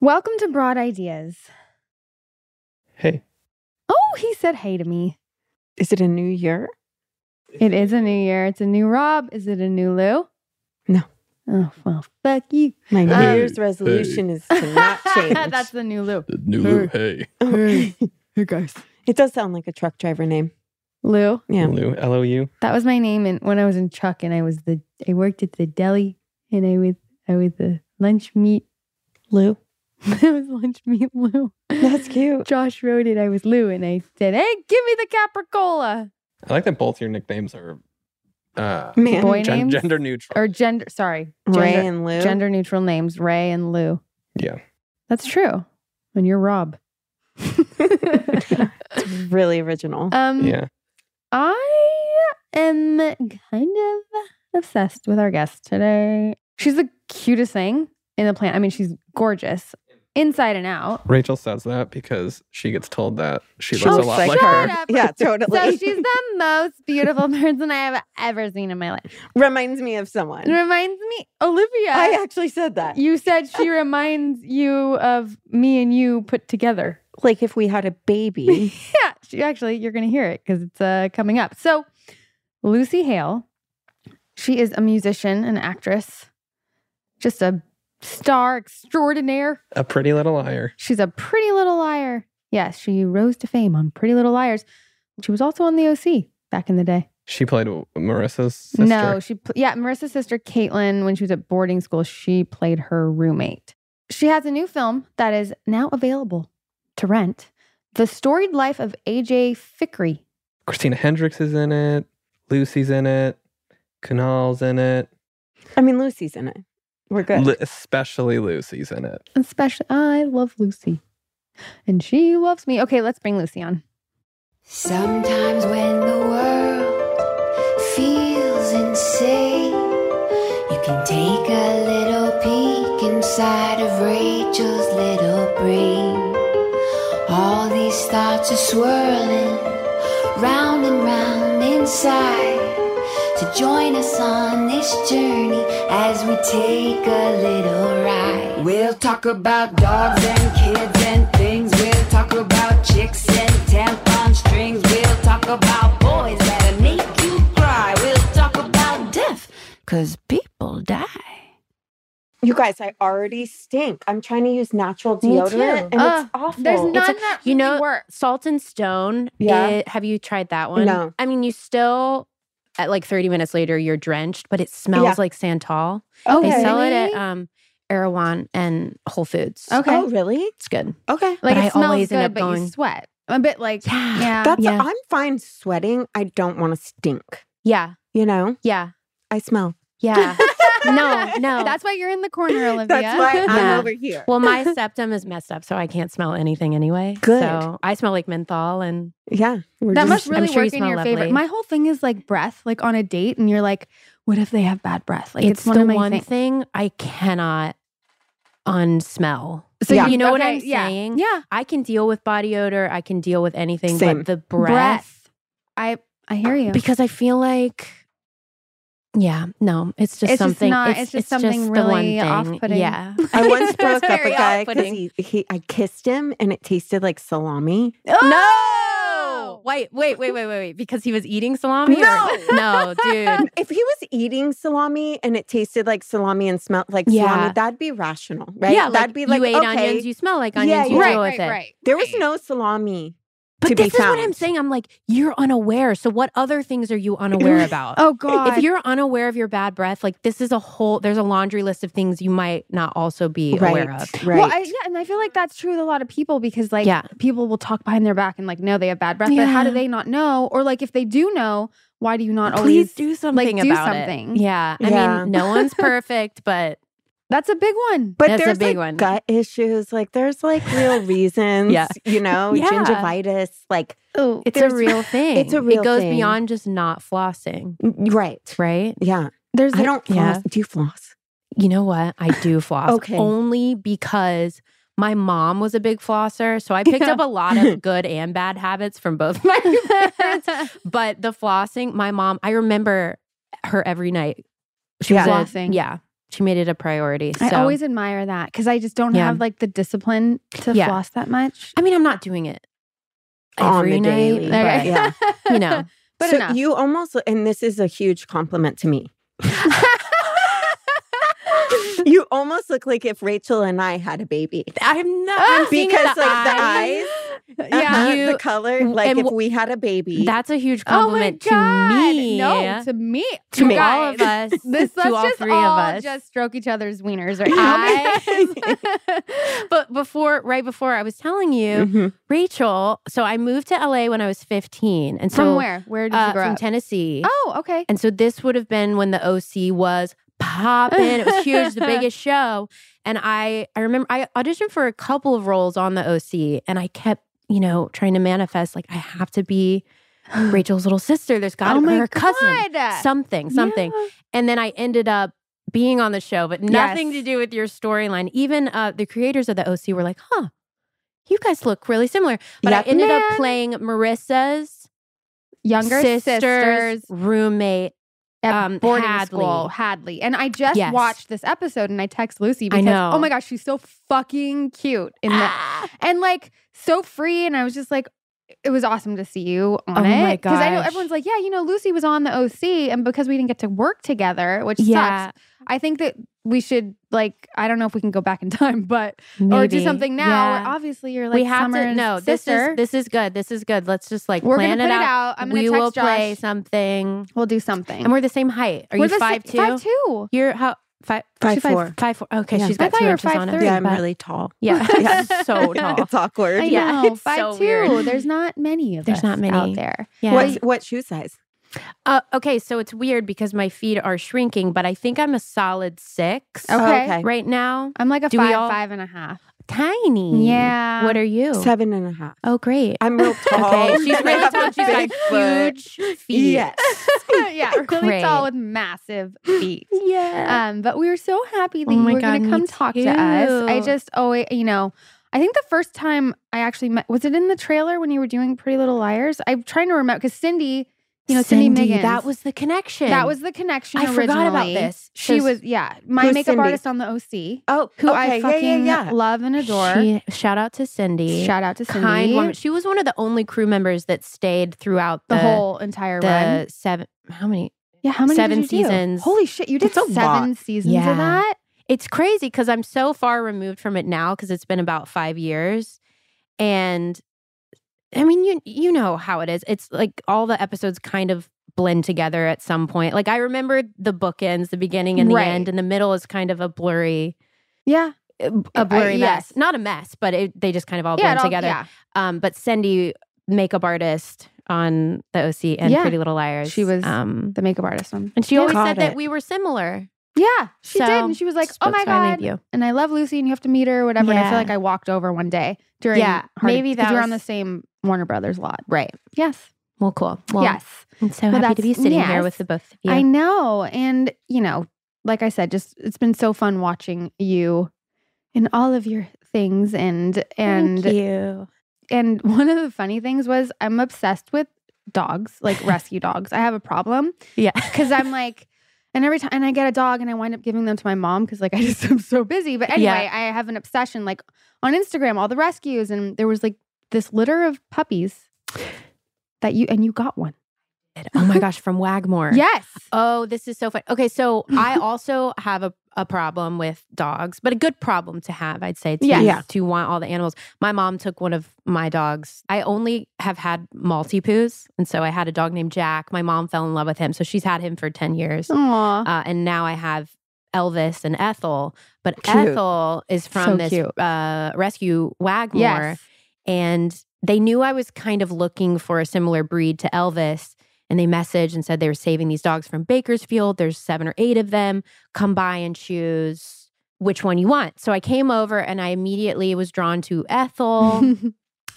Welcome to Broad Ideas. Hey. Oh, he said hey to me. Is it a new year? It is a new year. It's a new Rob. Is it a new Lou? No. Oh, well, fuck you. My New Hey, Year's resolution is to not change. That's the new Lou. The new Lou. Hey. Oh, Hey, guys. it does sound like a truck driver name. Lou, Yeah. Lou. L O U. that was my name and when I was in truck and I was the I worked at the deli and I was I was the lunch meat. Lou. I was lunch meat Lou. That's cute. Josh wrote it. I was Lou and I said, "Hey, give me the Capricola." I like that both your nicknames are uh, Man. Boy gen- names? gender neutral. Or gender, sorry. Ray Gender, and Lou. gender neutral names, Ray and Lou. yeah. That's true. And you're Rob. It's really original. um Yeah. I am kind of obsessed with our guest today. She's the cutest thing in the planet. I mean, she's gorgeous inside and out. Rachel says that because she gets told that she She looks a looks lot like like her. her. Shut up. yeah, totally. So she's the most beautiful person I have ever seen in my life. Reminds me of It someone. reminds me, Olivia. I actually said that. you said she reminds you of me and you put together. like if we had a baby. Yeah, she, actually, you're going to hear it because it's uh, coming up. So, Lucy Hale, she is a musician, an actress, just a star extraordinaire. A pretty little liar. She's a pretty little liar. Yes, she rose to fame on Pretty Little Liars. She was also on the OC back in the day. She played Marissa's sister. No, she pl- yeah, Marissa's sister Caitlin. When she was at boarding school, she played her roommate. She has a new film that is now available to rent: The Storied Life of AJ Fickery. Christina Hendricks is in it. Lucy's in it. Kunal's in it. I mean, Lucy's in it. We're good. Lu- especially Lucy's in it. Especially, I love Lucy, and she loves me. Okay, let's bring Lucy on. Sometimes when the world feels insane, you can take a little peek inside of Rachel's little brain. All these thoughts are swirling round and round inside. So join us on this journey as we take a little ride. We'll talk about dogs and kids and things. We'll talk about chicks and tampon strings. We'll talk about boys that'll make you cry. We'll talk about death, cause people die. You guys, I already stink. I'm trying to use natural Me deodorant too. and Ugh, it's awful. Uh, There's none It's like- that you know- work. Salt and Stone. Yeah. it- have you tried that one? No. I mean, you still at like 30 minutes later, you're drenched, but it smells Yeah. like Santal. Okay. They sell it at Really? um Erewhon and Whole Foods. uh, Okay, Oh, really? It's good. Okay. like but I it smells always good, end up but you going- sweat a bit. Like Yeah. yeah, That's yeah. I'm fine sweating. I don't want to stink. Yeah. You know, Yeah. I smell. Yeah. No, no. That's why you're in the corner, Olivia. That's why I'm Yeah. over here. Well, my septum is messed up, so I can't smell anything anyway. Good. So I smell like menthol and Yeah. we're That just- must I'm really sure you work in smell your favor. lovely. My whole thing is like breath, like on a date, and you're like, what if they have bad breath? Like it's, it's, one the of my one things. thing I cannot unsmell. So Yeah. you know what okay, I'm yeah. saying? Yeah, I can deal with body odor. I can deal with anything, Same. but the breath. breath I I hear you. because I feel like, yeah, no, it's just It's just something. not- it's just something the really one thing. off-putting. Yeah, I once It's broke up a very guy because off-putting. he, he, I kissed him and it tasted like salami. Oh! Wait, wait, wait, wait, wait, wait. Because he was eating salami. No. or, no, dude. If he was eating salami and it tasted like salami and smelled like Yeah. salami, that'd be rational, right? Yeah, that'd be like you ate okay. onions, you smell like Yeah, onions, you yeah. right, deal right, with it. right. there was no salami. But to be this is what I'm found. saying. I'm like, you're unaware. So what other things are you unaware about? Oh god. If you're unaware of your bad breath, like this is a whole there's a laundry list of things you might not also be aware of. Right. Right. Well, I, yeah, and I feel like that's true with a lot of people because like Yeah. people will talk behind their back and like no, they have bad breath, but how do Yeah. they not know? Or like if they do know, why do you not Please always do something do about something. it. Yeah. I Yeah. mean, no one's perfect, but That's a big one. but That's a there's big like one. gut issues. Like there's like real reasons. Yeah. You know, Yeah. gingivitis. Like Oh, It's There's- a real thing. a real It goes thing. beyond just not flossing, n- right. right? Yeah. there's I don't floss. yeah. Do you floss? You know what? I do floss. Okay. Only because my mom was a big flosser, so I picked Yeah. up a lot of good and bad habits from both my parents. But the flossing, my mom, I remember her every night. She Yeah. was a- Flossing. yeah. She made it a priority. So. I always admire that because I just don't Yeah. have like the discipline to Yeah. floss that much. I mean, I'm not doing it On every the night, daily, but Okay. yeah. you know, but so enough. you almost, and this is a huge compliment to me. You almost look like if Rachel and I had a baby. I'm not I'm seeing Because, the like, the eyes. Uh-huh, you- the color, like and if w- we had a baby. That's a huge Oh my compliment god! to me. No, to me, To You me. all of guys. us. This to let's all just three all of us. just stroke each other's wieners right now. but before, right before, I was telling Mm-hmm. you, Mhm. Rachel. So I moved to LA when I was 15, and so from where? Where did uh, you grow from up? Tennessee. oh, okay. And so this would have been when the OC was popping. It was huge, the biggest show. And I, I remember I auditioned for a couple of roles on the OC, and I kept, you know, trying to manifest like I have to be Rachel's little sister. There's got to oh be my her cousin, God. something, something. Yeah. And then I ended up being on the show, but nothing Yes. to do with your storyline. Even uh, the creators of the OC were like, "Huh, you guys look really similar." But Yep. I ended Man. up playing Marissa's Younger sister's sisters roommate at um, boarding Hadley. school, Hadley. And I just Yes. watched this episode and I text Lucy I because know. oh my gosh, she's so fucking cute in the Ah! and like so free. And I was just like, it was awesome to see you on Oh it. my Because I know gosh. everyone's like, yeah, you know, Lucy was on the OC, and because we didn't get to work together, which yeah, sucks, I think that we should like, I don't know if we can go back in time, but or do maybe. something now. Yeah. Where obviously you're like, we have to Summer's no. sister. This is this is good. This is good. Let's just like we're plan gonna put it out. I'm gonna we text will Josh. play something, We'll do something. and we're the same height. Are We're you the five sa- two? Five two. You're how five Five she's four. five four. Okay, Yeah. she's I got thought two you were inches on her. 5'3". yeah, I'm but- really tall. Yeah, Yeah. I'm so tall. it's awkward. I Yeah, know, it's five so two. weird. There's not many of There's us not many. out there. Yeah. What's, what shoe size? Uh, okay, so it's weird because my feet are shrinking, but I think I'm a solid six Oh, Okay. right now. I'm like a Do we five, all- five and a half. Tiny. Yeah. What are you? Seven and a half. Oh, great. I'm real tall. Okay, she's I really have tall. a She's got big foot. huge feet. Yes. yeah, really Great. tall with massive feet. Yeah. Um, but we were so happy that Oh you my were going God, to me come talk to us. I too. just always, you know, I think the first time I actually met was it in the trailer when you were doing Pretty Little Liars. I'm trying to remember because Cindy, you know, Cindy, Miggins. That was the connection. that was the connection. I forgot about originally. this. She 'Cause was yeah, my Who's makeup Cindy? artist on the OC, Oh, who okay. I fucking yeah, yeah, yeah. love and adore. She, shout out to Cindy. Shout out to Cindy, Kind woman. She was one of the only crew members that stayed throughout the the, whole entire run. the seven. How many? Yeah, how many Seven did you do? seasons. Holy shit, you did That's a seven lot. seasons Yeah. of that. It's crazy because I'm so far removed from it now because it's been about five years, and I mean you you know how it is. It's like all the episodes kind of blend together at some point. Like I remember the bookends, the beginning and the Right. end, and the middle is kind of a blurry, Yeah, a blurry Uh, mess. yes. Not a mess, but it, they just kind of all yeah, it blend all- together. Yeah, Um, but Cindy, makeup artist on the OC and Yeah. Pretty Little Liars. She was um, the makeup artist one. and she Yeah. always Got said that it. we were similar. Yeah, she So, did, and she was like, Just "Oh that's my why I god!" leave you. And I love Lucy, and you have to meet her, or whatever. And I Yeah. feel like I walked over one day during. Yeah, Hard- maybe 'cause that we were on the was- same Warner Brothers lot. Right. Yes, Well, cool. Well, yes, I'm so Well, happy to be that's- sitting here yes. with the both of you. I know, and you know, like I said, just it's been so fun watching you and all of your things, and and Thank you. and one of the funny things was I'm obsessed with dogs, like rescue dogs. I have a problem Yeah. because I'm like, and every time, and I get a dog, and I wind up giving them to my mom because like I just am so busy. But anyway, Yeah. I have an obsession like on Instagram, all the rescues, and there was like this litter of puppies that you and you got one. oh my gosh, from Wagmore. Yes, Oh, this is so fun. Okay, so I also have a, a problem with dogs, but a good problem to have, I'd say, to, Yes. Yeah. to want all the animals. My mom took one of my dogs. I only have had Maltese poos, and so I had a dog named Jack. My mom fell in love with him, so she's had him for 10 years. Aww. Uh, and now I have Elvis and Ethel, but Cute. Ethel is from So this cute. uh, rescue Wagmore yes. and they knew I was kind of looking for a similar breed to Elvis. And they messaged and said they were saving these dogs from Bakersfield. There's seven or eight of them. Come by and choose which one you want. So I came over and I immediately was drawn to Ethel.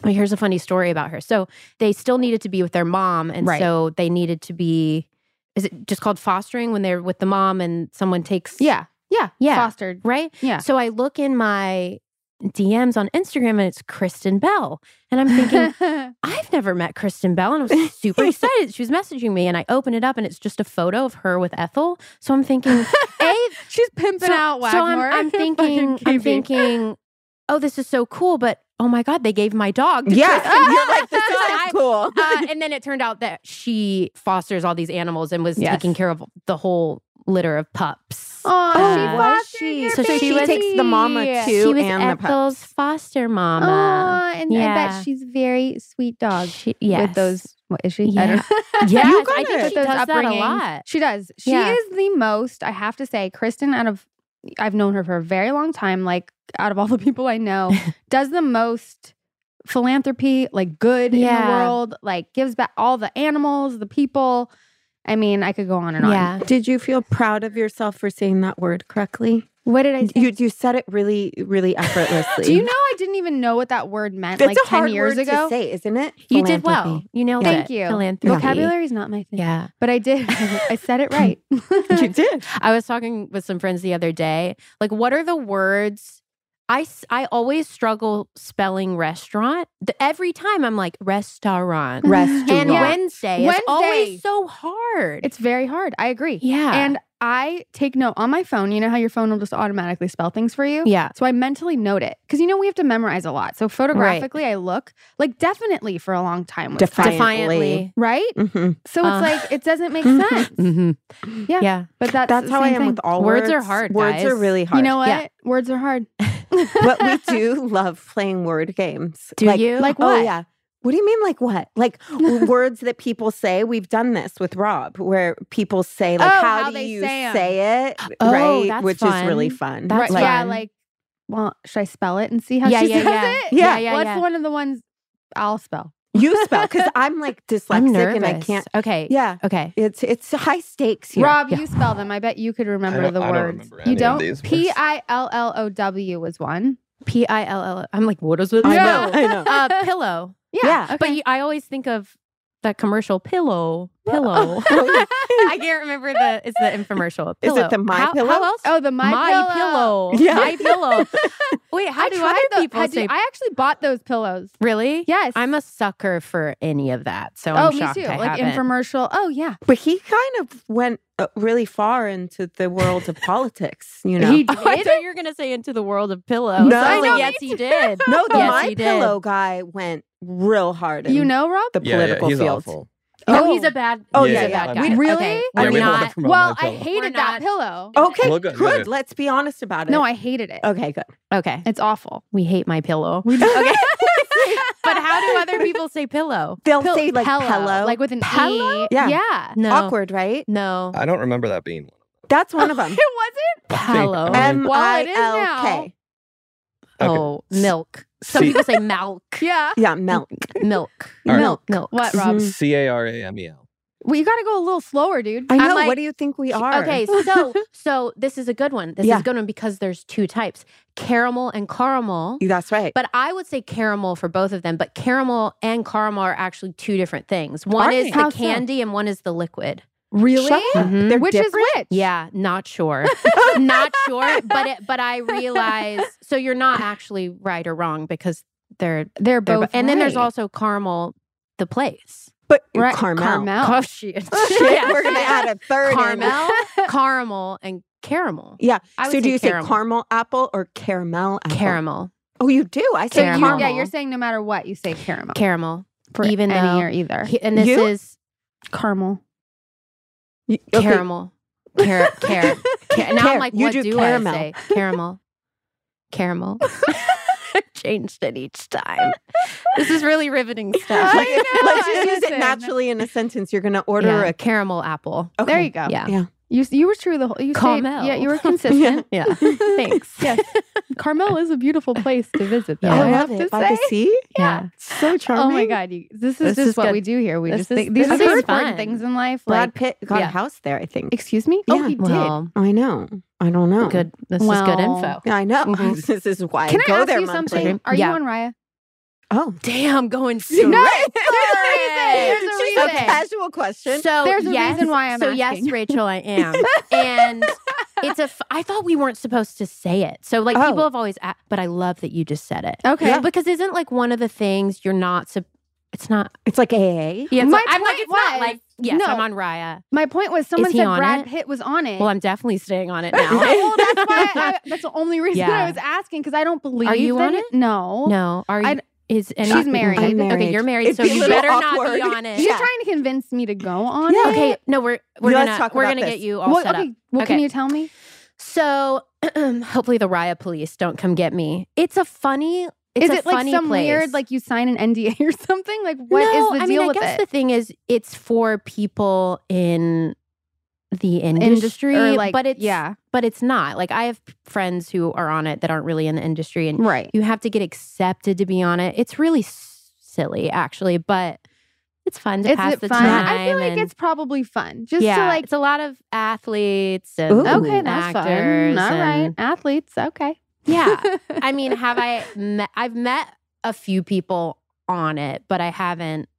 Well, here's a funny story about her. So they still needed to be with their mom, and Right. so they needed to be. Is it just called fostering when they're with the mom and someone takes yeah. Yeah. Yeah. Fostered. right? Yeah. So I look in my DMs on Instagram and it's Kristen Bell. And I'm thinking, I've never met Kristen Bell. And I was super excited. She was messaging me and I open it up and it's just a photo of her with Ethel. So I'm thinking, A, She's pimping so, out so I'm, Wagmore. I'm Fucking thinking, I'm creepy. thinking, oh, this is so cool, but oh my God, they gave my dog. to Yes. Kristen and you're Bell. like, this So I- is cool. uh, and then it turned out that she fosters all these animals and was Yes. Oh, taking care of the whole litter of pups. Aw, Uh, she was fostered she? your So she baby. was- takes the mama too. she was and the Ethel's foster mama. Aw, Oh, and I Yeah. bet she's a very sweet dog. She, yes. Oh, With those, what is she? I Yeah. don't know. Yes, You I gotta- think With she those does that a upbringings. lot. She does. She Yeah. is the most, I have to say, Kristen, out of, I've known her for a very long time, like out of all the people I know, does the most philanthropy, like good in the Yeah. world, like gives back all the animals, the people. I mean, I could go on and on. Yeah. Did you feel proud of yourself for saying that word correctly? What did I say? You you said it really really effortlessly. Do you know I didn't even know what that word meant That's like a 10 hard years word ago? to say, isn't it? You did well. Philanthropy. You nailed it. Thank you. Philanthropy. Vocabulary is not my thing. Yeah. But I did. I said it right. You did. I was talking with some friends the other day. Like, what are the words? I, s- I always struggle spelling restaurant. The- every time I'm like restaurant. Restaurant. And Yeah. Wednesday, is Wednesday. always so hard. it's very hard. I agree. yeah. And I take note on my phone. You know how your phone will just automatically spell things for you? yeah. So I mentally note it because you know we have to memorize a lot. So photographically, I look like definitely for a long time. Was Defi- tough, Defiantly. Defiantly. right? Mhm. So it's Uh. like it doesn't make sense. Mm-hmm. Yeah. Yeah. But that's That's the how I same am thing. with all Words words. are hard, Words are guys. really hard. You know what? Yeah. Words are hard. but we do love playing word games. Do like, you? Like Oh what? yeah. What do you mean like what? Like words that people say. We've done this with Rob where people say like Oh, how, how do they you say 'em. say it? Oh, right. that's Which is really fun. That's Right, fun. yeah, like well, should I spell it and see how Yeah, she yeah, says yeah. it? Yeah, yeah, What's yeah. one of the ones I'll spell? You spell because I'm like dyslexic I'm nervous. and I can't. Okay. Yeah, Okay. it's it's high stakes here. Rob, Yeah. you spell them. I bet you could I remember don't- the I don't words. remember any you of don't. these words. P i l l o w was one. P I L L. I'm like, what is it? I Yeah. know, I know. Uh, pillow. Yeah, Yeah, But okay. you, I always think of that commercial pillow. Pillow. I can't remember the. It's the infomercial. Is it Pillow. the My how, Pillow? How else? oh, the my, my pillow. Yeah. My pillow. Wait, how I do tried other tho- people I do- say? I actually bought those pillows. really? Yes, I'm a sucker for any of that. So Oh, I'm me shocked too. I like haven't. infomercial. Oh yeah, but he kind of went uh, really far into the world of politics. You know, He Oh, I did? thought you were gonna say into the world of pillows. No. I was I like, know, yes, he did. no, the Yes, my he did. pillow guy went real hard. In you know, Rob. the Yeah, political yeah, he's field. awful. No, Oh. he's a bad. Oh, he's yeah, a yeah. bad We- guy. really? Okay. Yeah, We're we don't not. from Well, my I pillow. hated We're that not- Oh, pillow. Okay, Well, good. good, good. Let's be honest about it. No, I hated it. Okay, good. Okay. It's awful. We hate my pillow. okay. But how do other people say pillow? They'll Pill- say like pillow, pillow, like with an Pillow? e. Yeah. yeah. No. awkward, Uh, right? No. I don't remember that being one. That's one of them. It wasn't. Pillow. I mean, M Well, I it is L now. K. Oh, milk. Some See- people say milk. Yeah. Yeah, milk. Milk. All right. Milk. Milk. What, Rob? Mhm. C A R A M E L. Well, you got to go a little slower, dude. I I'm know. like- what do you think we are? Okay, so so this is a good one. This is Yeah. a good one because there's two types: caramel and caramel. that's right. But I would say caramel for both of them. But caramel and caramel are actually two different things. One Are is they? the How so? candy, and one is the liquid. Really? Shut up. Mhm. They're Which different? is which? Yeah, not sure. not sure. But it, but I realize. So you're not actually right or wrong because they're They're they're both. bo- and then there's right. also caramel, the place. but Right, Carmel. Carmel. Oh shit! Shit, we're gonna add a third. in. caramel, caramel, and caramel. Yeah. I would So do you caramel. say caramel apple or caramel apple? Caramel. Oh, you do. I So say you- Caramel. yeah, you're saying no matter what, you say Oh. caramel. Caramel. for even any though- or either. He- And this You? is caramel. You- okay. caramel. Car- car- car- now I'm Car- like, you what do do caramel. I say? Caramel. Caramel. Changed it each time. This is really riveting stuff. I Like, know, let's just use listen. it naturally in a sentence. You're gonna order Yeah, a. caramel apple. Okay. There you go. Yeah. You you were true the whole. You stayed, Carmel. yeah, you were consistent. Yeah. Thanks. Yes, Carmel is a beautiful place to visit. Though Yeah. I, I love have to it. By say. the sea. Yeah. So charming. Oh my god, you, this is This just is what good. we do here. We This just is- think these this are is the fun. important things in life. Brad Like, Pitt got yeah. a house there. I think. excuse me. Oh, Yeah. he did. Well, I know. I don't know. good. This is good Well. info. I know. Mhm. This is why Can I I go ask there you monthly. something? Are Yeah. you on Raya? Oh. Damn, going No, soon. There's a reason. There's a She's a reason. casual question. So There's a yes, reason why I'm so asking. yes, Rachel, I am, and it's a. F- I thought we weren't supposed to say it. So like Oh. people have always, a- but I love that you just said it. Okay. Yeah. Because isn't like one of the things you're not. Sup- it's not. It's like AA. Yeah. it's My like- I'm like point it's not was- like yes. no. I'm on Raya. My point was someone Is he said on Brad it? Pitt was on it. Well, I'm definitely staying on it now. well, that's why I, that's the only reason Yeah. I was asking because I don't believe. Are you that on it? No, no. Are you? I- is any- She's married. I'm Okay, married. you're married, It'd so be a you little better not awkward. be on it. She's Yeah. trying to convince me to go on Yeah. it. Okay, no, we're we're Let's gonna talk we're about gonna get this. you all What, set okay. up. What can Okay. you tell me? So hopefully the Raya police don't come get me. It's a funny. It's is a it like funny some place. weird like you sign an NDA or something? Like what is No, the I deal mean, I with guess it? the thing is, it's for people in the Indus- industry, or like, but it's yeah, but it's not. Like I have friends who are on it that aren't really in the industry, and right. you have to get accepted to be on it. It's really s- silly, actually, but it's fun to Is pass it the fun? time. I feel like and- it's probably fun. Just yeah, to like, it's a lot of athletes and Ooh. okay, that's actors fun. All right, and- athletes. Okay, yeah. I mean, have I met? I've met a few people on it, but I haven't.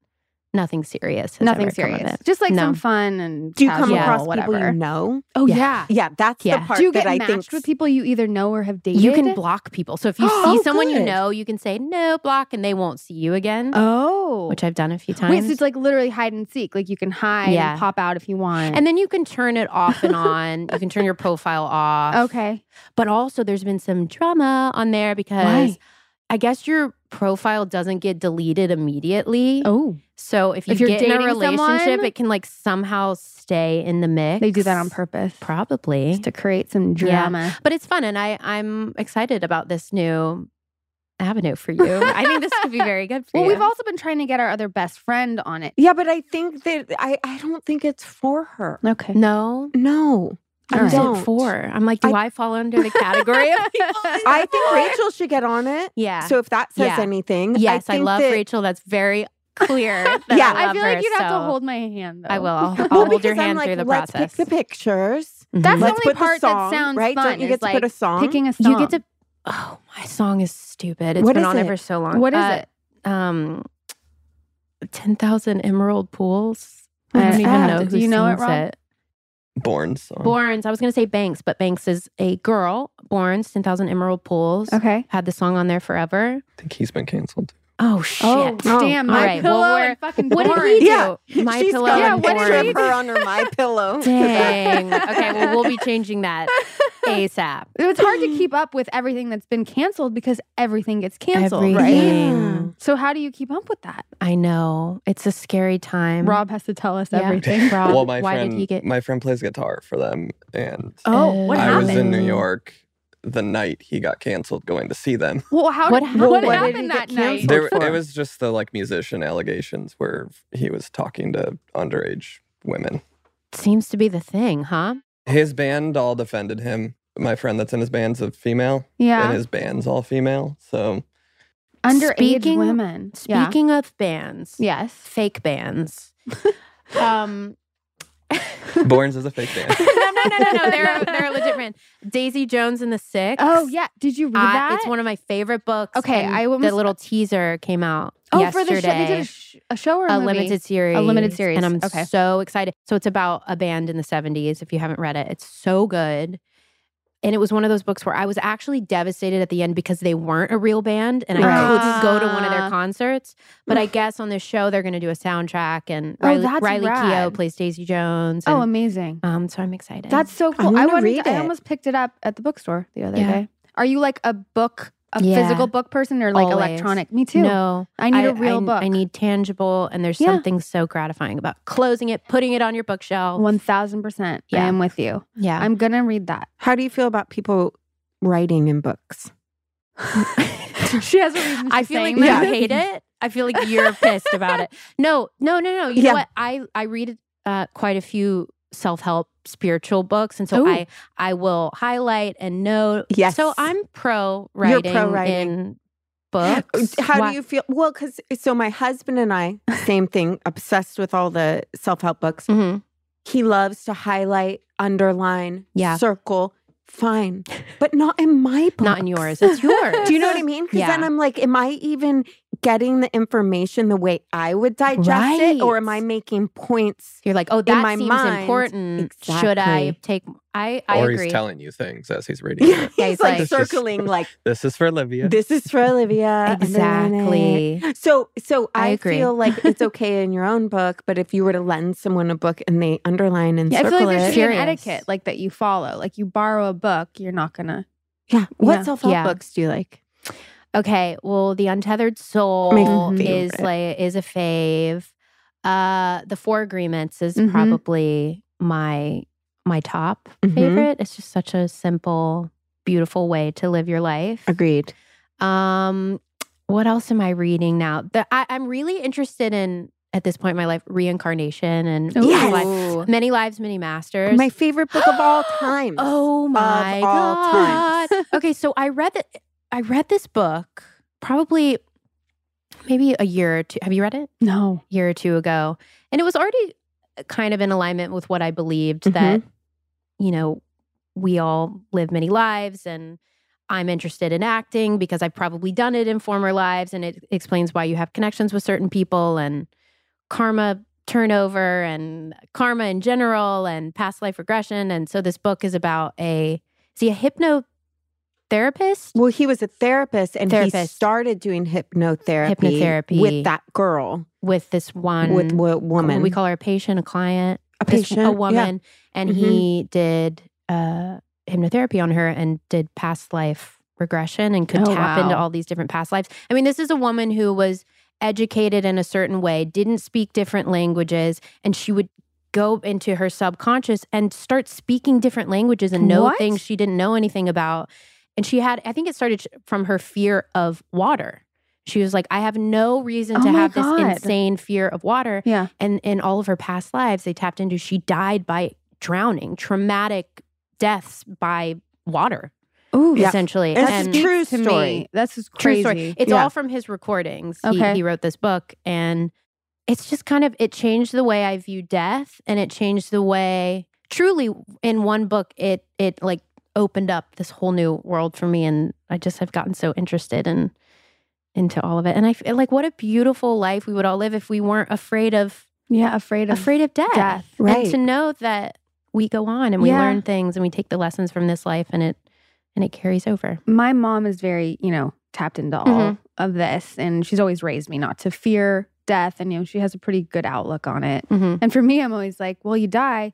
Nothing serious. Has nothing ever come of serious. it. Just like No. some fun and Do you come casual, Yeah. across whatever. people you know? Oh Yeah. yeah. Yeah, that's Yeah. the part Do you that get I matched think with people you either know or have dated? You can block people. So if you see Oh, someone you good. know, you can say no block, and they won't see you again, Oh, which I've done a few times. wait, so it's like literally hide and seek. Like you can hide Yeah. and pop out if you want. and then you can turn it off and on. you can turn your profile off. okay, But also, there's been some drama on there because I guess your profile doesn't get deleted immediately. oh, So if you If you're get in a dating relationship, someone- it can like somehow stay in the mix. they do that on purpose, Probably. just to create some drama. But it's fun and I I'm excited about this new avenue for you. I think this could be very good for Well, you. we've also been trying to get our other best friend on it. Yeah, but I think that I, I don't think it's for her. Okay. No. No. I What is don't. it for? I'm like, do I, fall under the category of I think Rachel should get on it. Yeah. So if that says Yeah. anything, yes, I, think love that- Rachel. That's very clear. that Yeah. I, I love feel her, like you'd have so to hold my hand. Though. I will. I'll, I'll Well, hold your because I'm hand like, through the let's process. pick the pictures. Mm-hmm. That's let's the put only part the song, that sounds right? fun. Don't you is, get to like put a song? picking a song. You get to. Oh, my song is stupid. It's What been is on there it? for so long. What is Uh, it? Um, ten thousand emerald pools. I I don't don't even have know. to- Who do you know it, sings Rob? Born song. Borns. I was gonna say Banks, but Banks is a girl. Borns, ten thousand emerald pools. Okay. Had the song on there forever. I think he's been canceled. Oh shit! Oh, damn! all My right. pillow Well, we're- and fucking what porn. did he do? Yeah. My She's pillow. got Yeah, and what a did picture she Borns. of her under my pillow. Dang. okay. Well, we'll be changing that ASAP. It's hard to keep up with everything that's been canceled because everything gets canceled, right? Everything. So how do you keep up with that? I know. It's a scary time. Rob has to tell us Um, Yeah. everything. Rob, well, my why friend, did he get? my friend plays guitar for them, and Oh, what I happened? was in New Oh. York the night he got canceled, going to see them. well, how What did, what happened? What did he happened that get night? canceled? There, for? it was just the like musician allegations where he was talking to underage women. Seems to be the thing, huh? His band all defended him. My friend that's in his band's a female, and Yeah, his band's all female. So underage Speaking- women. yeah. Speaking of bands, Yes. fake bands. um, Borns is a fake band. no, no, no, no, no. They're they're a legit brand. Daisy Jones and the Six. Oh yeah. Did you read I- that? Uh, it's one of my favorite books. Okay, and I the almost- little teaser came out oh, yesterday. for the show, they did a, sh- a show or a, a movie? limited series. limited series, And I'm okay. so excited. So it's about a band in the 70s. If you haven't read it, it's so good. And it was one of those books where I was actually devastated at the end because they weren't a real band and I Right. couldn't go to one of their Ah. concerts. But I guess on this show, they're going to do a soundtrack and Oh, Riley, that's Riley Keough rad. plays Daisy Jones. Oh, and- amazing. um, so I'm excited. That's so cool. I wanna wanted read to- I it. almost picked it up at the bookstore the other Yeah. day. Are you like a book, a Yeah. physical book person, or like Always. electronic? Me too. No, I need a a real book. I need tangible, and there's Yeah. something so gratifying about closing it, putting it on your bookshelf. one thousand percent. I Yeah. am with you. yeah, I'm gonna read that. How do you feel about people writing in books? she has a reason. I she's feel like saying you that. hate it. I feel like you're pissed about it. No, no, no, no. You Yeah. know what? I I read uh, quite a few self help spiritual books, and so Ooh. I I will highlight and note. Yes. So I'm pro You're writing pro-writing. in books. How Why- do you feel? Well, because so my husband and I, same thing, obsessed with all the self help books. Mhm. He loves to highlight, underline, Yeah. circle. Fine, but not in my book. Not in yours. It's yours. Do you know what I mean? Because then Yeah. I'm like, am I even getting the information the way I would digest it, or am Right. I making points? You're like, oh, that my seems mind, important. Should I exactly. take? I, I or agree. he's telling you things as he's reading Yeah, it. Yeah, he's he's like like- circling, like This is for Olivia. this is for Olivia. Uh, and then- exactly. So, so I I, agree. feel like it's okay in your own book, but if you were to lend someone a book and they underline and Yeah, I circle feel like there should it, be an Curious. etiquette like that you follow. Like you borrow a book, you're not gonna. yeah. What Yeah. self help Yeah. books do you like? Okay, well, the Untethered My Soul is favorite. like is a fave. Uh, the Four Agreements is Mm-hmm. Mhm. probably my my top Mhm. favorite. It's just such a simple, beautiful way to live your life. Agreed. Um, what else am I reading now? The, I, I'm really interested in at this point in my life reincarnation and Ooh. Oh, many, Yes. lives, many lives, many masters. My favorite book of all time. Oh my all god. times. okay, so I read that I read this book probably maybe a year or two. Have you read it? No. A year or two ago. And it was already uh, kind of in alignment with what I believed that you know, we all live many lives and I'm interested in acting because I've probably done it in former lives and it explains why you have connections with certain people and karma turnover and karma in general and past life regression and so this book is about a is he a hypnotherapist? Well, he was a therapist and he Therapist. started doing hypnotherapy, Hypnotherapy. with that girl, with this one with a woman. we call her a patient, a client, a this- patient. a yeah. woman, and he did uh, hypnotherapy on her and did past life regression and could Oh, tap into wow. all these different past lives. I mean, this is a woman who was educated in a certain way, didn't speak different languages, and she would go into her subconscious and start speaking different languages and know What? things she didn't know anything about. And she had, I think it started from her fear of water. She was like, I have no reason Oh to my have God. this insane fear of water Yeah. and in all of her past lives they tapped into she died by drowning traumatic deaths by water Ooh. Yeah. essentially That's and true to story. me. That's just crazy. true story it's Yeah. all from his recordings He- Okay. he, wrote this book and it's just kind of it changed the way i view death and it changed the way truly in one book it it like opened up this whole new world for me and i just have gotten so interested in into all of it and i feel like what a beautiful life we would all live if we weren't afraid of Yeah, afraid of afraid of death, death. Right. and to know that we go on and we Yeah. learn things and we take the lessons from this life and it and it carries over my mom is very, you know, tapped into all Mhm. of this and she's always raised me not to fear death and you know, she has a pretty good outlook on it. And for me, I'm always like, well, you die,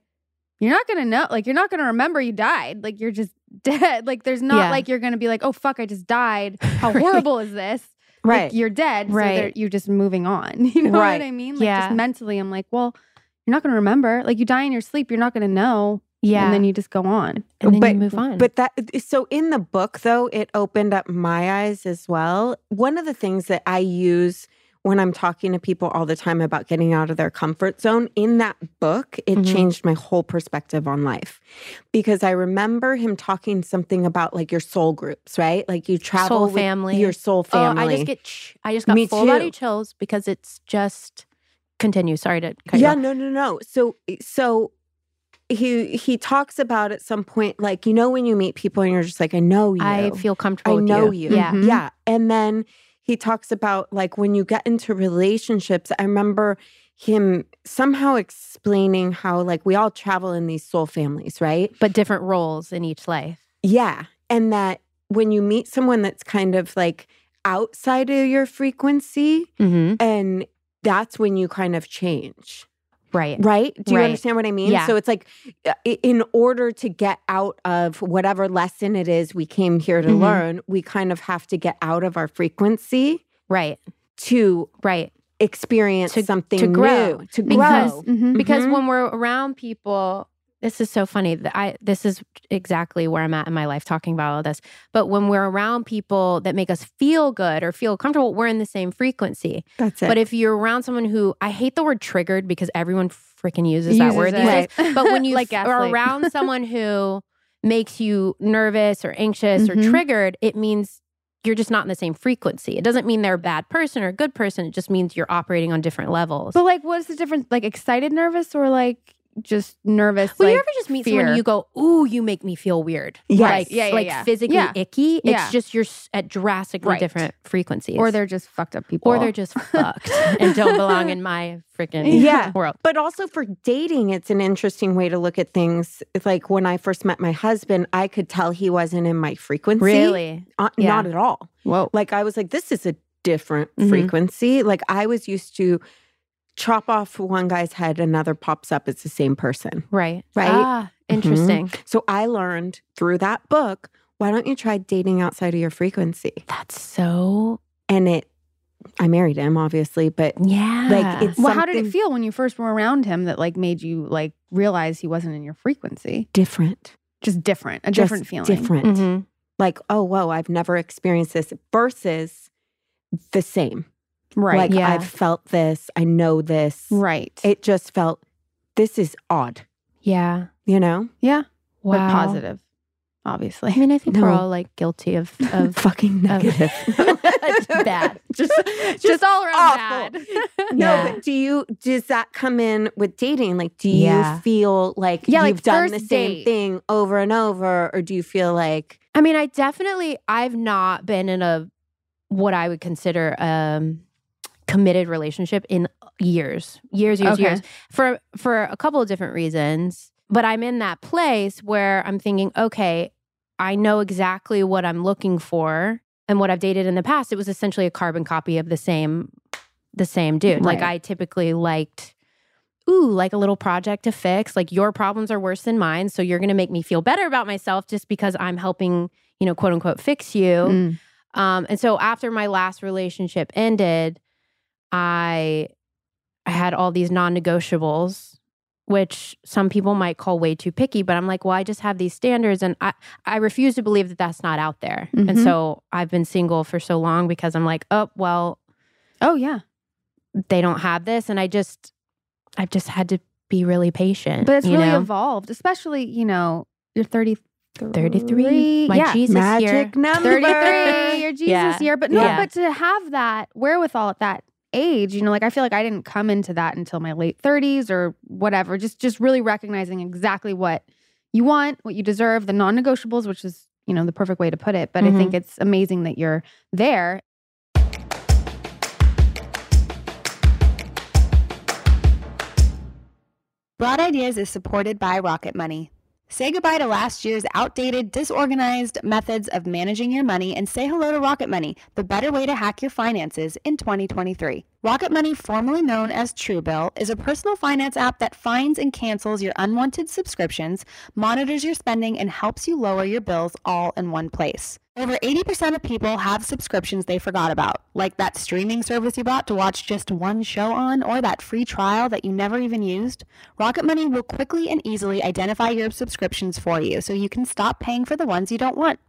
you're not gonna know, like, you're not gonna remember you died. Like, you're just dead. Like, there's not Yeah. like you're gonna be like, oh fuck, I just died. How Right. horrible is this? Like, Right. you're dead. So Right. there- you're just moving on. You know Right. what I mean? Like, Yeah. just mentally, I'm like, well, you're not gonna remember. Like, you die in your sleep, you're not gonna know. yeah And then you just go on. and then you move on But that so in the book though, it opened up my eyes as well. One of the things that I use when I'm talking to people all the time about getting out of their comfort zone, in that book, it Mhm. changed my whole perspective on life. Because I remember him talking something about like your soul groups, right? Like you travel soul with family your soul family. oh i just get ch- i just got Me full body too. chills because it's just continue sorry to cut yeah you off. no no no so eh, so he he talks about at some point like you know when you meet people and you're just like i know you i feel comfortable i with know you, you, Mm-hmm. Oh, yeah Mm-hmm. Mhm. yeah and then he talks about like when you get into relationships i remember him somehow explaining how like we all travel in these soul families right but different roles in each life yeah. And that when you meet someone that's kind of like outside of your frequency, mm-hmm. and that's when you kind of change, right right? Do you Right. understand what I mean? Yeah. So it's like uh, i- in order to get out of whatever lesson it is we came here to Mhm. learn, we kind of have to get out of our frequency right to right experience To- something to grow. new, to Because- grow. Mhm. because Mhm. when we're around people this is so funny that i this is exactly where i'm at in my life talking about all this but when we're around people that make us feel good or feel comfortable we're in the same frequency That's it. but if you're around someone who i hate the word triggered because everyone freaking uses, that word Uses these it. days but when you Like f- are gaslight. around someone who makes you nervous or anxious Mhm. or triggered it means you're just not in the same frequency it doesn't mean they're a bad person or a good person it just means you're operating on different levels But like, what's the difference? Like, excited, nervous, or like just nervous. Well, you like, ever just meet fear. someone and you go, "Ooh, you make me feel weird." Yes. Like, Yeah, yeah, like yeah. physically Yeah. icky. It's Yeah. just you're s- at drastically Right. different frequencies, or they're just fucked up people, or they're just fucked and don't belong in my freaking Yeah. world. But also for dating, it's an interesting way to look at things. It's Like when I first met my husband, I could tell he wasn't in my frequency. Really, Uh, Yeah. Not at all. whoa. Like I was like, this is a different Mm-hmm. Mhm. frequency. Like I was used to chop off one guy's head, another pops up. It's the same person. right? Right. Ah, interesting. So I learned through that book why don't you try dating outside of your frequency? That's so And it, I married him, obviously, but yeah. like it's Well, how did it something feel when you first were around him that like made you like realize he wasn't in your frequency? different. Just different, a Just different feeling. Mm-hmm. Different. Mhm. like, oh, whoa, I've never experienced this versus the same. Right. Like, yeah. I've felt this, I know this. right. It just felt, this is odd, yeah. you know? yeah. Wow. But positive, obviously. I mean, I think we're No. all like guilty of of Fucking negative. bad. just, just, all around awful. bad. No, Yeah. but do you, does that come in with dating? Like, do Yeah. you feel like Yeah, like you've done the first same date. thing over and over? Or do you feel like, I mean, I definitely I've not been in a what I would consider um committed relationship in years. Years, years, Okay. years. For for a couple of different reasons. But I'm in that place where I'm thinking, okay, I know exactly what I'm looking for and what I've dated in the past. It was essentially a carbon copy of the same the same dude. Like Right. I typically liked ooh, like a little project to fix. Like your problems are worse than mine. So you're going to make me feel better about myself just because I'm helping, you know, quote unquote, fix you. Mm. Um, and so after my last relationship ended, I, I had all these non negotiables, which some people might call way too picky, but I'm like, well, I just have these standards and I, I refuse to believe that that's not out there. And Mhm. so I've been single for so long because I'm like, oh, well, Oh yeah. they don't have this and i just i've just had to be really patient But it's you really know? evolved, especially, you know, you're 33. 33 my yeah. jesus magic year number? 33 your jesus Yeah. year but no Yeah. but to have that wherewithal at that age you know like i feel like i didn't come into that until my late 30s or whatever just just really recognizing exactly what you want what you deserve the non-negotiables which is you know the perfect way to put it but i Mm-hmm. think it's amazing that you're there Broad Ideas is supported by Rocket Money. Say goodbye to last year's outdated, disorganized methods of managing your money and say hello to Rocket Money, the better way to hack your finances in 2023. Rocket Money, formerly known as Truebill, is a personal finance app that finds and cancels your unwanted subscriptions, monitors your spending, and helps you lower your bills all in one place. Over 80% of people have subscriptions they forgot about, like that streaming service you bought to watch just one show on or that free trial that you never even used. Rocket Money will quickly and easily identify your subscriptions for you so you can stop paying for the ones you don't want.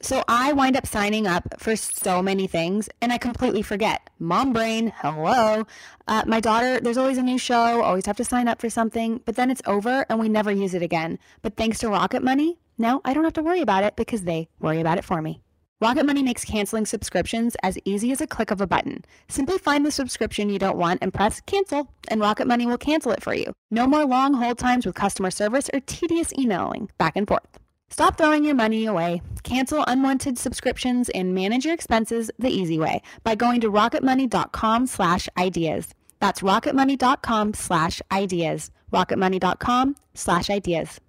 So I wind up signing up for so many things and I completely forget. Mom brain, hello. Uh, my daughter, there's always a new show, always have to sign up for something, but then it's over and we never use it again. But thanks to Rocket Money, now I don't have to worry about it because they worry about it for me. Rocket Money makes canceling subscriptions as easy as a click of a button. Simply find the subscription you don't want and press cancel, and Rocket Money will cancel it for you. No more long hold times with customer service or tedious emailing back and forth. Stop throwing your money away. Cancel unwanted subscriptions and manage your expenses the easy way by going to rocketmoney.com slash ideas. That's rocketmoney.com slash ideas. rocketmoney.com slash ideas.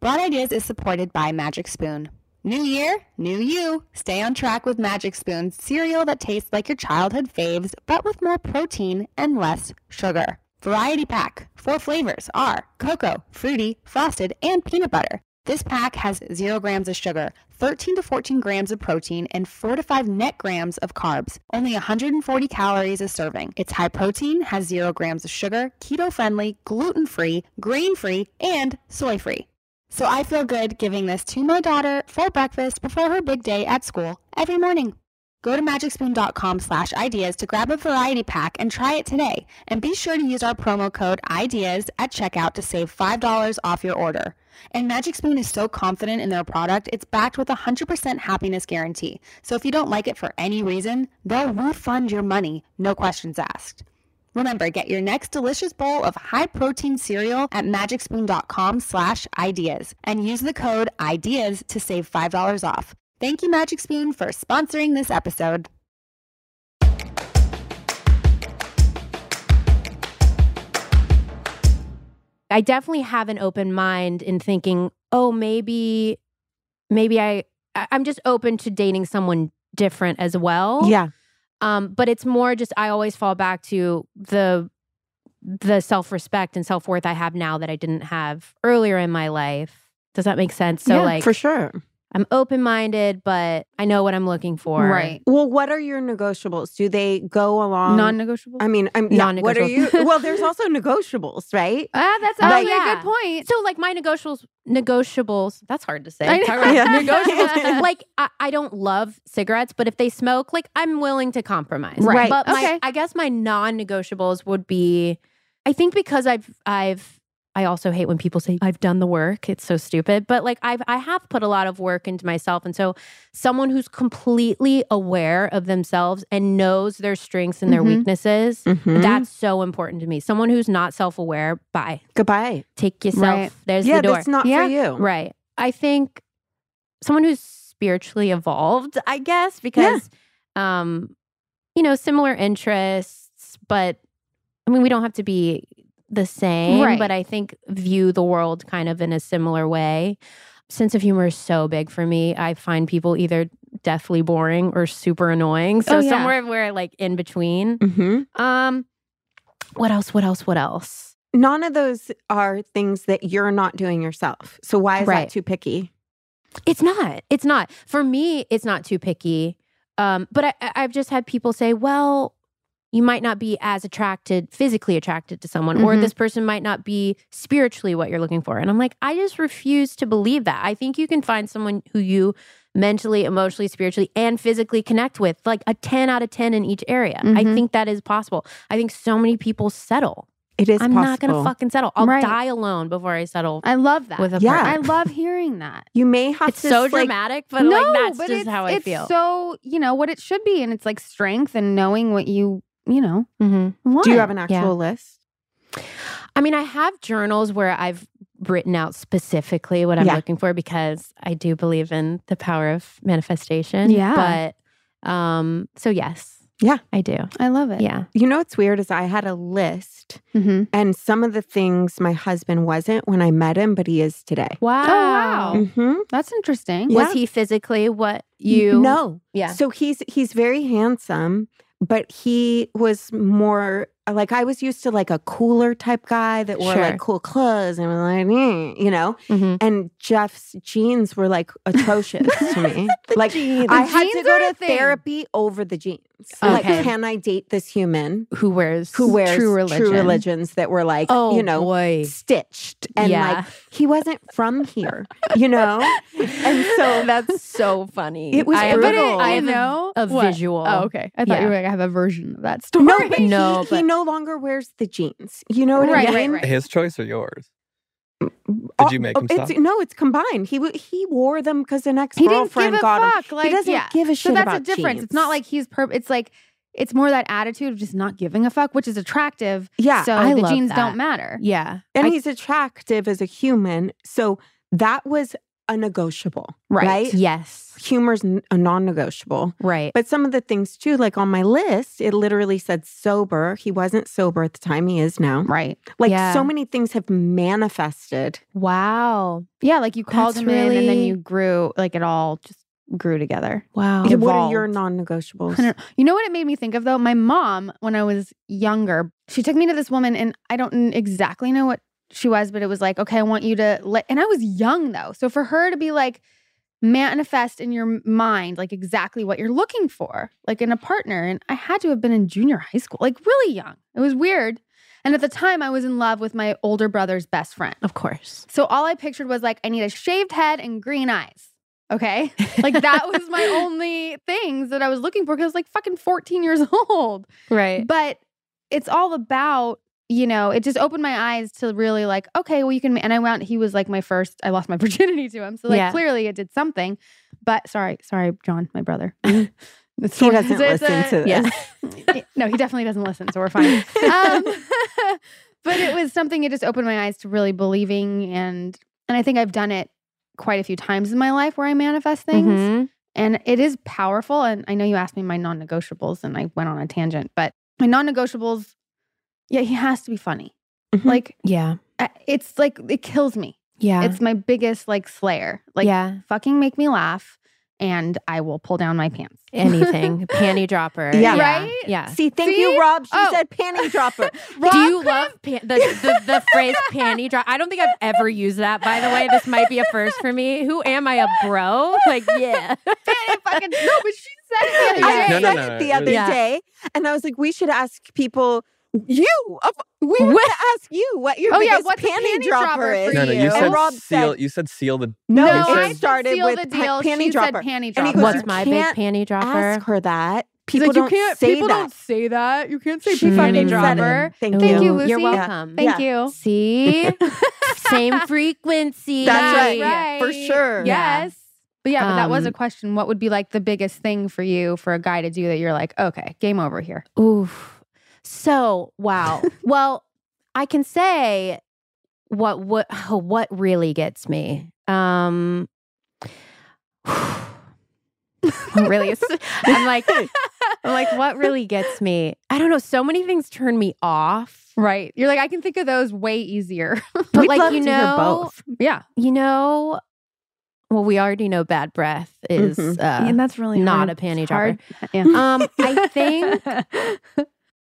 Broad Ideas is supported by Magic Spoon. New year, new you. Stay on track with Magic Spoon, cereal that tastes like your childhood faves, but with more protein and less sugar. Variety pack. Four flavors are cocoa, fruity, frosted, and peanut butter. This pack has 0 grams of sugar, 13 to 14 grams of protein, and 4 to 5 net grams of carbs. Only 140 calories a serving. It's high protein, has 0 grams of sugar, keto friendly, gluten free, grain free, and soy free. So I feel good giving this to my daughter for breakfast before her big day at school every morning. Go to magicspoon.com slash ideas to grab a variety pack and try it today. And be sure to use our promo code IDEAS at checkout to save $5 off your order. And Magic Spoon is so confident in their product, it's backed with a 100% happiness guarantee. So if you don't like it for any reason, they'll refund your money, no questions asked. Remember, get your next delicious bowl of high-protein cereal at magicspoon.com slash ideas and use the code IDEAS to save $5 off. Thank you, Magic Spoon, for sponsoring this episode. I definitely have an open mind in thinking, oh, maybe, maybe I, I- I'm just open to dating someone different as well. Yeah. Um, but it's more just I always fall back to the the self respect and self worth I have now that I didn't have earlier in my life. Does that make sense? So Yeah, like, for sure. I'm open minded, but I know what I'm looking for. right. Well, what are your negotiables? Do they go um, along? Non-negotiable. I mean, I'm not. What are you? Non-negotiable. Well, there's also negotiables, right? ah, that's Like- actually a Yeah. good point. So like my negotiables, negotiables. That's hard to say. I know. It's hard- Yeah. Negotiables. like I, I don't love cigarettes, but if they smoke, like I'm willing to compromise. Right. But my, Okay. I guess my non-negotiables would be, I think because I've I've I also hate when people say I've done the work. It's so stupid. But like I've I have put a lot of work into myself, and so someone who's completely aware of themselves and knows their strengths and their Mhm. weaknesses. Mhm. That's so important to me. Someone who's not self-aware, bye. Goodbye. Take yourself. Right. There's yeah, the door. that's not Yeah. for you. Right. I think someone who's spiritually evolved, I guess, because um, you know, similar interests, but I mean we don't have to be the same, Right. but I think view the world kind of in a similar way. Sense of humor is so big for me. I find people either deathly boring or super annoying. So Oh, yeah. somewhere where like in between. hmm Um what else? What else? What else? None of those are things that you're not doing yourself. So why is Right. that too picky? It's not. It's not. For me, it's not too picky. Um, but I, I- I've just had people say, well, you might not be as attracted, physically attracted to someone, or Mm-hmm. Mhm. this person might not be spiritually what you're looking for. And I'm like, I just refuse to believe that. I think you can find someone who you mentally, emotionally, spiritually, and physically connect with, like a 10 out of 10 in each area. I Mm-hmm. Mhm. think that is possible. I think so many people settle. It is I'm possible. Uh, not going to fucking settle. I'll Right. die alone before I settle I love that. with a Yeah. partner. I love hearing that. You may have It's to so like, dramatic, but like that's but just it's- how I it's feel. So you know what it should be, and it's like strength and knowing what you you know Mm-hmm. Mhm. want. Do you have an actual Yeah. list? I mean, I have journals where I've written out specifically what I'm Yeah. looking for because I do believe in the power of manifestation. Yeah. But um, so yes. Yeah. I do. I love it. Yeah. You know what's weird is I had a list, hmm and some of the things my husband wasn't when I met him, but he is today. Wow. wow. Oh. hmm That's interesting. Yeah. Um, Was he physically what you No. Yeah. So he's he's very handsome, but he was more like I was used to like a cooler type guy that wore Sure. like cool clothes and was like "Eh," you know. Mhm. And Jeff's jeans were like atrocious to me. like I had to jeans go are a to thing. therapy over the jeans. Like, Okay. can I date this human who wears who wears True religion. religions that were like oh you know boy. stitched and Yeah. like he wasn't from here, you know. And so Oh, that's so funny. It was I have, a- but it, brutal. I you have a know a what? visual. Oh, okay. I thought Yeah. you were like I have a version of that story. No, but No, he, but- he no longer wears the jeans. You know what Right, I right, mean? right. His choice or yours? Oh, Did you make him it's, stop? No, it's combined. He w- he wore them because an ex he didn't give girlfriend a got him. fuck. Like he doesn't yeah. give a shit so that's about a difference. jeans. It's not like he's per. It's like it's more that attitude of just not giving a fuck, which is attractive. yeah, So I the love jeans that. don't matter. Yeah. and I- he's attractive as a human. So that was a negotiable, Right. right? Yes. Humor's n- a non-negotiable. Right. But some of the things too, like on my list, it literally said sober. He wasn't sober at the time. He is now. Right. Like Yeah. so many things have manifested. wow. Yeah. Like you called That's him in, and then really- you grew. Like it all just grew together. Wow. It What are your Oh, evolved. non-negotiables? I don't, you know what it made me think of though? My mom, when I was younger, she took me to this woman, and I don't n- exactly know what she was, but it was like, okay, I want you to let. And I was young though, so for her to be like, manifest in your m- mind like exactly what you're looking for, like in a partner, and I had to have been in junior high school, like really young. It was weird, and at the time, I was in love with my older brother's best friend. Of course. So all I pictured was like, I need a shaved head and green eyes. Okay. Like that was my only things that I was looking for because I was like fucking 14 years old. Right. But it's all about, you know, it just opened my eyes to really like, okay, well, you can. And I went, he was like my first, I lost my virginity to him. So like Yeah. clearly it did something. But sorry, sorry, John, my brother. It's He sort of- doesn't it's listen a- to this. yeah. no, he definitely doesn't listen, so we're fine. Um, but it was something it just opened my eyes to really believing and and I think I've done it quite a few times in my life where I manifest things Mm-hmm. Mhm. and it is powerful and I know you asked me my non-negotiables and I went on a tangent, but my non-negotiables yeah, he has to be funny. Mhm. Like Yeah. I- it's like it kills me. Mm-hmm. Yeah. It's my biggest like slayer. Like yeah. fucking make me laugh and I will pull down my pants. Anything. Panty dropper. Yeah. Right? Yeah. See, thank See? you, Rob. She Oh. said panty dropper. Rob Do you love pan- the, the the phrase panty drop? I don't think I've ever used that. By the way, this might be a first for me. Who am I, a bro? Like, yeah, Fanny fucking no, but she said it the other I day. No, no, said no, it the it other was- Yeah. day, and I was like, we should ask people. You, of- we were What? to ask you what your Oh, yeah, biggest what's a panty, panty dropper dropper is. for No, no, you. you said and Rob seal. said, You said seal the. no, No, it I it started seal with the pa- deal. panty she dropper. said panty And he dropper. goes, what's my big can't panty dropper? ask her that. He's People like, don't you can't. say people that. don't say that. You can't say She panty fucking said dropper. Thank, Thank you, you. Lucy. You're Yeah. welcome. Thank you. See, same frequency. That's That's right. For sure. Yeah. Yes. But yeah, but that was a Um, question. What would be like the biggest thing for you for a guy to do that you're like, okay, game over here. Oof. So wow. well, I can say what what what really gets me. Um, what really, is- I'm like, I'm like, what really gets me? I don't know. So many things turn me off. Right. You're like, I can think of those way easier. But We'd like love you to know, hear both. yeah. you know. Well, we already know bad breath is Mhm. uh, and that's really not hard. a panty It's dropper. hard. Yeah. Um, I think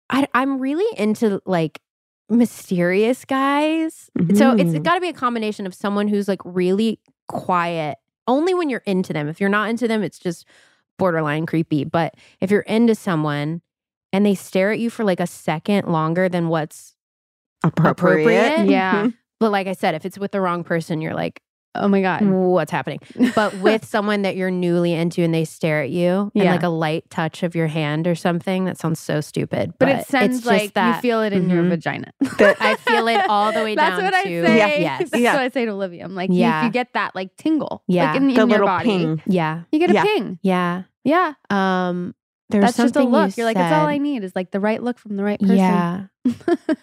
I, I'm really into like mysterious guys. So it's Mm. Mhm. got to be a combination of someone who's like really quiet only when you're into them. If you're not into them, it's just borderline creepy. But if you're into someone and they stare at you for like a second longer than what's, appropriate. Mm-hmm. yeah. but like I said, if it's with the wrong person, you're like, "Uh, Oh my god. what's happening? But with someone that you're newly into and they stare at you and Yeah. like a light touch of your hand or something, that sounds so stupid. but, it sounds it's just like you that feel it in your Mhm. vagina. I feel it all the way That's down what I to- say. mm-hmm. Yeah. Yes. That's Yeah. what I say to Olivia. I'm like, you- Yeah. you, get that like tingle, Yeah. like in, The in your little body. ping. Yeah. You get a Yeah. ping. Yeah. Yeah, Um there's that's just a something you look. are like, that's all I said. need is like the right look from the right person. Yeah.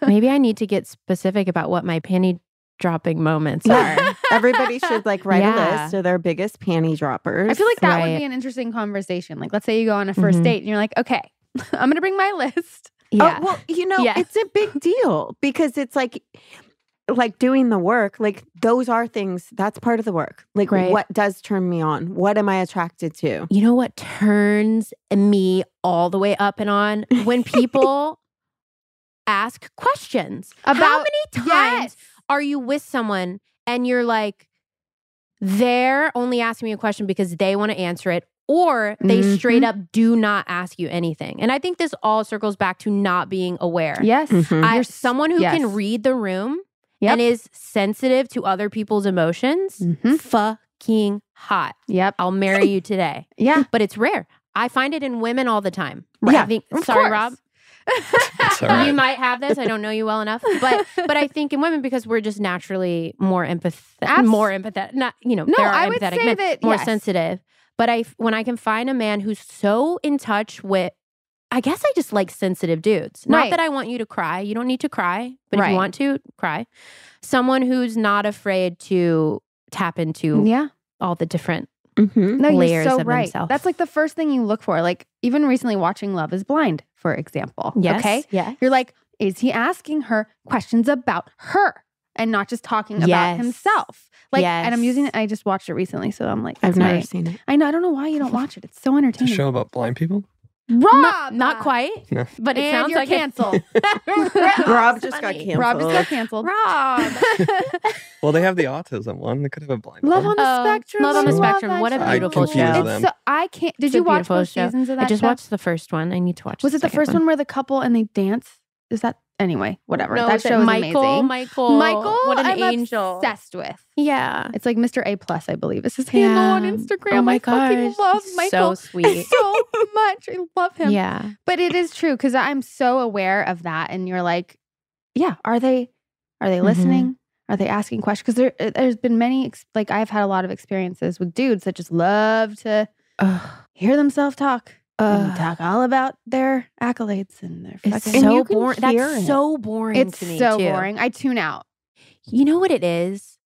Maybe I need to get specific about what my panty dropping moments are. Yeah. Everybody should like write Yeah. a list of their biggest panty droppers. I feel like that would Right. be an interesting conversation. Like, let's say you go on a 1st Mhm. date and you're like, okay, I'm gonna bring my list. yeah. Oh, well, you know, Yeah. it's a big deal because it's like like doing the work, like those are things that's part of the work. Like Right. what does turn me on? What am I attracted to? you know what turns me all the way up and on when people ask questions. How About- many times are you with someone and you're like they're only asking me a question because they want to answer it or they straight Mm-hmm. up do not ask you anything and i think this all circles back to not being aware Yes. Mhm. I, You're- someone who yes. can read the room Yep. and is sensitive to other people's emotions Mhm. fucking hot Yep. i'll marry you today Yeah. but it's rare i find it in women all the time Right. I think, Of sorry course. rob It's all you right. might have this. I don't know you well enough, but but I think in women because we're just naturally more empathetic, Abs- more empathetic. Not you know, No, there are I would empathetic say men, that- more yes. sensitive. But I when I can find a man who's so in touch with, I guess I just like sensitive dudes. Not Right. that I want you to cry. You don't need to cry, but if Right. you want to cry, someone who's not afraid to tap into Yeah. all the different. Mhm. No, you're layers so of right. themselves. That's like the first thing you look for. Like even recently watching Love Is Blind, for example. Yes. Okay. Yeah. You're like, is he asking her questions about her and not just talking about Yes. himself? Like, and I'm Yes. using it. I just watched it recently, so I'm like, I've that's my- never seen it. I know. I don't know why you don't watch it. It's so It's a entertaining. show about blind people. Rob, Not, not quite, No. but it and sounds you're like it. canceled. Rob just got funny. canceled. Rob just got canceled. Rob. Well, they have the autism one. They could have a blind. Love one. on the Oh, spectrum. Love on the Spectrum. that What a show. beautiful I confuse show. It's them. so I can't. Did It's you a watch both beautiful show. seasons of that? I just show? watched the first one. I need to watch. Was the it the second first one where the couple and they dance? Is that anyway? Whatever. No, that it's show is Michael. amazing. Michael. Michael, What an I'm angel. Obsessed with. Yeah. It's like Mr. A plus, I believe. It's his handle on Yeah. Instagram. Oh my I fucking gosh. love He's Michael so, So sweet. much. I love him. yeah. But it is true because I'm so aware of that. And you're like, yeah, are they are they Mhm. listening? Are they asking questions? Because there, eh, there's been many, ex- like I've had a lot of experiences with dudes that just love to hear themselves talk. and Ugh. you talk all about their accolades and their It's fucking. And so you can boring. hear That's it. so boring it's to me. so too. boring. I tune out. You know what it is?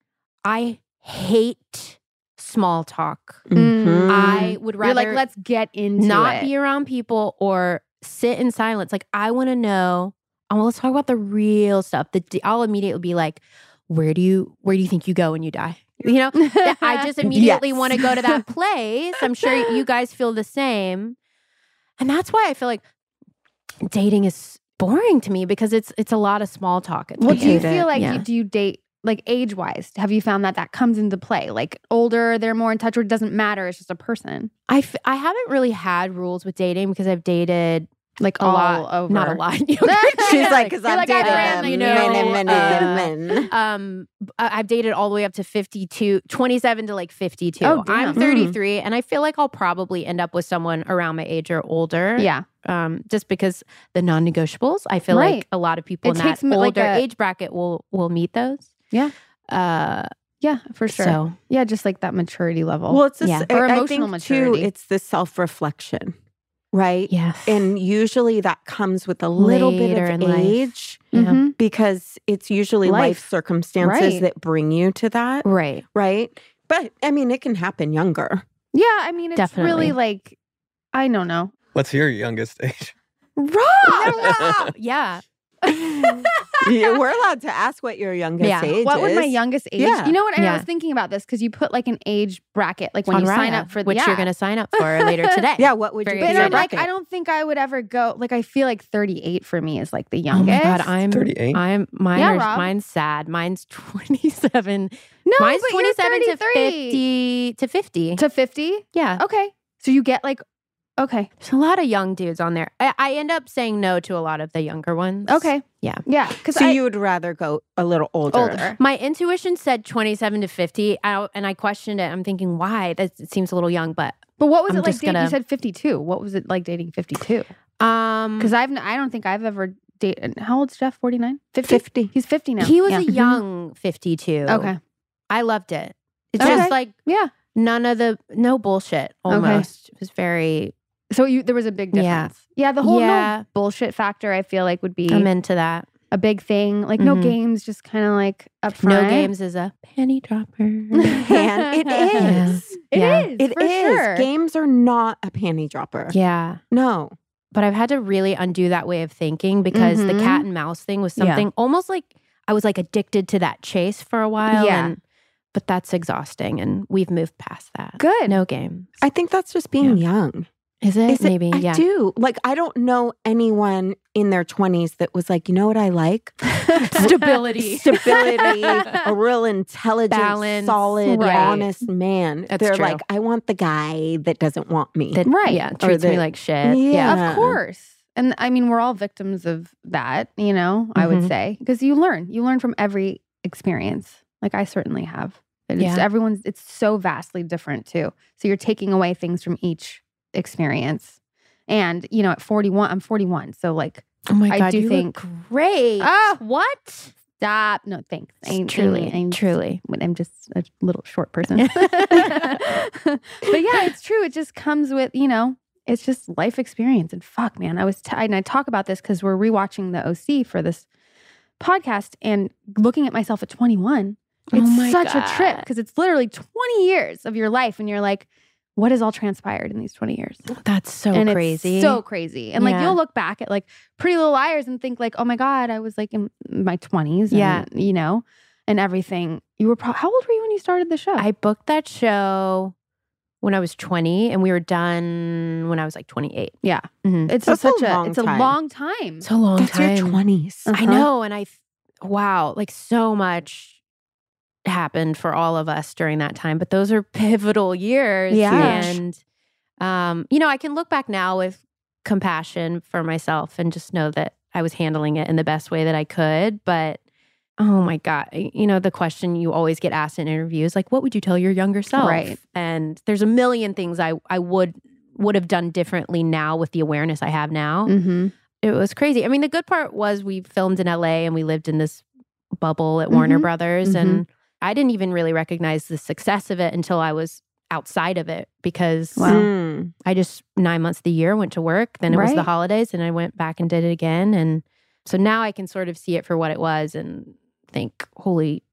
I hate small talk. Mm-hmm. Mm. I would rather You're like, let's get into not it. be around people or sit in silence. Like I want to know. Oh, well, let's talk about the real stuff. The d- I'll immediately be like, where do you where do you think you go when you die? You know, that I just immediately Yes. want to go to that place. I'm sure you guys feel the same. And that's why I feel like dating is boring to me because it's it's a lot of small talk. At Well, the do you end. hate feel it. like Yeah. you, do you date like age wise? Have you found that that comes into play? Like older, they're more in touch, or it doesn't matter. It's just a person. I, f- I haven't really had rules with dating because I've dated Like a all lot, over. not a lot. you know? She's like, because You're I've like, I dated ran, a you know, many, many uh, men. um b- I- i've dated all the way up to 52 27 to like 52 Oh, damn. i'm 33 and i feel like i'll probably end up with someone around my age or older Yeah. um just because the non-negotiables i feel Right. like a lot of people It in takes that m- older like a- age bracket will will meet those Yeah. uh Yeah, for sure. so Yeah, just like that maturity level. Well, it's this, yeah. I, Or I emotional think maturity. too, it's the self reflection, right? yeah And usually that comes with a little Later bit in of life. age yeah. Mhm. because it's usually life, Life. circumstances Right. Mm. that bring you to that, right right? But I mean, it can happen younger. yeah. I mean, it's really Definitely. like I don't know. Let's hear your youngest age. Rob, yeah Yeah, We're allowed to ask what your youngest Yeah. age what would my is. youngest age? Yeah. You know what? And I Yeah. was thinking about this because you put like an age bracket, like when On you sign Raya, up for which yeah. you're gonna sign up for later today Yeah, what would you Very But be Is I'm there your a like, bracket? I don't think I would ever go. Like, I feel like 38 for me is like the Oh youngest. my god, I'm 38? I'm mine. Yeah, are- Rob. mine's sad. Mine's twenty seven. no, mine's but twenty you're seven to 33. fifty to fifty. to Oh. 50. yeah, Okay, so you get like, okay, there's a lot of young dudes on there. I, I end up saying no to a lot of the younger ones. okay, Yeah. yeah. Because So I you would rather go a little older. older. My intuition said twenty seven to fifty, I, and I questioned it. I'm thinking why that it seems a little young, but But what was I'm it like just dating? You gonna- said 52. What was it like dating 52? um, Because I've n- I don't think I've ever dated. How old's Jeff? 49? 50? 50. He's 50 now. he was yeah. Mm-hmm. a young fifty two. Okay. I loved it. It's Okay. just like Yeah. none of the no bullshit. Almost it was very. So you there was a big Yeah. difference. Yeah. the whole no Yeah. bullshit factor I feel like would be I'm into that. a big thing. Like no Mhm. games, just kind of like up No front. games is a penny dropper. And it Yeah. is. It is. Yeah. It is. for Sure. Games are not a panty dropper. Yeah. No. But I've had to really undo that way of thinking because Mhm. the cat and mouse thing was Yeah. something almost like I was like addicted to that chase for a while. Yeah. And, but that's exhausting and we've moved past that. Good. No game. I think that's just being young. Is Eh, it? Is it- Maybe. I yeah. do. Like, I don't know anyone in their 20s that was like, you know what I like? Stability. Stability, a real intelligent, Balance, solid, right. honest man. That's They're true. like, I want the guy that doesn't want me. That, Right. Yeah. Or Treats me that- like Yeah. shit. Yeah. Of course. And I mean, we're all victims of that, you know, I would Mhm. say, because you learn. You learn from every experience. Like I certainly have. It's Yeah. everyone's it's so vastly different too. So you're taking away things from each experience. And, you know, at 41, I'm 41. So like, Oh my I God. do you think- look great. Oh! what? stop. No, thanks. I- I- truly. I- truly. when I'm just a little short person. but yeah, it's true. It just comes with, you know, it's just life experience. And fuck, man, I was, t- and I talk about this because we're rewatching the OC for this podcast and looking at myself at 21. Oh It's my such a trip God. because it's literally 20 years of your life. And you're like, what has all transpired in these 20 years? That's so and crazy. It's so crazy. And like Yeah. you'll look back at like Pretty Little Liars and think like, oh my god, I was like in my twenties. Yeah. you know, and everything. You were pro- how old were you when you started the show? I booked that show when I was 20 and we were done when I was like 28. Yeah. Mhm. it's That's just a such a, long it's a time. long time. It's a long That's time. your 20s. Uh, I know. And I, f- wow, like so much happened for all of us during that time, but those are pivotal years. Yeah. Huge. And, um, you know, I can look back now with compassion for myself and just know that I was handling it in the best way that I could. But, oh my God, you know, the question you always get asked in interviews, like, what would you tell your younger self? Right. And there's a million things I, I would, would have done differently now with the awareness I have now Mm-hmm. it was crazy. I mean, the good part was we filmed in LA and we lived in this bubble at Warner Mhm. Mm-hmm. Brothers, and I didn't even really recognize the success of it until I was outside of it because Wow. Mm. I just nine months of the year went to work. Then it was the Right. holidays, and I went back and did it again. And so now I can sort of see it for what it was and think, holy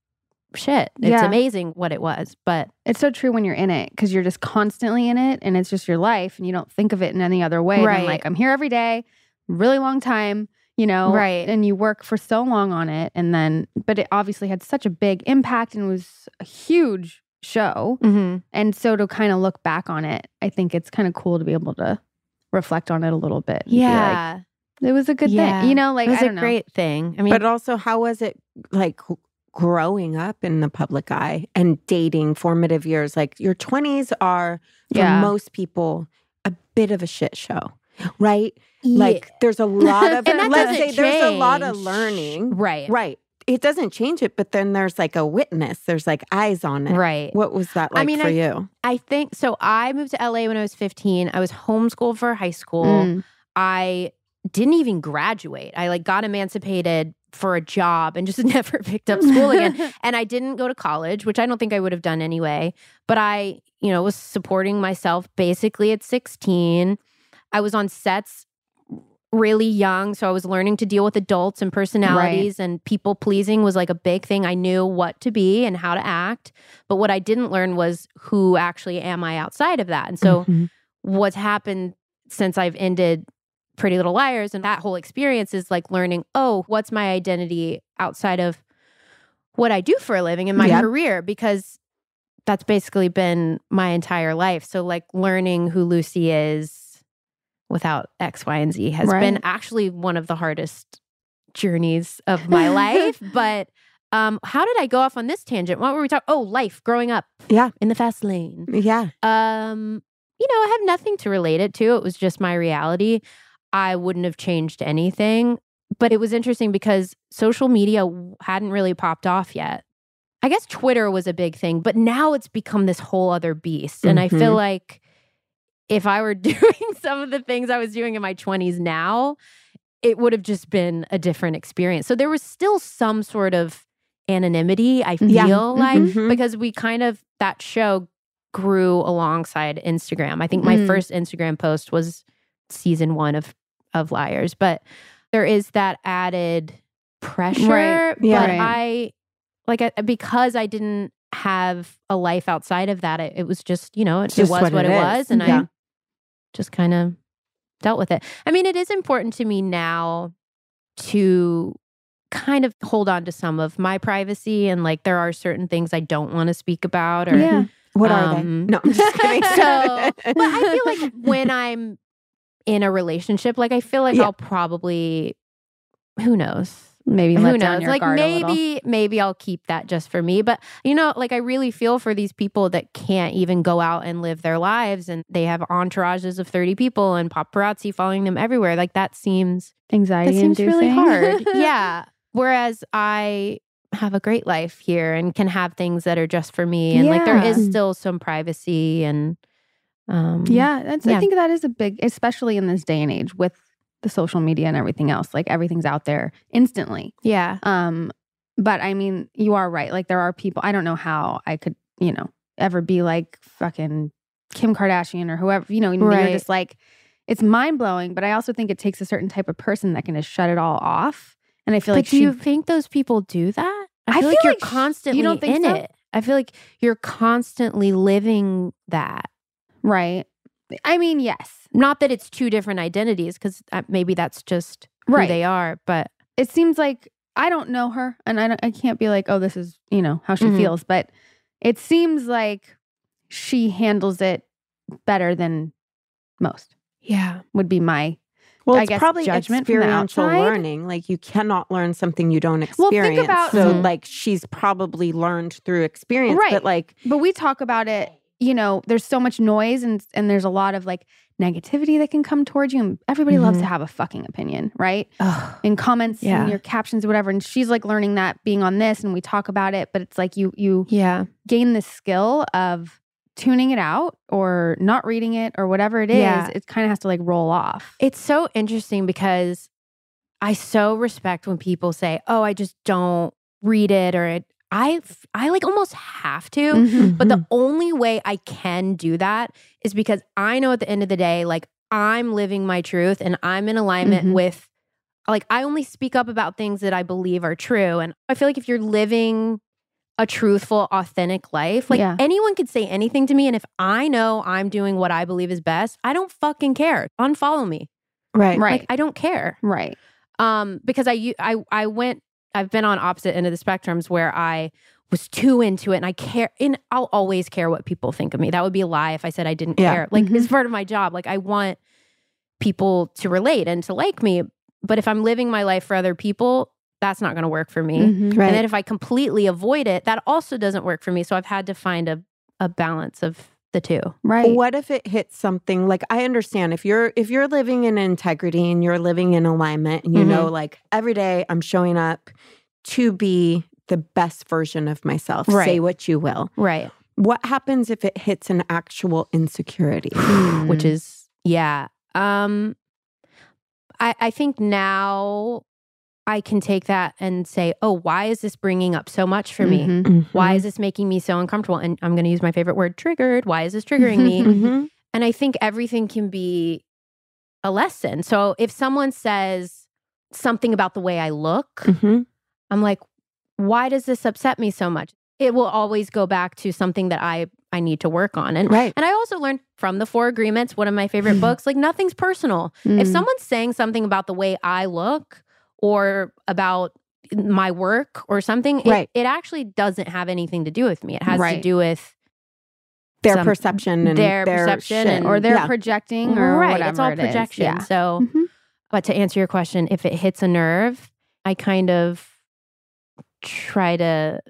shit, it's Yeah. amazing what it was. But It's so true when you're in it because you're just constantly in it and it's just your life and you don't think of it in any other way Right. than like I'm here every day, really long time, you know, Right. And you work for so long on it and then, but it obviously had such a big impact and was a huge show. Mm-hmm. And so to kind of look back on it, I think it's kind of cool to be able to reflect on it a little bit. and be like, yeah, it was a good Yeah. thing, you know, like it was I a don't know. great thing. I mean, But also, how was it like growing up in the public eye and dating formative years? Like your 20s are, for Yeah. most people, a bit of a shit show, right? Like there's a lot of, And that let's say doesn't there's a lot of change. learning. right, Right. It doesn't change it, but then there's like a witness, there's like eyes on it. right. What was that I like mean, for I- you? I think so. I moved to LA when I was 15. I was homeschooled for high school. Mm. I didn't even graduate. I like got emancipated for a job and just never Mm. picked up school again. and I didn't go to college, which I don't think I would have done anyway. But I, you know, was supporting myself basically at 16. I was on sets really young, so I was learning to deal with adults and personalities and people pleasing was like a big thing. I knew what to be and how to act, but what I didn't learn was who actually am I outside of that. And so Mhm. what's happened since I've ended Pretty Little Liars and that whole experience is like learning, oh, what's my identity outside of what I do for a living in my Yeah. career? Because that's basically been my entire life. So, like, learning who Lucy is without X, Y, and Z has been Right. actually one of the hardest journeys of my life. But um, how did I go off on this tangent? What were we talking? Oh, life growing up. Yeah. In the fast lane. Yeah. Um, you know, I have nothing to relate it to. It was just my reality. I wouldn't have changed anything. But it was interesting because social media w- hadn't really popped off yet. I guess Twitter was a big thing, but now it's become this whole other beast. And I feel like if I were doing some of the things I was doing in my 20s now, it would have just been a different experience. So there was still some sort of anonymity, I feel Yeah. like, Mhm. because we kind of, that show grew alongside Instagram. I think my Mm. first Instagram post was season one of of Liars, but there is that added pressure. Yeah. but Right. I like I, because I didn't have a life outside of that. It, it was just you know it, It's it just was what, what it it is. was, and Yeah. I just kind of dealt with it. I mean, it is important to me now to kind of hold on to some of my privacy and like there are certain things I don't want to speak about or yeah. What are Um, they? No, I'm just kidding. so- but I feel like when I'm in a relationship, like I feel like Yeah. I'll probably who knows. Maybe Who let knows? down your like guard a little. maybe, maybe I'll keep that just for me. But you know, like I really feel for these people that can't even go out and live their lives, and they have entourages of thirty people and paparazzi following them everywhere. Like that seems anxiety that seems really inducing. hard. yeah. Whereas I have a great life here and can have things that are just for me, and like there Yeah. is still some privacy and um Yeah, that's. Yeah. I think that is a big, especially in this day and age with the social media and everything else. Like everything's out there instantly. yeah Um, but I mean, you are right. Like there are people. I don't know how I could, you know, ever be like fucking Kim Kardashian or whoever. You know, and Right. you're just like, it's mind blowing. But I also think it takes a certain type of person that can just shut it all off. And I feel but like do she. you think those people do that? I I feel like feel you're like sh- you constantly don't think in so? it. I feel like you're constantly living that. right. I mean, yes. Not that it's two different identities, because maybe that's just who Right. they are. But it seems like I don't know her and I, don't, I can't be like, oh, this is, you know, how she Mhm. feels. But it seems like she handles it better than most, yeah, would be my. Well, I it's guess probably judgment from the experiential outside. learning. Like you cannot learn something you don't Well, experience. think about- so, Mhm. like she's probably learned through experience, Right. but like But we talk about it, you know, there's so much noise and, and there's a lot of like negativity that can come towards you. And everybody loves Mhm. to have a fucking opinion, right? Ugh. in comments and Yeah. your captions or whatever and she's like learning that being on this and we talk about it but it's like you you yeah, gain the skill of tuning it out or not reading it or whatever it is Yeah. it kind of has to like roll off It's so interesting because I so respect when people say, "Oh, I just don't read it," or I- I f- I like almost have to. Mhm. But Mm-hmm. the only way I can do that is because I know at the end of the day, like I'm living my truth and I'm in alignment Mhm. with, like, I only speak up about things that I believe are true. And I feel like if you're living a truthful, authentic life, like Yeah. anyone could say anything to me. And if I know I'm doing what I believe is best, I don't fucking care. Unfollow me. Mm-hmm. Right. Right. Like, I don't care right. um because I u- I I went I've been on opposite end of the spectrums where I was too into it and I care and I'll always care what people think of me. That would be a lie if I said I didn't Yeah. care. Like Mhm. it's part of my job. Like I want people to relate and to like me. But if I'm living my life for other people, that's not going to work for me. Mhm. Right. And then if I completely avoid it, that also doesn't work for me. So I've had to find a a balance of the two. Right. What if it hits something like I understand if you're if you're living in integrity and you're living in alignment and you Mhm. know like every day I'm showing up to be the best version of myself. Say Right. what you will. Right. What happens if it hits an actual insecurity? which is yeah um i i think now i can take that and say oh why is this bringing up so much for me Mm-hmm, Mhm. why is this making me so uncomfortable and i'm going to use my favorite word triggered why is this triggering me Mhm. and i think everything can be a lesson so if someone says something about the way i look Mhm. i'm like why does this upset me so much it will always go back to something that i i need to work on and Right. and I also learned from The Four Agreements, one of my favorite books, like nothing's personal. If Mm. someone's saying something about the way I look or about my work or something, it, Right. it actually doesn't have anything to do with me. It has to Right. do with Their some- perception and their perception shit. and- or they're Yeah. projecting or right. whatever It's all it is. projection. Yeah. So, Mhm. but to answer your question, if it hits a nerve, I kind of try to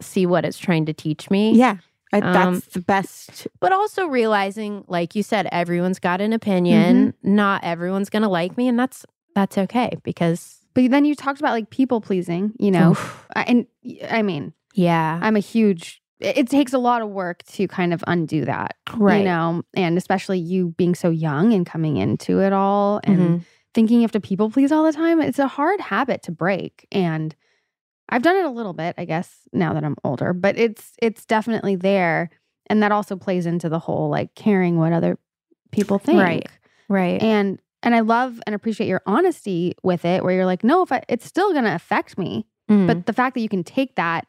see what it's trying to teach me. Yeah. I, that's Um, the best. But also realizing, like you said, everyone's got an opinion. Mm-hmm. Not everyone's gonna like me, and that's that's okay because But then you talked about like people pleasing, you know, I- and I mean, yeah, I'm a huge. It it takes a lot of work to kind of undo that, You know, and especially you being so young and coming into it all and Mhm. thinking you have to people please all the time. It's a hard habit to break, and I've done it a little bit, I guess, now that I'm older. But it's it's definitely there, and that also plays into the whole like caring what other people think, Right. right, and and I love and appreciate your honesty with it, where you're like, no, if I, it's still going to affect me, Mm-hmm. but the fact that you can take that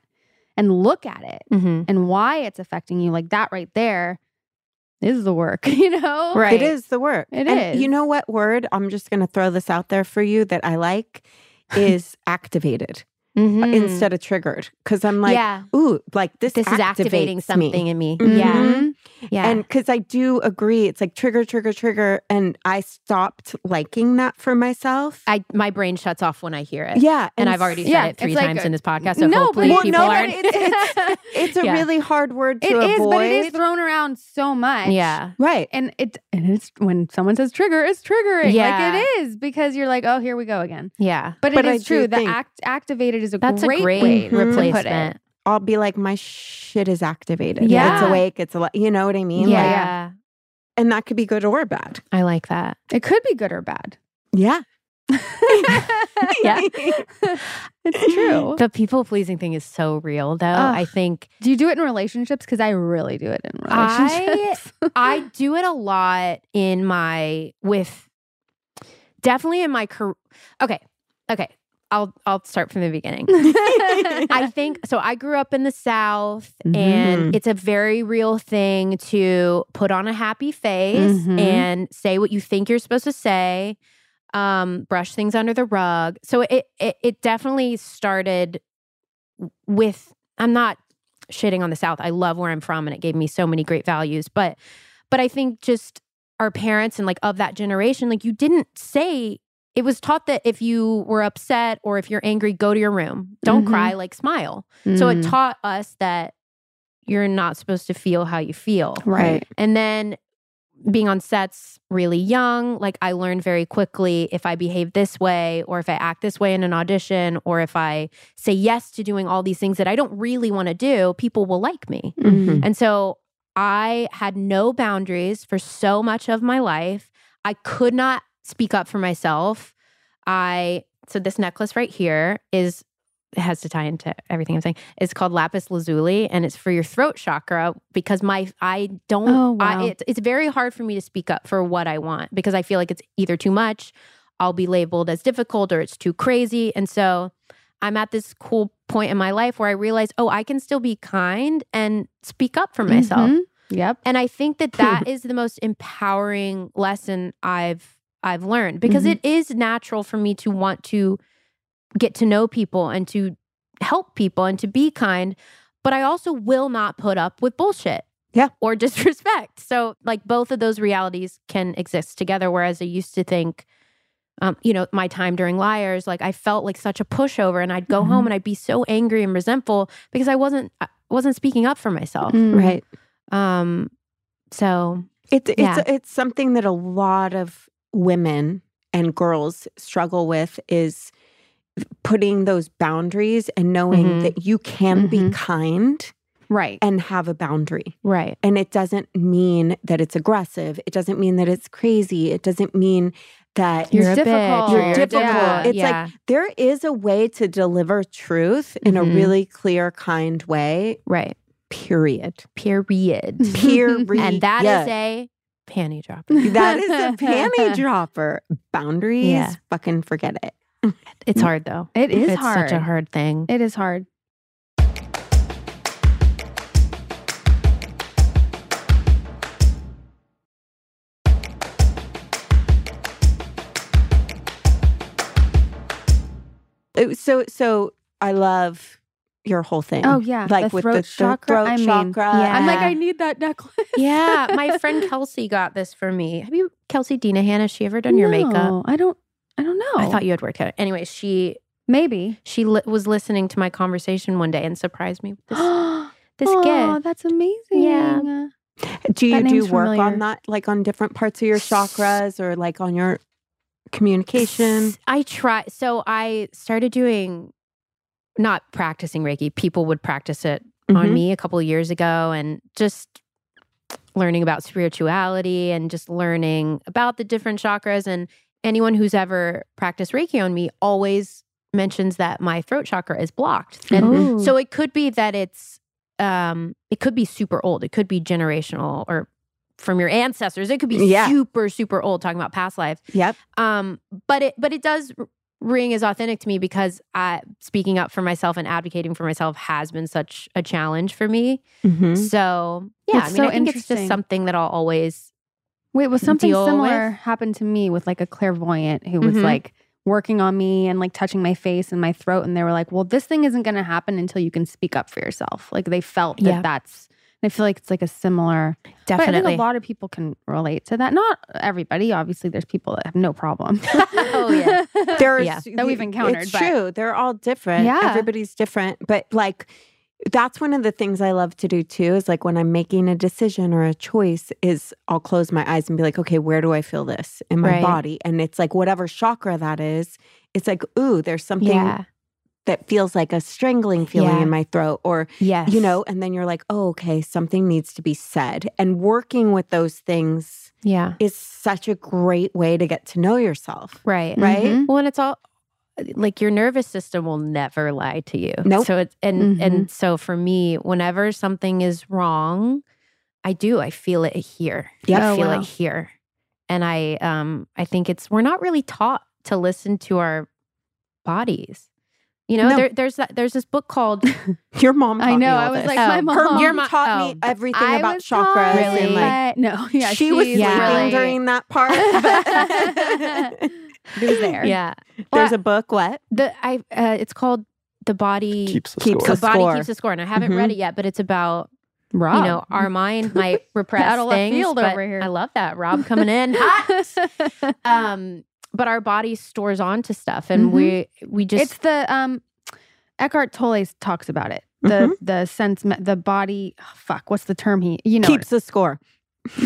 and look at it Mhm. and why it's affecting you, like that right there, is the work, you know? Right. It is the work. It And is. You know what word? I'm just going to throw this out there for you that I like is activated Mm-hmm. Mhm. instead of triggered. Cause I'm like, yeah, ooh, like this, this is activating activates me. something in me. Mhm. Yeah, Mhm. yeah, And because I do agree, it's like trigger, trigger, trigger. And I stopped liking that for myself. I my brain shuts off when I hear it. yeah. and I've already said yeah, it three it's like times a- in this podcast. So No, hopefully but- Well, people no, but aren't. it- it's- It's a Yeah. really hard word to It is, avoid. but it is thrown around so much. yeah, right. And it and it's when someone says trigger, it's triggering. Yeah. Like it is because you're like, oh, here we go again. yeah. But, But it I is do true. The think- act activated is a That's great, a great way to put it. replacement. I'll be like, my shit is activated. It's Yeah. awake. It's, al- you know what I mean? Like, Yeah, and that could be good or bad. I like that. It could be good or bad. Yeah. Yeah. It's true. The people pleasing thing is so real, though. Ugh. I think Do you do it in relationships? Because I really do it in I- relationships. I do it a lot in my with definitely in my career. Okay. Okay. I'll I'll start from the beginning. I think so I grew up in the south and it's a very real thing to put on a happy face Mhm. and say what you think you're supposed to say um brush things under the rug. So it it, it definitely started with I'm not shitting on the south. I love where I'm from and it gave me so many great values, but but I think just our parents and like of that generation, like you didn't say it was taught that if you were upset or if you're angry, go to your room. Don't Mhm. cry, like smile. So it Mm. taught us that you're not supposed to feel how you feel. right. And then being on sets really young, like I learned very quickly if I behave this way or if I act this way in an audition or if I say yes to doing all these things that I don't really want to do, people will like me. Mm. Mhm. And so I had no boundaries for so much of my life. I could not speak up for myself. I so this necklace right here is it has to tie into everything I'm saying. It's called lapis lazuli, and it's for your throat chakra because my I don't. Oh, wow. I, it's it's very hard for me to speak up for what I want because I feel like it's either too much, I'll be labeled as difficult, or it's too crazy, and so I'm at this cool point in my life where I realize, oh, I can still be kind and speak up for myself. Mhm. Yep. And I think that that is the most empowering lesson I've I've learned because Mhm. it is natural for me to want to get to know people and to help people and to be kind, but I also will not put up with bullshit. Yeah. Or disrespect. So like both of those realities can exist together whereas I used to think um, you know, my time during liars, like I felt like such a pushover and I'd go Mhm. home and I'd be so angry and resentful because I wasn't I wasn't speaking up for myself. Mm. Right. Um, so It's it's Yeah. it's something that a lot of women and girls struggle with is putting those boundaries and knowing Mhm. that you can be Mhm. kind Right. and have a boundary. right, And it doesn't mean that it's aggressive. It doesn't mean that it's crazy. It doesn't mean that You're You're difficult. difficult. You're You're difficult. difficult. It's Yeah. like there is a way to deliver truth in a Mhm. really clear, kind way, right. period. Period. Period. and that is a panty dropper. that is a panty dropper. Boundaries, Yeah. fucking forget it. It's hard though. It is it's hard. such a hard thing. It is hard. It- Uh, So, so I love your whole thing. Oh yeah. like the with throat the, the chakra. throat I mean, chakra. yeah. I'm like, Yeah. I need that necklace. yeah, my friend Kelsey got this for me. Have you, Kelsey Dinahan? Has she ever done your makeup? No, I don't. I don't know. I thought you had worked at it. Anyway, she maybe. she li- was listening to my conversation one day and surprised me with this, Oh, this gift. that's amazing. Yeah. do you that do name's work familiar. on that, like on different parts of your chakras or like on your communication? I try. So I started doing, not practicing Reiki. People would practice it on Mhm. me a couple of years ago and just learning about spirituality and just learning about the different chakras and anyone who's ever practiced reiki on me always mentions that my throat chakra is blocked and Mhm. Ooh. so it could be that it's um it could be super old it could be generational or from your ancestors it could be Yeah. super super old talking about past lives Yep. um but it but it does r- ring as authentic to me because I, speaking up for myself and advocating for myself has been such a challenge for me Mm-hmm. so yeah That's i mean so i think it's just interesting. something that i'll always Wait, was something deal similar with. happened to me with like a clairvoyant who was Mhm. like working on me and like touching my face and my throat, and they were like, "Well, this thing isn't going to happen until you can speak up for yourself." Like they felt that Yeah. that's. I feel like it's like a similar. But I definitely think a lot of people can relate to that. Not everybody, obviously. There's people that have no problem. Oh, yeah. there's Yeah. that we've encountered, It's but- true. They're all different. Yeah. Everybody's different. But like that's one of the things I love to do too is like when I'm making a decision or a choice is I'll close my eyes and be like, okay, where do I feel this in my Right. body? And it's like whatever chakra that is, it's like, ooh, there's something yeah that feels like a strangling feeling Yeah. in my throat or yes you know, and then you're like, oh, okay, something needs to be said. And working with those things yeah is such a great way to get to know yourself. right Right? Mhm. Well, and it's all like your nervous system will never lie to you. Nope. Mm-hmm. So it's and and so for me, whenever something is wrong, I do. I feel it here. Yep. I Oh, feel wow. it here. And I um I think it's we're not really taught to listen to our bodies. You know, No. there, there's that, there's this book called Your mom taught I me know. all I was this. like, Oh, my her mom. Her mom Your mom- taught oh. me everything I about was chakras taught, Really? and like but no, yeah, she was she's sleeping yeah. really- during that part. but- it was there. Yeah. There's a book. What? The I uh, it's called The Body Keeps the Keeps The score. us- Body Score. Keeps the Score. And I haven't Mhm. read it yet, but it's about Rob. you know, our mind might repress Out of left things. field but over here. I love that Rob coming in hot. Um, but our body stores on to stuff, and Mhm. we we just it's the um, Eckhart Tolle talks about it. The Mhm. the sense, me- the body. oh, fuck, what's the term he? You know, Keeps the score.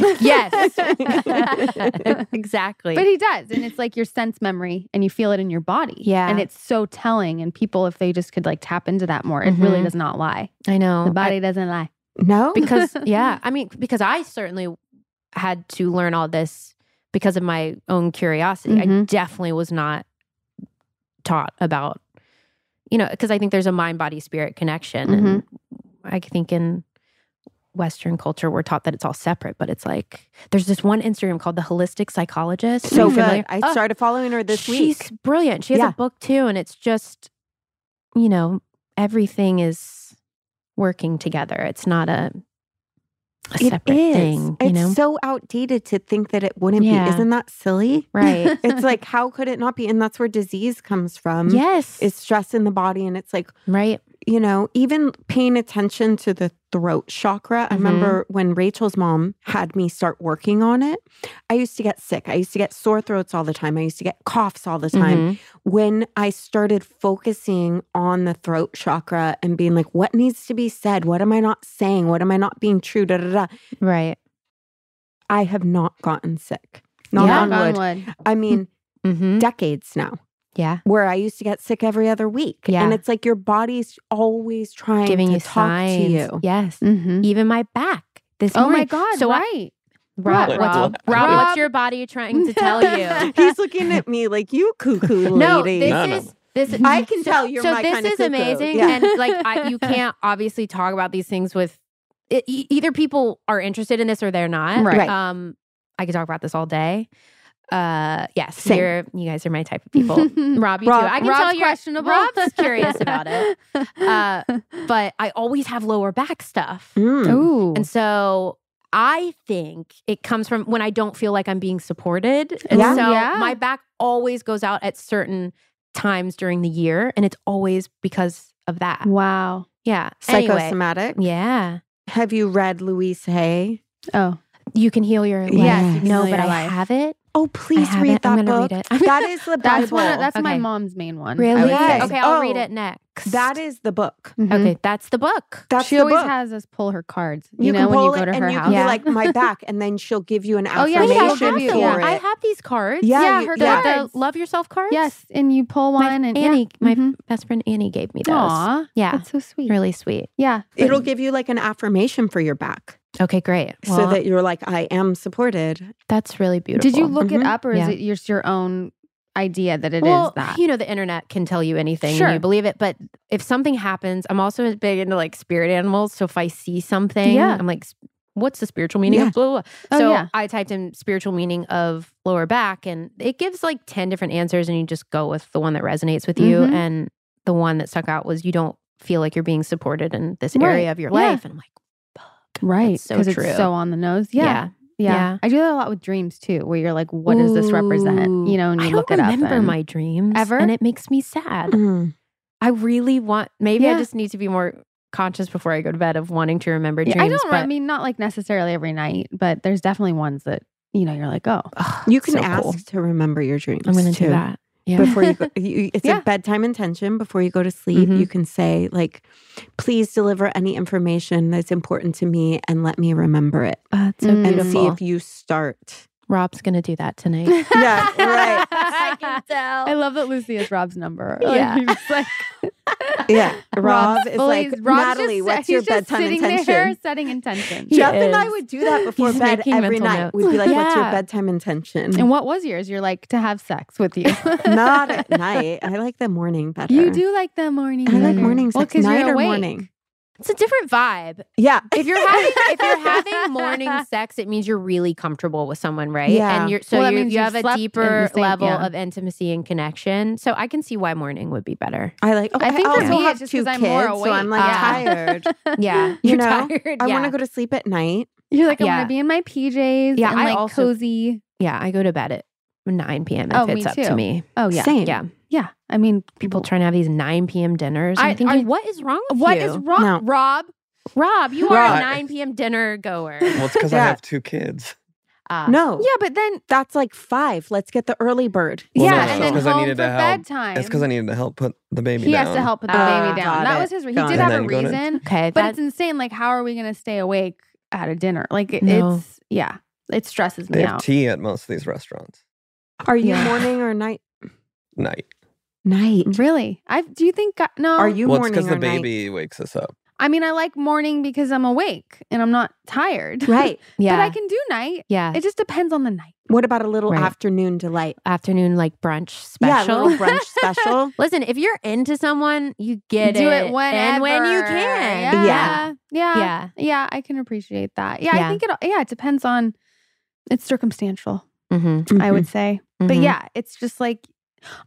yes, exactly. but he does, and it's like your sense memory, and you feel it in your body. Yeah. and it's so telling. And people, if they just could like tap into that more, it really Mhm. does not lie. I know The body doesn't lie. No. because yeah, I mean because I certainly had to learn all this because of my own curiosity. I Mhm. definitely was not taught about you know, because I think there's a mind body spirit connection. And I think in Western culture, we're taught that it's all separate, but it's like there's this one Instagram called The Holistic Psychologist. So Are you good. familiar? I Oh, started following her this she's week. brilliant. She has Yeah. a book too, and it's just, you know, everything is working together. It's not a, a It separate is. thing, you it's know? so outdated to think that it wouldn't Yeah. be. Isn't that silly? right. It's like how could it not be? And that's where disease comes from. yes. It's stress in the body, and it's like right. you know, even paying attention to the throat chakra. I Mhm. remember when Rachel's mom had me start working on it. I used to get sick. I used to get sore throats all the time. I used to get coughs all the time. Mhm. When I started focusing on the throat chakra and being like, what needs to be said? What am I not saying? What am I not being true? Da, da, da. Right. I have not gotten sick. Not Yeah. on Knock wood. on wood. I mean, Mm-hmm. decades now Yeah. where I used to get sick every other week. Yeah. And it's like your body's always trying Giving to you talk signs. to you. Mm-hmm. Yes. Mhm. Even my back. This Oh morning. my God. So I- right. Rob, Like, Rob, what- Rob, Rob- what's your body trying to tell you? He's looking at me like you cuckoo lady. no, this No, no. is this. I can tell you're so my this kind of is cuckoo. amazing, Yeah. and like I, you can't obviously talk about these things with e- e- either people are interested in this or they're not. Right. Right. Um, I could talk about this all day. Uh, yes, Same. you're you guys are my type of people. Rob, you Rob- too. I can Rob's tell you're questionable. Rob's curious about it. Uh, but I always have lower back stuff. Mm. Ooh. And so I think it comes from when I don't feel like I'm being supported. And Yeah. so Yeah. my back always goes out at certain times during the year. And it's always because of that. wow. Yeah. Anyway. Psychosomatic. Yeah. Have you read Louise Hay? Oh. You can heal your life. Yes, you can No, heal but your I life. have it. Oh, please have read it. I'm that gonna book. read it. That is the Bible. That's one of- that's my Okay. mom's main one. Really? I would Yes. say. Okay, I'll read Oh. it next. that is the book. Mhm. Okay, that's the book. That's she the always book. has us pull her cards. You, you know, can when pull you go it to and her you house. can be Yeah. like my back, and then she'll give you an Oh, yeah, affirmation she Wait, I have give them. you for one. it. I have these cards. Yeah, Yeah, you- her They're the cards. love yourself cards. Yes, and you pull My- one and Annie, yeah. my Mhm. best friend Annie gave me those. Aw, Yeah. that's so sweet. Really sweet. Yeah, It'll give you like an affirmation for your back, Okay, great. so Well, that you're like, I am supported. that's really beautiful. Did you look it Mhm. up, or is Yeah. it just your own idea that it is well, that? you know, the internet can tell you anything Sure. and you believe it. But if something happens, I'm also big into like spirit animals. So if I see something, Yeah. I'm like, what's the spiritual meaning Yeah. of blah, blah, blah. Oh, so yeah. I typed in spiritual meaning of lower back and it gives like 10 different answers and you just go with the one that resonates with you. Mhm. And the one that stuck out was you don't feel like you're being supported in this Right. area of your Yeah. life. And I'm like, right, that's so because true. it's so on the nose. Yeah. Yeah. yeah. I do that a lot with dreams too, where you're like, "What does this represent?" Ooh. You know, and you I look don't it up. remember and- my dreams Ever? and it makes me sad. Mm. I really want. Maybe Yeah. I just need to be more conscious before I go to bed of wanting to remember Yeah, dreams. I don't. but, I mean, not like necessarily every night, but there's definitely ones that you know you're like, "Oh, Ugh, You can so ask cool. to remember your dreams. I'm going to too. do that. Yeah. before you go you, it's Yeah. Mm-hmm. a bedtime intention before you go to sleep Mhm. you can say like please deliver any information that's important to me and let me remember it Uh, it's so Mm. and beautiful. see if you start Rob's going to do that tonight. yeah right I can I tell. love that Lucy is Rob's number." Yeah. like, he's like, yeah rob Rob's is fully- like Rob's natalie just, what's he's your just bedtime sitting intention There setting intention. He Jeff and I is. would do that before He's bed making every mental night. notes. We'd be like, "What's your Yeah. bedtime intention?" And what was yours? You're like to have sex with you. Not at night. I like the morning better. You do like the morning. I like better. morning Well, sex. 'cause night you're or awake. morning. It's a different vibe. Yeah. If you're having if you're having morning sex, it means you're really comfortable with someone, right? Yeah. And you're so Well, that you means you you've have a slept in deeper the same- level yeah. of intimacy and connection. So I can see why morning would be better. I like. Oh, I I think think for I me, also it's have just two 'cause kids, I'm more so I'm like awake. Ah. tired. Yeah. You You're know, tired. I yeah. want to go to sleep at night. You're like, I want Yeah. to be in my PJs. Yeah, and I like also- cozy. Yeah, I go to bed at 9 p.m. if Oh, me it's up too. to me. Oh yeah, Same. Yeah. yeah. I mean, People trying to have these 9 p.m. dinners. I'm I- thinking, I- what is wrong with What you? is wrong, No. Rob? Rob, you are Rob. a 9 p.m. dinner goer. Well, it's because I Yeah. have two kids. Uh, No. Yeah, but then That's like five. Let's get the early bird. Well, yeah, no, and it's then 'cause I home needed for to help. bedtime. It's because I needed to help put the baby he down. has to help put the Ah, baby down. got That it. was his. He Got did it. have a And then go to- reason, Okay. but that- it's insane. Like, how are we going to stay awake at a dinner? Like, it, No. it's yeah, it stresses They me have out. tea at most of these restaurants. Are you Yeah. morning or night? Night. Night. Really? I do you think? No. Are you well, it's morning because or the night? baby wakes us up. I mean, I like morning because I'm awake and I'm not tired. Right. Yeah. but I can do night. yeah. It just depends on the night. What about a little Right. afternoon delight? Afternoon like brunch Yeah, a special. little brunch special. Listen, if you're into someone, you get do it, it whenever. and when you can. Yeah. Yeah. Yeah. Yeah. Yeah. I can appreciate that. Yeah, Yeah. I think it all- yeah, it depends on it's circumstantial, Mm-hmm. I would say. But Mhm. yeah, it's just like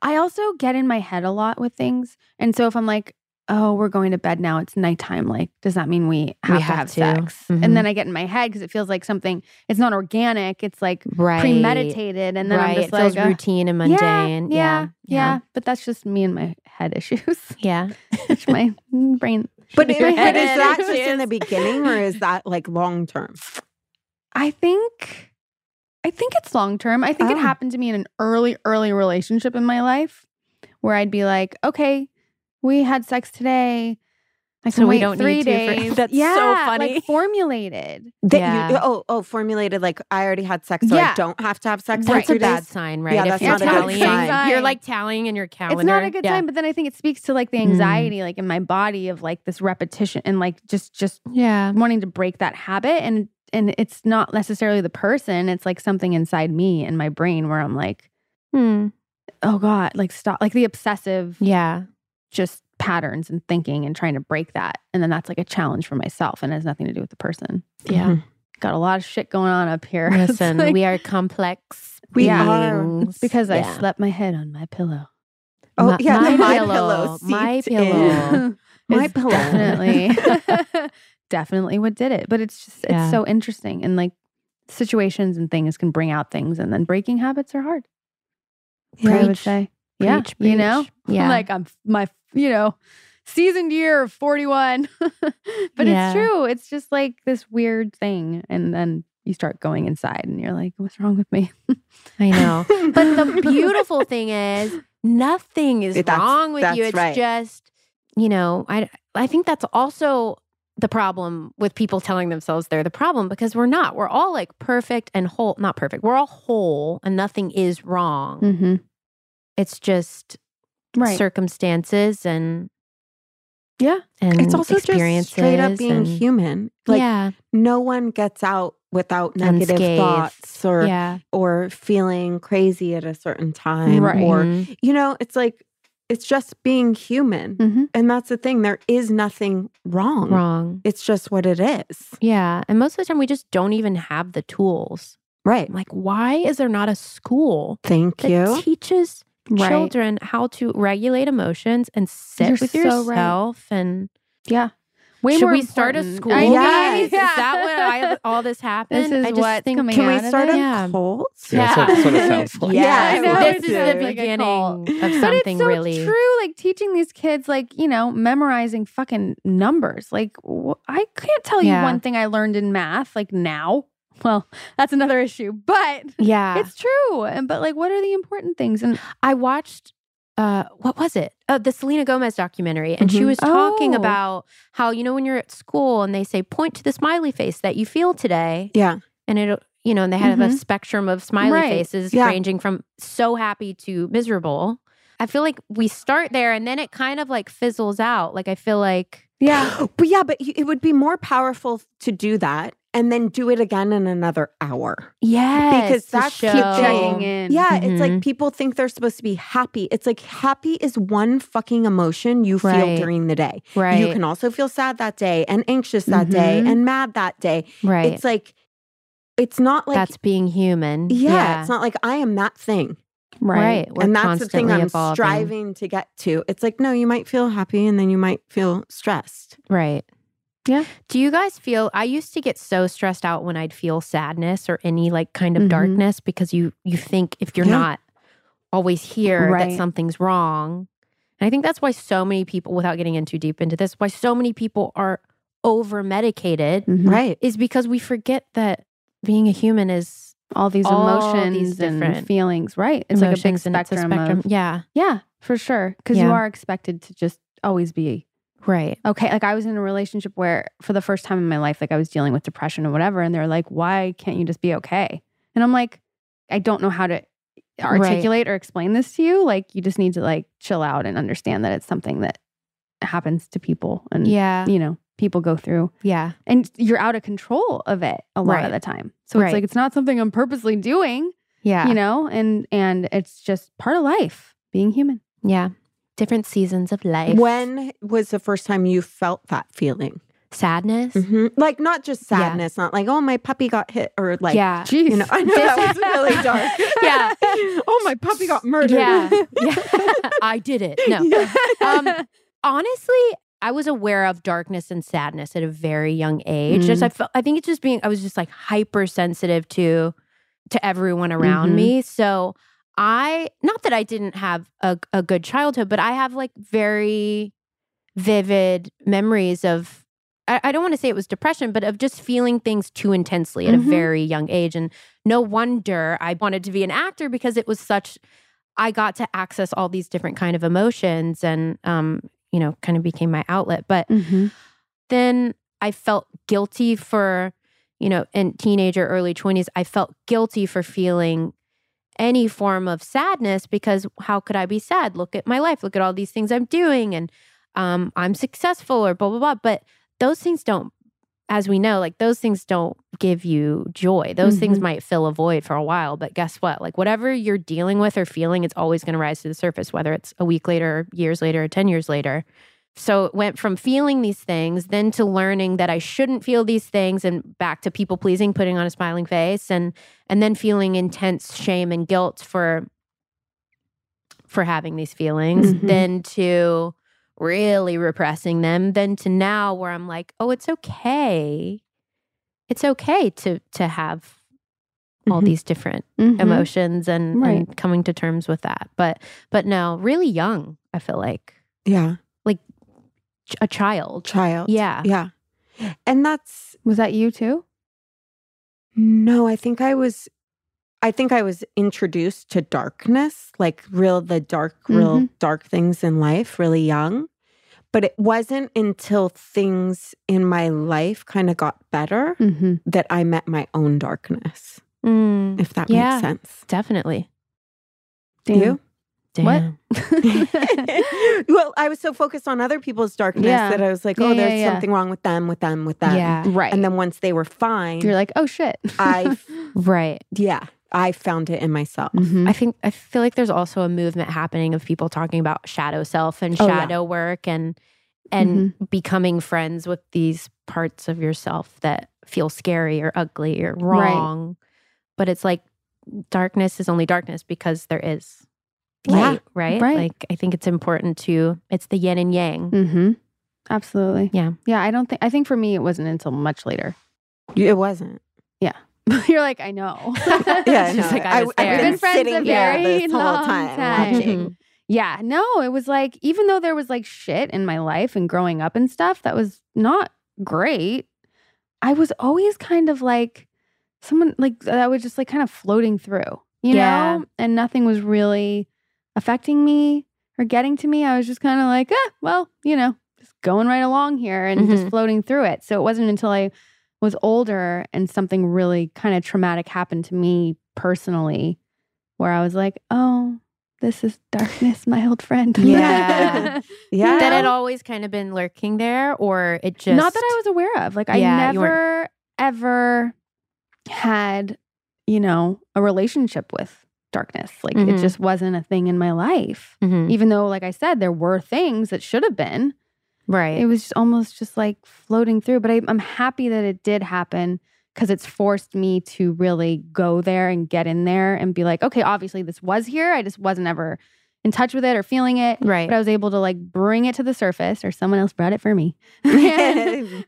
I also get in my head a lot with things. And so if I'm like, oh, we're going to bed now, it's nighttime, like, does that mean we have to have have to. sex? Mhm. And then I get in my head because it feels like something, it's not organic, it's like Right. premeditated. And then right. I'm just it like, feels uh, routine and yeah, mundane. yeah, yeah, Yeah. But that's just me and my head issues. Yeah. Which my brain. But Your is, but head is that is- just in the beginning or is that like long term? I think I think it's long term. I think Oh. it happened to me in an early, early relationship in my life where I'd be like, okay, we had sex today. I So can we wait don't three need to for- days. That's so yeah, funny. Like formulated. That you, Yeah. oh, oh, formulated like I already had sex, so I Yeah. don't have to have sex. Right. That's That's a too bad bad. sign, right? Yeah, if that's you're not a good tallying, sign. you're like tallying in your calendar. It's not a good yeah. Mm. sign, but then I think it speaks to like the anxiety, like in my body of like this repetition and like just just Yeah. wanting to break that habit and and it's not necessarily the person. It's like something inside me and my brain where I'm like, Hmm. oh God, like stop like the obsessive Yeah. just patterns and thinking and trying to break that. And then that's like a challenge for myself and has nothing to do with the person. Yeah. Got a lot of shit going on up here. It's Listen, like- we are complex. We are. beings. it's because I Yeah. slept my head on my pillow. Oh, My- yeah, my the my pillow, pillow. my seeped pillow. in. My It's pillow. Definitely. definitely what did it. But it's just it's Yeah. so interesting and like situations and things can bring out things and then breaking habits are hard. I would Preach. say. yeah. Preach, You know? preach. Yeah. like I'm my you know seasoned year of 41 but Yeah. it's true it's just like this weird thing and then you start going inside and you're like what's wrong with me I know. Mm-hmm. But the beautiful thing is, nothing is It- that's- wrong with you. that's It's right. just, you know, I I think that's also the problem with people telling themselves they're the problem because we're not. We're all like perfect and whole, not perfect. We're all whole and nothing is wrong. mm-hmm. It's just right circumstances and Yeah. and It's also just experiences straight up being and- human. Like yeah, no one gets out without negative unscathed. thoughts or yeah, or feeling crazy at a certain time Right. or Mhm. you know, it's like it's just being human. mm-hmm. And that's the thing. There is nothing wrong. wrong. It's just what it is. Yeah, and most of the time we just don't even have the tools. Right. I'm like, why is there not a school Thank that you. teaches Right. children how to regulate emotions and sit You're with so right. yourself? And yeah way should more we start a important. school? I know. Yes. Is that what I, all this happened? is I just what's think, coming Can out we of start it? a Yeah. cult? Yeah, Yeah. That's, what, that's what it sounds like. Yeah. I know, this it's is like the a beginning cult. of something but it's so really true like teaching these kids like you know memorizing fucking numbers like wh- i can't tell you Yeah. one thing i learned in math like now well that's another issue but Yeah, It's true. And but like what are the important things? And I watched uh what was it? Uh, the Selena Gomez documentary and she Mhm. was talking Oh. about how you know when you're at school and they say point to the smiley face that you feel today Yeah. and it you know and they have a Mhm. spectrum of smiley Right. faces Mm-hmm. Yeah. ranging from so happy to miserable. I feel like we start there and then it kind of like fizzles out. Like I feel like yeah. But yeah, but you- it would be more powerful to do that and then do it again in another hour. yeah Because that's keep Oh. Checking in. Yeah, it's Mhm. like people think they're supposed to be happy. It's like happy is one fucking emotion you feel Right. during the day. right Mm-hmm. You can also feel sad that day and anxious that day Mhm. and mad that day. right It's like it's not like that's being human yeah, it's not like I am that thing. right, We're and that's the thing constantly I'm evolving. striving to get to. It's like, no, you might feel happy and then you might feel stressed. Right. Yeah. Do you guys feel I used to get so stressed out when I'd feel sadness or any like kind of Mhm. darkness because you you think if you're Yeah. not always here that Right. something's wrong. And I think that's why so many people without getting in too deep into this, why so many people are over medicated Mhm. Right. is because we forget that being a human is All these All these emotions different and feelings. Right. It's like a big emotions and spectrum. it's a spectrum. of- yeah. yeah, for sure. Because Yeah. you are expected to just always be Right. okay. Like I was in a relationship where for the first time in my life, like I was dealing with depression or whatever, and they're like, Why can't you just be okay? And I'm like, I don't know how to articulate or explain this to you. Like you just need to like chill out and understand that it's something that happens to people and Yeah. you know, people go through. Yeah. And you're out of control of it a lot Right. of the time. So Right. it's like it's not something I'm purposely doing, Yeah. you know, and and it's just part of life, being human. yeah. Different seasons of life. When was the first time you felt that feeling? sadness. Mm-hmm. Mhm. Like not just Yeah. sadness, not like oh my puppy got hit or like yeah. Jeez. you know I know that was really dark. Yeah. oh my puppy got murdered. Yeah. yeah. I did it. No. Yeah. Um, honestly, I was aware of darkness and sadness at a very young age. Mm. Just I, felt, I think it's just being I was just like hypersensitive to to everyone around Mhm. me. So I not that I didn't have a, a good childhood, but I have like very vivid memories of I, I don't want to say it was depression, but of just feeling things too intensely at Mhm. a very young age. And no wonder I wanted to be an actor because it was such I got to access all these different kind of emotions and um, you know, kind of became my outlet. But Mm-hmm. then I felt guilty for, you know, in teenager, early 20s, I felt guilty for feeling any form of sadness because how could I be sad? Look at my life. Look at all these things I'm doing and um, I'm successful or blah, blah, blah. But those things don't, as we know, like those things don't give you joy. Those things might fill a void for a while, but guess what? Like whatever you're dealing with or feeling, it's always going to rise to the surface, whether it's a week later, years later, or 10 years later. So it went from feeling these things, then to learning that I shouldn't feel these things, and back to people pleasing, putting on a smiling face, and and then feeling intense shame and guilt for for having these feelings, Mhm. then to really repressing them, then to now where I'm like, oh, it's okay, it's okay to to have all Mhm. these different Mm-hmm. emotions and, and coming to terms with that. But but no, really young, I feel like Yeah. ch- a child. Child. Yeah. Yeah. And that's Was that you too? no, I think I was I think I was introduced to darkness, like real the dark, real Mm-hmm. dark things in life really young. But it wasn't until things in my life kind of got better Mm-hmm. that I met my own darkness, Mm, if that Yeah. makes sense. definitely. You? Damn. What? well, I was so focused on other people's darkness Yeah. that I was like, Yeah, oh, yeah, there's yeah. something wrong with them, with them, with them. Yeah. right. And then once they were fine, you're like, oh shit. I, Right. yeah, I found it in myself. Mhm. I think I feel like there's also a movement happening of people talking about shadow self and Oh, yeah. shadow work and and Mm-hmm. becoming friends with these parts of yourself that feel scary or ugly or Right. wrong. But it's like darkness is only darkness because there is Yeah. light, right? Right. Like I think it's important to it's the yin and yang. Mm-hmm. Absolutely. Yeah. Yeah. I don't think, I think for me, it wasn't until much later. It wasn't. You're like, I know. Yeah, It's just no, like I was We've I've there. We've been been friends a sitting here very this long whole time, time. watching. Yeah, no, it was like even though there was like shit in my life and growing up and stuff that was not great, I was always kind of like someone like that was just like kind of floating through, you Yeah. know, and nothing was really affecting me or getting to me. I was just kind of like, ah, well, you know, just going right along here and just Mhm. floating through it. So it wasn't until I was older and something really kind of traumatic happened to me personally where I was like, oh, this is darkness, my old friend. Yeah. Yeah. That had always kind of been lurking there, or it just Not that I was aware of. Like, Yeah, I you never, ever had, you know, a relationship with darkness. Like, Mhm. it just wasn't a thing in my life. Mhm. Even though, like I said, there were things that should have been, right. it was just almost just like floating through. But I, I'm happy that it did happen because it's forced me to really go there and get in there and be like, okay, obviously this was here. I just wasn't ever in touch with it or feeling it. right. But I was able to like bring it to the surface, or someone else brought it for me.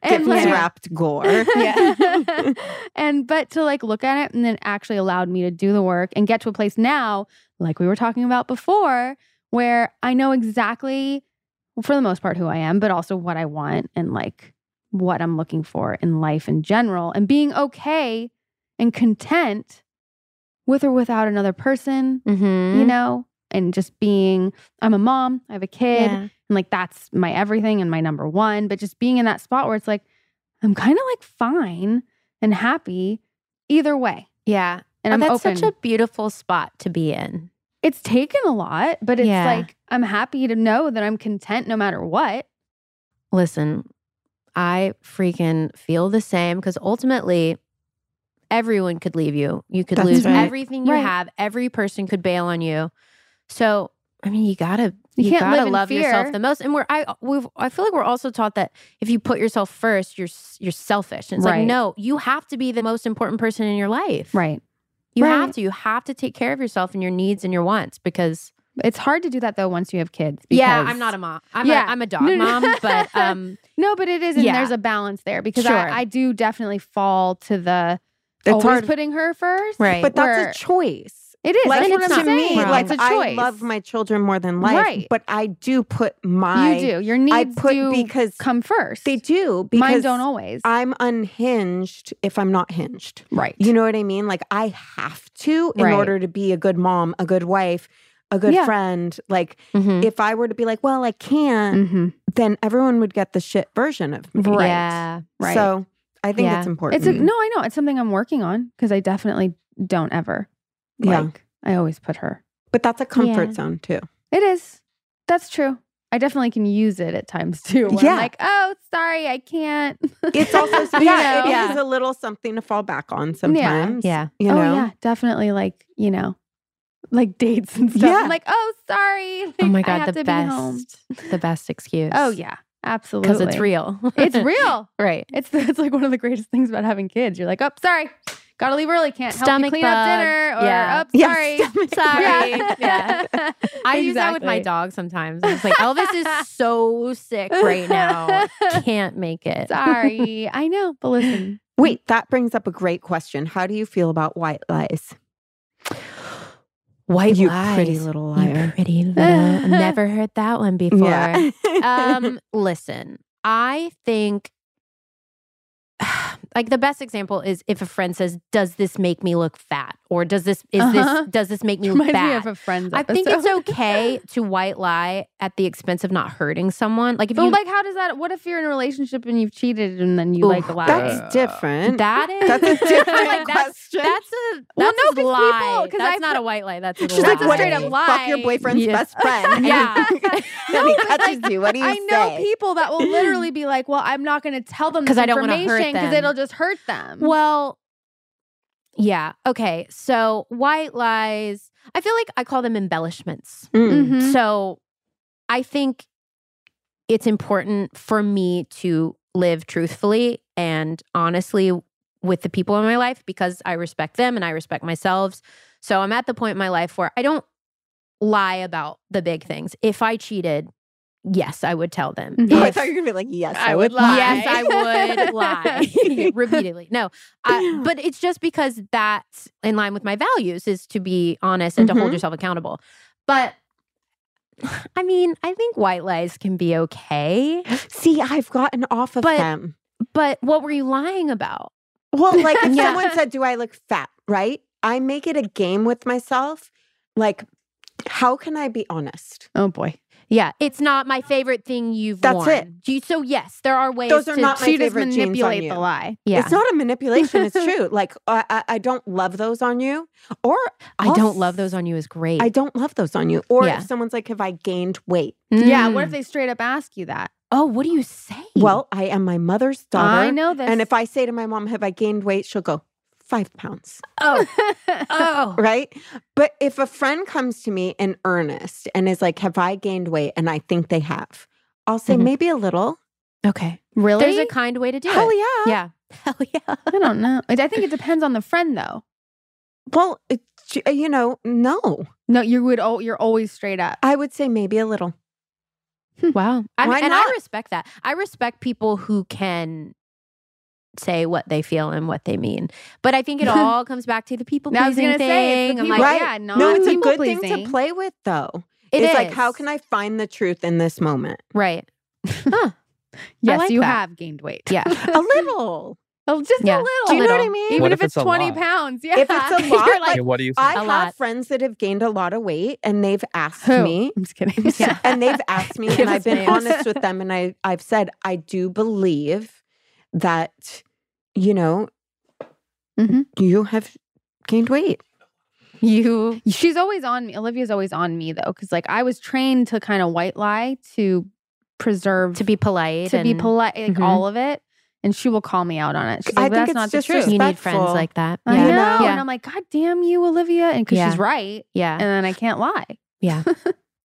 And- Dipped like- wrapped gore. yeah. and but to like look at it and then actually allowed me to do the work and get to a place now, like we were talking about before, where I know exactly well, for the most part who I am, but also what I want and like what I'm looking for in life in general and being okay and content with or without another person, mm-hmm. you know, and just being I'm a mom, I have a kid, and like that's my everything and my number one. But just being in that spot where it's like, I'm kind of like fine and happy either way. Yeah. And Oh, I'm that's open. such a beautiful spot to be in. it's taken a lot, but it's Yeah. like I'm happy to know that I'm content no matter what. Listen, I freaking feel the same because ultimately, everyone could leave you. You could That's lose right. everything you Right. have. Every person could bail on you. So I mean, you gotta You you, can't gotta live in love yourself fear. the most. And we're I we've I feel like we're also taught that if you put yourself first, you're s- you're selfish. And it's Right. like no, you have to be the most important person in your life. Right. You have Right. to. You have to take care of yourself and your needs and your wants because It's hard to do that though once you have kids. yeah, because- I'm not a mom. I'm, Yeah. a, I'm a dog No, no, no. mom, but um, No, but it is, and Yeah. there's a balance there because Sure. I, I do definitely fall to the It's always hard. putting her first. Right. but where- that's a choice. It is. like That's and what it's I'm to not saying. me, wrong. like it's a I choice. love my children more than life, Right. but I do put my You do. Your needs I put do because come first. they do because Mine don't always. I'm unhinged if I'm not hinged. right. You know what I mean? Like I have to in Right. order to be a good mom, a good wife, a good Yeah. Mm-hmm. friend. Like Mm-hmm. if I were to be like, well, I can't, hmm then everyone would get the shit version of me. Right. yeah, Right. So I think Yeah. it's important. it's a, no, I know it's something I'm working on because I definitely don't ever. Yeah. Like I always put her. but that's a comfort Yeah. zone too. It is. That's true. I definitely can use it at times too. Where Yeah. I'm like, oh, sorry, I can't. It's also You yeah, know? it is Yeah. a little something to fall back on sometimes. yeah. You oh know? yeah, definitely like you know, like dates and stuff. Yeah. I'm like, oh, sorry. Oh like, my I god, have the to be home." best, the best excuse. Oh yeah, absolutely. because it's real. It's real. right? It's it's like one of the greatest things about having kids. You're like, oh, sorry, gotta leave early. Can't help you Stomach clean up bug. dinner. Or, Yeah. oh, Yeah, sorry. stomach Sorry. Yeah. Yeah. I use that with my Exactly. dog sometimes. I'm just like, Elvis is so sick right now, can't make it. Sorry, I know, but listen, Wait, that brings up a great question. How do you feel about white lies? White you lies. pretty little You liar. pretty little. I've never heard that one before. um, um listen i think like the best example is if a friend says does this make me look fat or does this is Uh-huh. this does this make me look reminds me of bad a friend's. I think it's episode. okay to white lie at the expense of not hurting someone like if But you like, how does that? What if you're in a relationship and you've cheated and then you like Ooh, lie? that's different. that is That's a different like, that's, question. that's a that's Well, no, a 'cause lie people- 'cause I that's not put- a white lie that's a She's lie. like, what if you Fuck your lie? boyfriend's Yeah. best friend. Yeah. then he but, catches you. What do you I know say? people that will literally be like, "Well, I'm not going to tell them 'Cause because I don't wanna hurt because them. it'll just hurt them." Well, yeah. Okay. So white lies, I feel like I call them embellishments. Mm. Mhm. So I think it's important for me to live truthfully and honestly with the people in my life because I respect them and I respect myself. So I'm at the point in my life where I don't lie about the big things. If I cheated, yes, I would tell them. Mhm. Oh, I If- thought you were gonna be like, yes, I I, would would lie. Yes, I would lie repeatedly. No, I, but it's just because that's in line with my values is to be honest and to hold Mhm. yourself accountable. But I mean, I think white lies can be okay. See, I've gotten off of But- them. But what were you lying about? Well, like if Yeah. someone said, "Do I look fat?" Right? I make it a game with myself. Like, how can I be honest? oh boy, Yeah, it's not my favorite thing you've That's worn. it. Do you- so yes, there are ways. Those are to, not my she just favorite jeans on manipulate you. the lie. Yeah, It's not a manipulation. It's true. Like I, I, I don't love those on you, or I I'll don't love s- those on you is great. I don't love those on you. Or Yeah. if someone's like, "Have I gained weight?" Yeah, Mm. what if they straight up ask you that? oh, what do you say? Well, I am my mother's daughter. I know this. And if I say to my mom, "Have I gained weight?" She'll go, five pounds." oh, oh, right? But if a friend comes to me in earnest and is like, Have I gained weight? And I think they have, I'll say, Mhm. Maybe a little. okay. really, There's a kind way to do Hell it. yeah. Yeah. Hell yeah. I don't know. I think it depends on the friend, though. Well, it, you know, no. No, you would. Oh, you're always straight up. I would say maybe a little. Wow. I Why mean, and I not? respect that. I respect people who can say what they feel and what they mean. But I think it all comes back to the people Now I was pleasing gonna thing. say, it's the I'm people- Right. like, yeah, not no, it's a good thing people-pleasing. to play with, though. it it's like, How is. can I find the truth in this moment? Right. Huh. Yes, like you that. have gained weight. Yeah. A little. Oh, just Yeah. a little. Do you know what I little. mean? Even What if, if it's, it's a 20 lot? pounds. Yeah. If it's a lot, You're like, Okay, what do you I A have lot. friends that have gained a lot of weight and they've asked who? me. I'm just kidding. Yeah. and they've asked me Give and us i've been names. honest with them and I, i've said i do believe that you know Mhm. Mm-hmm. you have gained weight You She's always on me. Olivia's always on me though, because like I was trained to kind of white lie to preserve to be polite. to be and polite, Mm-hmm. like Mhm. all of it. And she will call me out on it. She's I like, think that's it's not the truth. You need friends respectful. like that. I yeah. know. Yeah. And I'm like, God damn you, Olivia. And because Yeah. she's right. Yeah. And then I can't lie.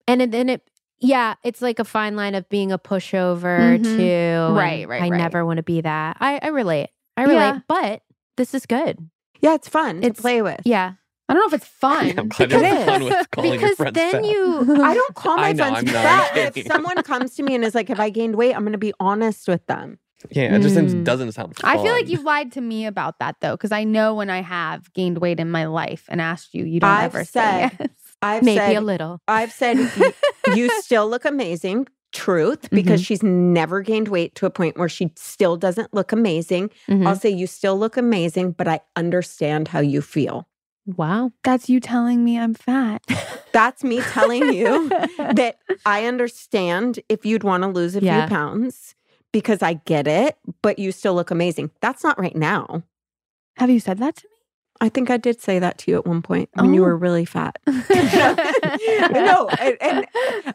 And then- then it, yeah, it's like a fine line of being a pushover Mhm. to and Right, right, I right. never want to be that. I, I relate. I relate. Yeah. But this is good. Yeah, it's fun It's- to play with. Yeah. I don't know if it's fun. I'm glad you Because- had fun with calling your Because friends then fat. you I don't call my I know, friends I'm not fat. but If kidding. someone comes to me and is like, "Have I gained weight?" I'm going to be honest with them. Yeah, it just seems- Mm. doesn't sound fun. I feel like you've lied to me about that though, because I know when I have gained weight in my life and asked you, you don't I've ever say said- yes. I've maybe said, a little. I've said, "You- "You still look amazing." Truth, because Mm-hmm. she's never gained weight to a point where she still doesn't look amazing. Mhm. I'll say, "You still look amazing," but I understand how you feel. Wow. That's you telling me I'm fat. That's me telling you that I understand if you'd want to lose a Yeah. few pounds because I get it, but you still look amazing. That's not right now. Have you said that to I think I did say that to you at one point when you Oh. were really fat. me? no, and, and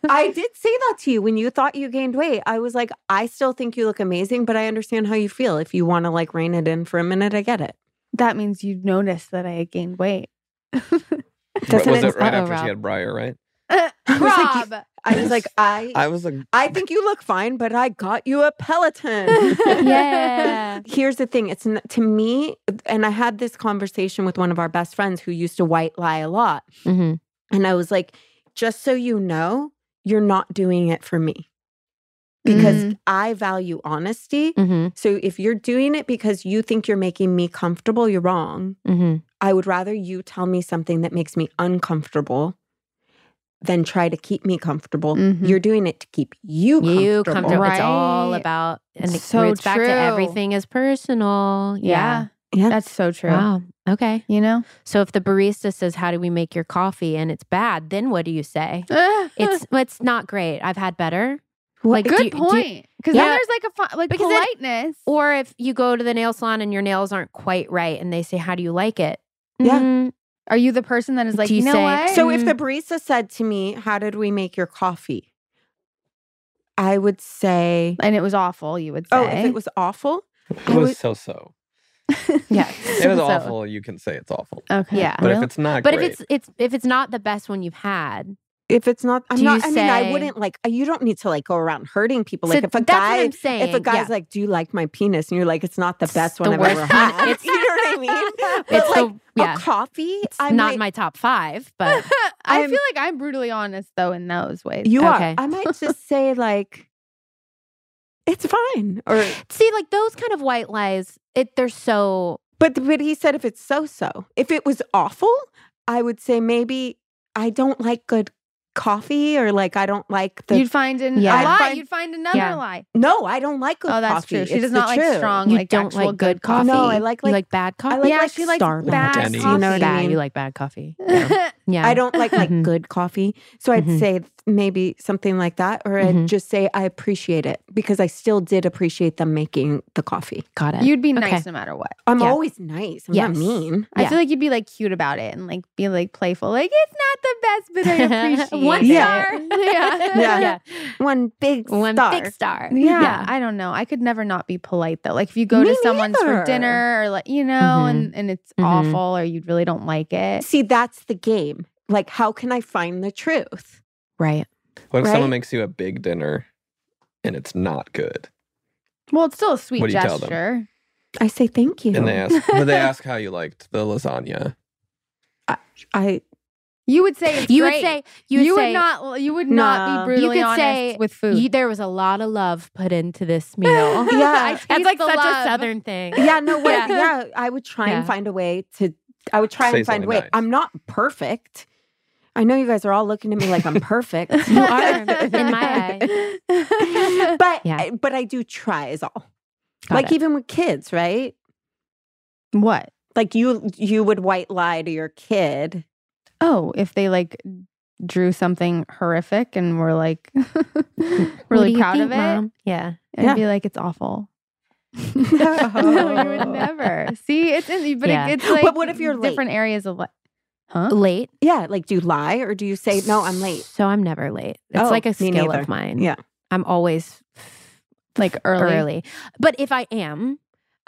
I did say that to you when you thought you gained weight. I was like, I still think you look amazing, but I understand how you feel. If you want to like rein it in for a minute, I get it. that means you noticed that I had gained weight. But doesn't was it- it right Uh-oh, after Rob. she had Briar, right? I was like, Rob. I was like, I, I, I was a think you look fine, but I got you a Peloton. Yeah. Here's the thing. It's n- to me, and I had this conversation with one of our best friends who used to white lie a lot. hmm And I was like, just so you know, you're not doing it for me because Mhm. I value honesty. hmm So if you're doing it because you think you're making me comfortable, you're wrong. hmm I would rather you tell me something that makes me uncomfortable than try to keep me comfortable. Mhm. You're doing it to keep you comfortable. You comfortable. It's all Right. about and it So roots back true. to everything is personal. Yeah. Yeah. That's so true. Wow. Okay. You know? So if the barista says, "How do we make your coffee?" and it's bad, then what do you say? It's it's not great. I've had better. Well, Like, do good you- do you- point. Because Yeah. then there's like a fi- like Because then- politeness. Or if you go to the nail salon and your nails aren't quite right and they say, How do you like it? Yeah. Mm, Are you the person that is like, Do you you know say- what? So if the Mm-hmm. barista said to me, How did we make your coffee? I would say, and it was awful, you would say. Oh, if it was awful, I it was would- so so. yeah. It was awful. You can say it's awful. Okay. Yeah. But if Really? it's not But if great, it's it's if it's not the best one you've had, if it's not, I'm Do not, you I mean, I say- wouldn't like, you don't need to like go around hurting people. So Like if a that's guy, what I'm saying. If a guy's Yeah. like, "Do you like my penis?" and you're like, "It's not the It's best the one I've worst ever one. had," It's- you know what I mean? But it's like the yeah, a coffee, it's I not might, my top five, but I I'm- feel like I'm brutally honest though in those ways. You Okay. are. I might just say like, "It's fine," or see, like those kind of white lies, it they're so but but he said if it's so so, if it was awful, I would say maybe I don't like good coffee, or like I don't like the. you'd find an, Yeah. a I'd lie. find- you'd find another Yeah. lie. no, I don't like good oh, that's coffee. true. She It's does the not like truth. strong, you like don't actual like good coffee. coffee. No, I like, you like- like bad coffee. I like, Yeah, like she likes Starbucks. bad Denny's. You know what coffee. I bad. mean? You like bad coffee. Yeah. Yeah. I don't like like Mhm. good coffee. So I'd Mm-hmm. Mhm. say maybe something like that, or Mhm. I'd just say I appreciate it because I still did appreciate them making the coffee. got it. You'd be nice Okay. no matter what. I'm Yeah. always nice. I'm Yes. not mean. I feel like you'd be like cute about it and like be like playful. Like it's not the best, but I appreciate One it. star. Yeah. Yeah. yeah. One big One star. big star. Yeah, I don't know. I could never not be polite though. Like if you go Me to someone's for neither. dinner or like you know, and and it's Mhm. awful or you really don't like it. See, that's the game. Like, how can I find the truth? Right. what if someone right? makes you a big dinner and it's not good, Well, it's still a sweet What do you tell them? gesture. I say thank you. and they ask, but they ask how you liked the lasagna. I You would say it's You great. would say you, you would, would say, not you would not be No. You brutally could honest say with food. "You- there was a lot of love put into this meal. Yeah. I That's taste like the such a love. southern thing. yeah no what yeah, Yeah. I would try Yeah. and find a way to I would try Say and find a way. something nice. I'm not perfect. I know you guys are all looking at me like I'm perfect. You are, in my eye. but Yeah. but I do try is all. Got like it. even with kids, right? what? Like you you would white lie to your kid. Oh, if they like drew something horrific and were like What do really you proud think, of it, Mom? Yeah. and Yeah. be like, it's awful. No. no, you would never. See, it's in, but it- Yeah. it's like But what if you're late? different areas of like, huh? Late. Yeah, like do you lie or do you say no, I'm late? So I'm never late. It's Oh, like a me skill neither. of mine. Yeah. I'm always Like early. early. But if I am,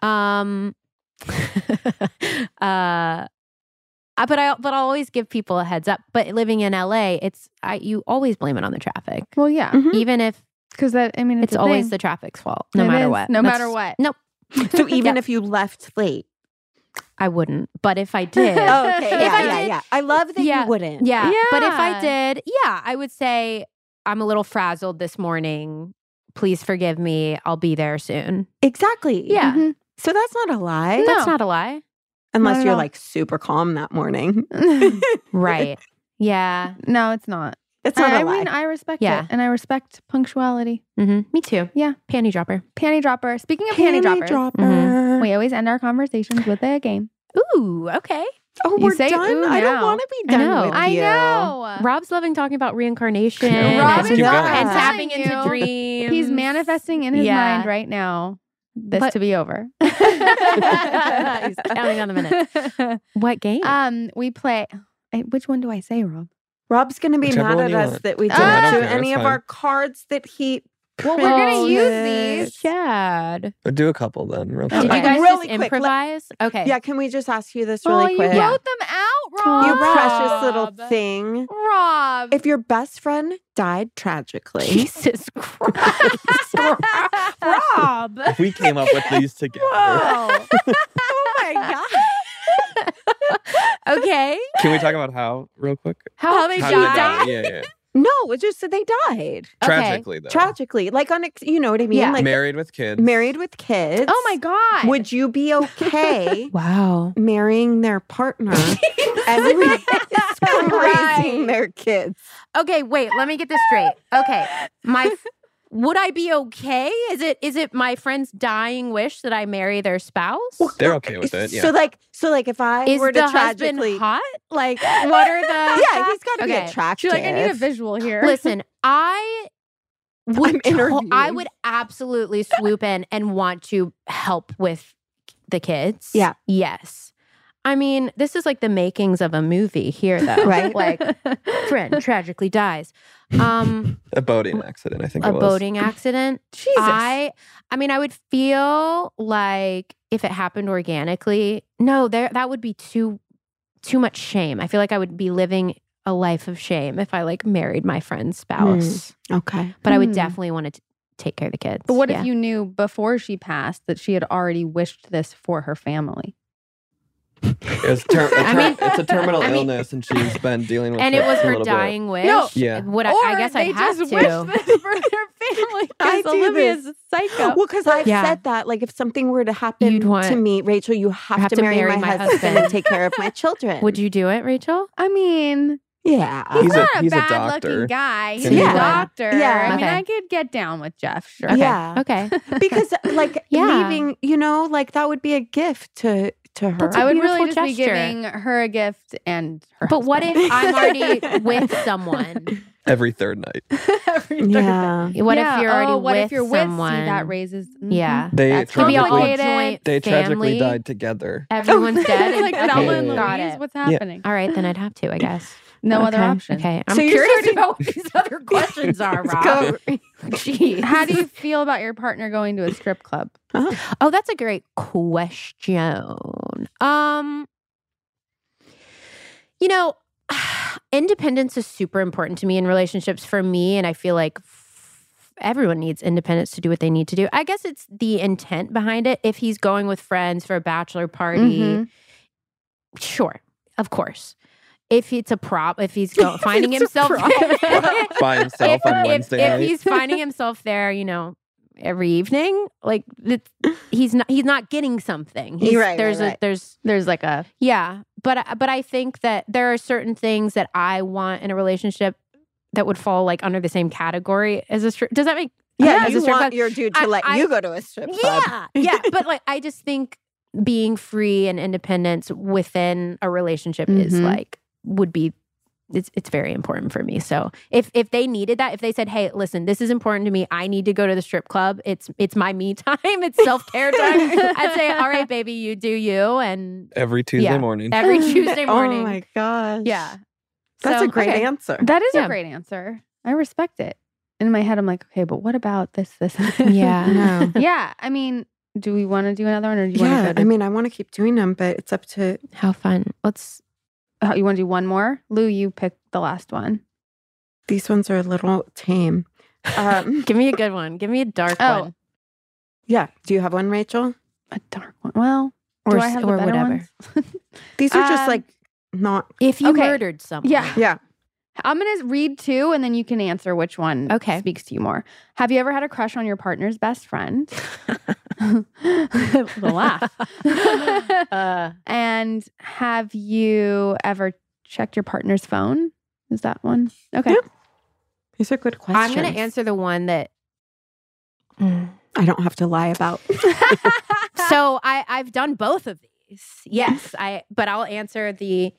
um uh I- but I but I'll always give people a heads up. But living in LA, it's I you always blame it on the traffic. Well, yeah, Mhm. Even if because that I mean, it's, Mm-hmm. it's, a always Mm-hmm. thing. the traffic's fault, no It matter is, what. no That's- matter what. Nope. So even Yeah. if you left late. I wouldn't. But if I did, Oh, okay. If Yeah, I yeah, did- yeah. I love that Yeah, you wouldn't. Yeah. But if Yeah. I did, yeah, I would say I'm a little frazzled this morning. Please forgive me. I'll be there soon. Exactly. Yeah. Mhm. So that's not a lie. No. That's not a lie. Not Unless at you're all. like super calm that morning. Right. Yeah. Mm-hmm. no, it's not. It's not I, a I lie. mean, I respect Yeah. it, and I respect punctuality. hmm Me too. Yeah. Panty dropper. Panty dropper. Mm-hmm. Speaking of panty, droppers, we always end our conversations with a game. Ooh, okay. Oh, You we're say done. ooh I don't now. want to be I done know. with I you. know. Rob's loving talking about reincarnation Yeah, Rob and, let's is keep going. not and Yeah. tapping telling into you. dreams. He's manifesting in his Yeah. mind right now this But- to be over. He's counting on the minutes. What game? Um, we play. I- Which one do I say, Rob? Rob's going to be Whichever mad one at you us want. that we Ah! didn't I don't do care, it's any of fine. our cards that he. Well, we're gonna use printed. these. Chad. But do a couple then, real Did Did quick. Okay. you guys Really just quick, let- improvise? okay. Yeah, can we just ask you this really oh, quick? you Yeah. wrote them out, Rob. You precious little thing. Rob. If your best friend died tragically, Jesus Christ. Rob. If we came up with these together, Whoa. oh my okay. can we talk about how real quick? How they How died? did they die? Yeah, yeah. god! No, it just that they died Okay. Tragically though. tragically, like on you know what I mean, Yeah. like married with kids. married with kids. oh my god. Would you be okay Wow. marrying their partner and raising their kids? Okay, wait, let me get this straight. Okay. My would I be okay? Is it is it my friend's dying wish that I marry their spouse? They're okay with it. Yeah. So like, so like, if I Is were the to husband tragically, hot? Like what are the yeah, he's got to Okay. be attractive. She's like, I need a visual here. Listen, I I'm would to- I interviewed. would absolutely swoop in and want to help with the kids. Yeah. Yes. I mean, this is like the makings of a movie here though. Right. Like friend tragically dies. Um a boating accident, I think a it was. boating accident. Jesus. I I mean I would feel like if it happened organically, no, there that would be too too much shame. I feel like I would be living a life of shame if I like married my friend's spouse. Okay. But I would Mm. Hmm. definitely want to t- take care of the kids. but what Yeah. if you knew before she passed that she had already wished this for her family? It was ter- a ter- I mean- it's a terminal I mean- illness, and she's been dealing with and it, it was a her little bit. dying wish. No. Yeah. Would I, I Or guess they I'd have just to. wish this for their family I because do Olivia's this. a psycho. Well, because I've Yeah. said that, like, if something were to happen You'd want- to me, Rachel, you have, to, marry, my, husband, and husband. take care of my children. Would you do it, Rachel? I mean, Yeah. he's, He's a- not a, he's a bad-looking doctor. guy. He's Yeah. a doctor. Yeah. I mean, Okay. I could get down with Jeff, sure. Okay. Yeah. Okay. because, like, Yeah. leaving, you know, like that would be a gift to to her. That's a I would really just beautiful be gesture. giving her a gift and her But what if I'm already with someone? every third night. husband. yeah. What Yeah. if you're already oh, what with if you're someone? With, see, that raises. mhm. Yeah. They That's Could be a tragically- whole complicated. joint They tragically family. died together. Everyone's dead. Oh, it's like Okay. Thelma and Yeah. Louise. Got it. What's happening? All right, then I'd have to, I guess. No other Okay. option. Okay. I'm So you're curious starting- about what these other questions are, Rob. Jeez. How do you feel about your partner going to a strip club? Oh, that's a great question. Um You know, independence is super important to me in relationships for me and I feel like f- everyone needs independence to do what they need to do. I guess it's the intent behind it. If he's going with friends for a bachelor party, Mm-hmm. Mhm. sure. Of course. If it's a prop, if he's go- finding it's a himself prop. By himself if, on if- Wednesday if night. he's finding himself there, you know, every evening, like it's, he's not he's not getting something. He's- Right, right, there's a right. there's There's like a yeah, but I- but I think that there are certain things that I want in a relationship that would fall like under the same category as a strip. Does that make Yeah, as a you strip want club? your dude to I- let I- you go to a strip club. yeah, yeah. But like, I just think being free and independence within a relationship is Mhm. like would be it's it's very important for me. So if if they needed that, if they said, "Hey, listen, this is important to me. I need to go to the strip club. It's it's my me time. It's self care time." I'd say, "All right, baby, you do you." And every Tuesday Yeah. morning. every Tuesday morning, Oh my gosh. yeah. That's So, a great okay. answer. That is Yeah. a great answer. I respect it. in my head, I'm like, okay, but what about this, this? Yeah. No. yeah. I mean, do we want to do another one or do you yeah, want to I mean, I want to keep doing them, but it's up to How fun. Let's oh, you want to do one more? Lou, you pick the last one. these ones are a little tame. Um, give me a good one. Give me a dark Oh. one. yeah. Do you have one, Rachel? A dark one. Well, Or do I s- have or the better whatever. ones? These are just Um, like not. If you Okay. murdered someone. Yeah. Yeah. I'm going to read two and then you can answer which one Okay. speaks to you more. Have you ever had a crush on your partner's best friend? the the laugh. uh, and have you ever checked your partner's phone? Is that one? Okay. These are good questions. I'm going to answer the one that. Mm. I don't have to lie about. so I, I've done both of these. Yes, I. But I'll answer the.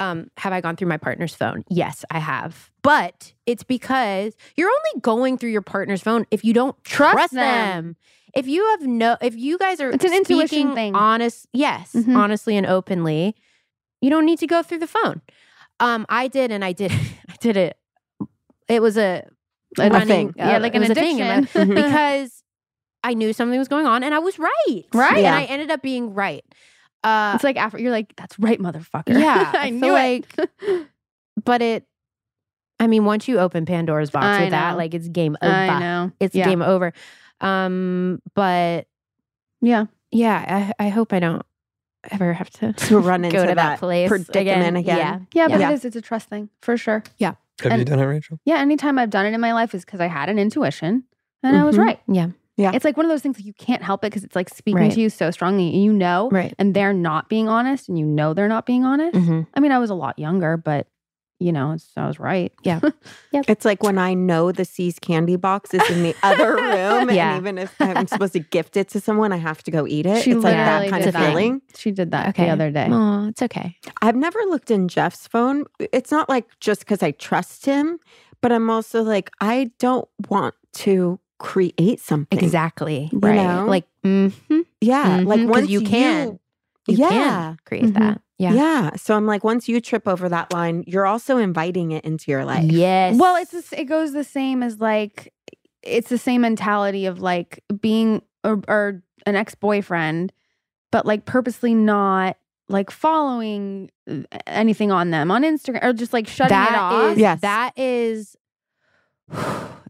Um, have I gone through my partner's phone? Yes, I have. But it's because you're only going through your partner's phone if you don't Trust trust, them. them. If you have no, if you guys are, It's an intuition speaking thing. Honest, yes, Mhm. honestly and openly, you don't need to go through the phone. Um, I did, and I did, I did it. It was a A running- thing. uh, yeah, like it an was a thing in my- addiction. Mhm. because I knew something was going on and I was right. Right. And Yeah. I ended up being right. Uh, it's like after you're like, that's right, motherfucker. Yeah, I, I feel knew like oh, but it, I mean, once you open Pandora's box I with that, know. like it's game I over. know. It's yeah. game over. Um, but Yeah. yeah, I, I hope I don't ever have to, To run go into to that that place predicament again. Yeah. Yeah, but Yeah. it is. It's a trust thing for sure. Have And- you done it, Rachel? Yeah. Anytime I've done it in my life is because I had an intuition and I was Mhm. right. Yeah. Yeah. It's like one of those things that you can't help it because it's like speaking Right. to you so strongly. You know, Right. and they're not being honest and you know they're not being honest. Mm-hmm. hmm I mean, I was a lot younger, but you know, it's, I was right. Yeah. It's like when I know the C's candy box is in the other room, Yeah. and even if I'm supposed to gift it to someone, I have to go eat it. She it's like that literally kind did of that. feeling. she did that Okay. the other day. Oh, it's okay. I've never looked in Jeff's phone. It's not like just because I trust him, but I'm also like, I don't want to create something. Exactly. You Right. know? Like, mm-hmm. Yeah. Like Mhm, 'cause once you can. You Yeah. Mm-hmm. can create Mhm. that. Yeah. Yeah. So I'm like, once you trip over that line, you're also inviting it into your life. Yes. Well, it's the s- it goes the same as like it's the same mentality of like being or, or an ex boyfriend, but like purposely not like following uh, anything on them on Instagram or just like shutting That it off. is- Yes. That is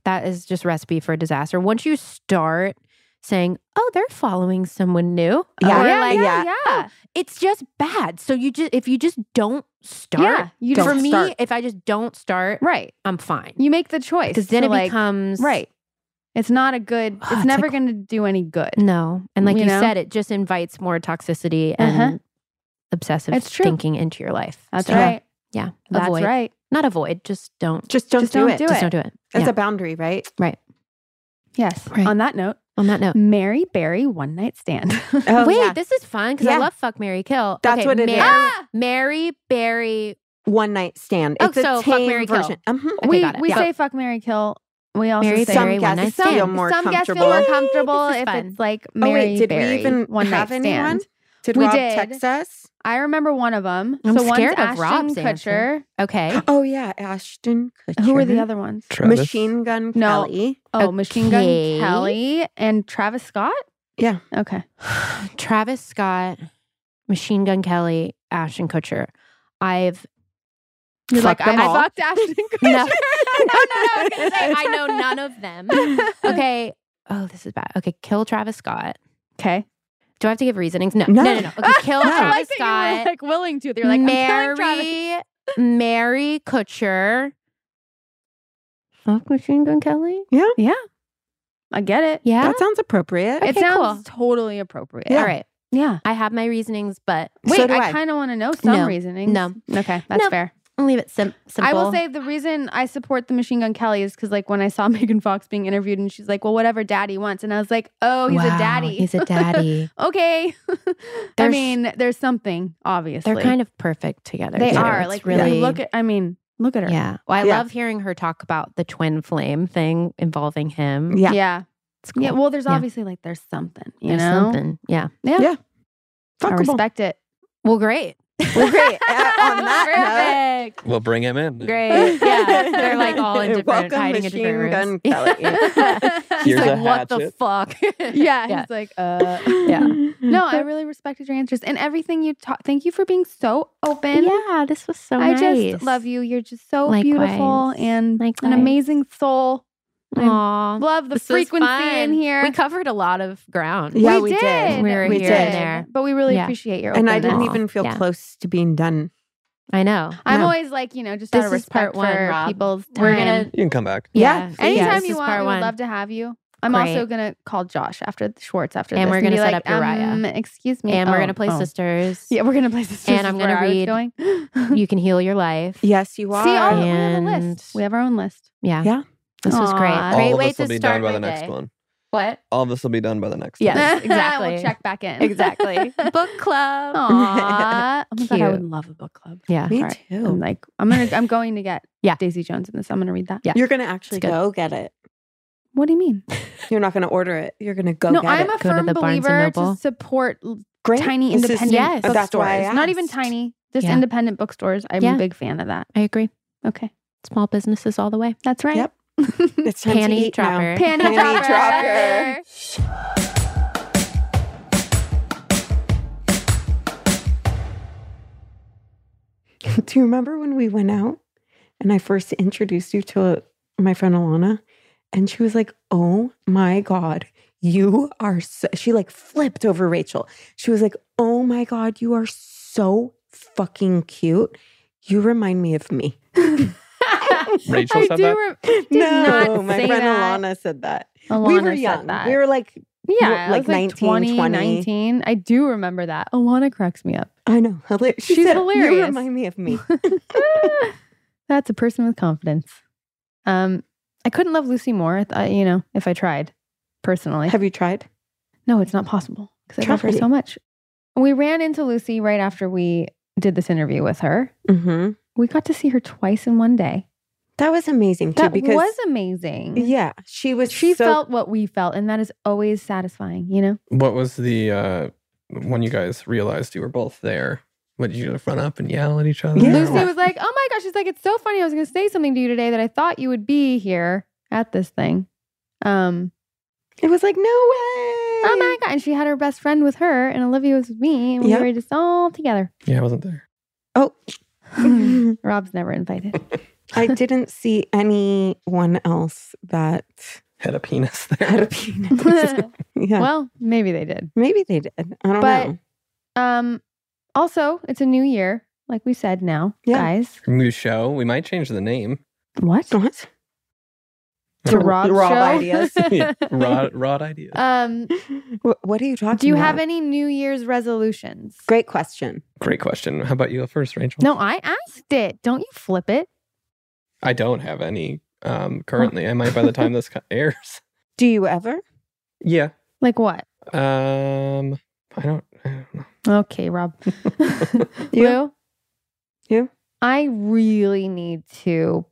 that is just recipe for disaster. Once you start saying, "Oh, they're following someone new," Yeah. or yeah, like, yeah, yeah. "Oh, it's just bad. So you just if you just don't start. Yeah, you for just- me, start. if I just don't start, right. I'm fine You make the choice because then to, it like, becomes right. It's not a good. Ah, it's it's never like- going to do any good. No, and like You you, know? said, it just invites more toxicity and obsessive It's true. thinking into your life. That's So, right. Yeah, That's avoid. right. Not avoid. Just don't. Just don't Just do don't it. do it. Just don't do it. It's Yeah. a boundary, right? Yes. Right. On that note, On that note. Mary Barry one night stand. Oh, Wait, yeah. this is fun because Yeah. I love fuck Mary Kill. That's what it Mary, is. Ah! Mary Barry. One night stand. Oh, It's a so fuck, tame marry, kill. version. Mhm. Okay, we got it. we Yeah. say fuck Mary Kill. We also Mary say Barry, Some guests one night some, feel stand. more some guests feel comfortable. more comfortable This is if fun. it's like Oh, Mary wait, did Barry we even one have night stand. anyone? Did We Rob did. text us? I remember one of them. I'm so one's scared of Ashton Rob's Kutcher. Okay. Oh yeah, Ashton Kutcher. Who were the other ones? Travis? Machine Gun No. Kelly. Oh, Machine Gun Okay. Kelly and Travis Scott. Yeah. Okay. Travis Scott, Machine Gun Kelly, Ashton Kutcher. I've You're Fuck like them I, I all. fucked Ashton Kutcher. no, no, no. I was gonna say I know none of them. Okay. Oh, this is bad. Okay, kill Travis Scott. Okay. Do I have to give reasonings? No, No. no, no. no. Okay, kill No. I I Travis like that you were Scott. like willing to. They're like I'm killing Travis. Mary, Mary Kutcher. Fuck Machine Gun Kelly. I get it. Yeah. That sounds appropriate. Okay, it sounds totally appropriate. All right. Yeah. I have my reasonings, but Wait, So do I, I. kind of want to know some No. reasoning. No. Okay, that's No. fair. I'll leave it sim- simple. I will say the reason I support the Machine Gun Kelly is because, like, when I saw Megan Fox being interviewed and she's like, well, whatever daddy wants. And I was like, oh, he's Wow, a daddy. He's a daddy. okay. I There's- mean, there's something, obviously. They're kind of perfect together. They too. are. It's like, really. you look at, I mean, look at her. yeah. Well, I Yeah. love hearing her talk about the twin flame thing involving him. Yeah. Yeah. Yeah. It's cool. well, there's Yeah. obviously like there's something, you There's know. something. Yeah. Yeah, Yeah. I Fuckable. respect it. Well, great. Well, great. Uh, on that Perfect. We'll bring him in. Great. Yeah, they're like all in different, Welcome, hiding in different Machine Gun rooms. yeah. He's Here's like, a what the hatchet." fuck? Yeah. He's like, uh, note, Yeah. no, I really respected your answers and everything you taught. Thank you for being so open. yeah, this was so I nice. just love you. You're just so beautiful Likewise. and Likewise. an amazing soul. Aw. Love the This was frequency fun. in here. We covered a lot of ground. Yeah, we did. We were here and there. But we really Yeah. appreciate your And I didn't openness. Aw, even feel yeah. close to being done. I know. I'm Yeah. always like, you know, just out This of is part respect one, for Rob. people's time. We're gonna- You can come back. Yeah. Yeah. Anytime this you is want, part we would one. love to have you. I'm Great. also gonna call Josh after the Schwartz after And this, we're and gonna be set like, up Uriah. Um, excuse me. And we're Oh, gonna play oh. sisters. Yeah, we're gonna play sisters. And I'm is gonna where I was read- going. You can heal your life. Yes, you are. See, all, we have a And- list. We have our own list. Yeah. Yeah. This was great. Aw. great All of way this to will be start done by the my next day. one. What? All of this will be done by the next Yes. one. we'll exactly. check back in. Exactly. book club. Aw. Oh my God, I Cute. would love a book club. Yeah. Me All right. too. I'm like, I'm gonna, I'm going to get Yeah. Daisy Jones in this. I'm gonna read that. Yeah. You're going to actually good. go get it. What do you mean? You're not going to order it. You're going to go no, get I'm it. a Go to firm the Barnes and believer Noble. to support l- Great. tiny This is- independent Yes. bookstores. That's why I Not even asked. tiny, just Yeah. independent bookstores. I'm Yeah. a big fan of that. I agree. Okay, Small businesses all the way. that's right. Yep. It's time to Panty eat now. dropper. Panty, Panty dropper. dropper. Do you remember when we went out and I first introduced you to uh, my friend Alana? And she was like, Oh my God, you are so. She like flipped over Rachel. She was like, Oh my God, you are so fucking cute. You remind me of me. Rachel I said do that? re- did not my say friend that. Alana said that. Alana we were said young. that. We were like, yeah, were I like was 19, 20, 20. 19. I do remember that. Alana cracks me up. I know. Hilar- she She's said, You hilarious. remind me of me. That's a person with confidence. Um, I couldn't love Lucy more. I thought, you know, if I tried, personally. Have you tried? No, it's not possible because I love her Try. so much. We ran into Lucy right after we did this interview with her. Mm-hmm. We got to see her twice in one day. That was amazing too. That because was amazing. yeah, she was. She so- felt what we felt, and that is always satisfying, you know? What was the uh when you guys realized you were both there? What did you just run up and yell at each other? Yeah. Lucy was like, Oh my gosh, she's like, It's so funny. I was gonna say something to you today that I thought you would be here at this thing. Um, It was like no way. Oh oh my god. And she had her best friend with her, and Olivia was with me, and we Yep. were just all together. Yeah, I wasn't there. Rob's never invited. Oh, I didn't see anyone else that Had a penis there. had a penis. yeah, well, maybe they did. maybe they did. I don't but- know. Um, also, it's a new year, like we said now, Yeah. guys. New show. We might change the name. What? What? To Rob's Rob show? ideas. Yeah, Rod, Rod ideas. um, Wh- What are you talking? do you about? have any New Year's resolutions? Great question. Great question. How about you go first, Rachel? No, I asked it. Don't you flip it? I don't have any um currently. I might by the time this co- airs. Do you ever? Yeah. Like what? Um I don't, I don't know. Okay, Rob. Lou? You? I really need to,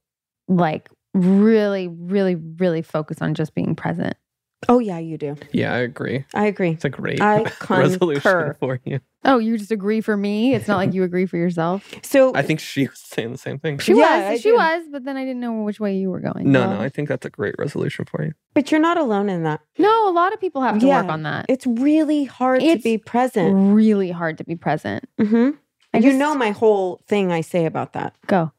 like, really, really, really focus on just being present. Oh yeah, you do. Yeah, I agree. I agree. It's a great I resolution concur. for you. Oh, you just agree for me? It's not like you agree for yourself. So I think she was saying the same thing. She Yeah, I was, she do. was, but then I didn't know which way you were going. No, Rob. no, I think that's a great resolution for you. but you're not alone in that. No, a lot of people have to work Yeah. on that. It's really hard to It's be present. really hard to be present. hmm I You just- know my whole thing I say about that. Go.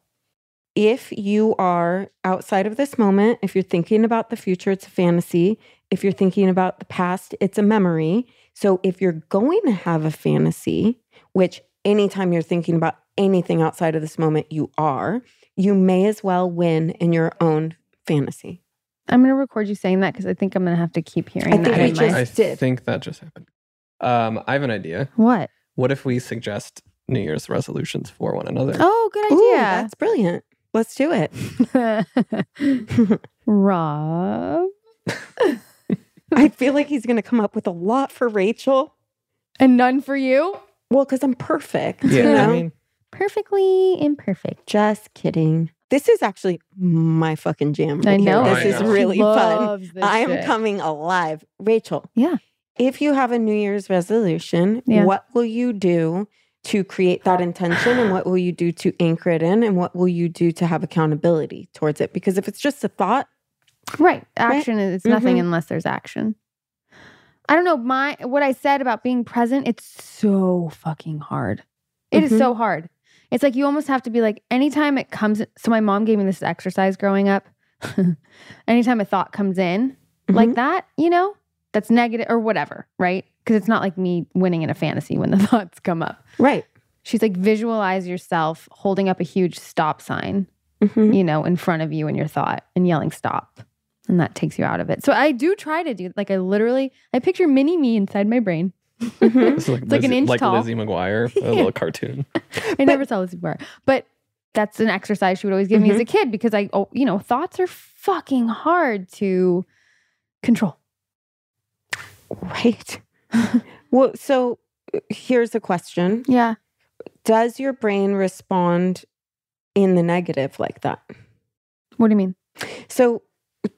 if you are outside of this moment, if you're thinking about the future, it's a fantasy. If you're thinking about the past, it's a memory. So if you're going to have a fantasy, which anytime you're thinking about anything outside of this moment, you are, you may as well win in your own fantasy. I'm going to record you saying that because I think I'm going to have to keep hearing I think that. we in my- just- I did. think that just happened. Um, I have an idea. What? What if we suggest New Year's resolutions for one another? Oh, good Ooh, idea. that's brilliant. Let's do it. Rob. I feel like he's going to come up with a lot for Rachel. And none for you? Well, because I'm perfect. yeah, you know? I mean, Perfectly imperfect. Just kidding. This is actually my fucking jam. I right here. know. I This is know. really She fun. loves this I am shit. coming alive. Rachel. Yeah. If you have a New Year's resolution, Yeah. what will you do to create that intention and what will you do to anchor it in and what will you do to have accountability towards it because if it's just a thought Right. Action is it's nothing Mhm. unless there's action. I don't know my what I said about being present. It's so fucking hard. It is Mhm. so hard. It's like you almost have to be like anytime it comes so my mom gave me this exercise growing up. anytime a thought comes in Mm-hmm. like that, you know? That's negative or whatever, right? Cuz it's not like me winning in a fantasy when the thoughts come up. right She's like visualize yourself holding up a huge stop sign Mhm. you know, in front of you in your thought and yelling stop. And that takes you out of it. So I do try to do like I literally I picture mini me inside my brain. Mhm. It's like, It's like an Lizzie- inch like tall. Lizzie McGuire, a little cartoon. I never saw Lizzie before. But that's an exercise she would always give me as a kid because I oh, you know, thoughts are fucking hard to control. right well so uh, here's a question Yeah. does your brain respond in the negative like that What do you mean? So,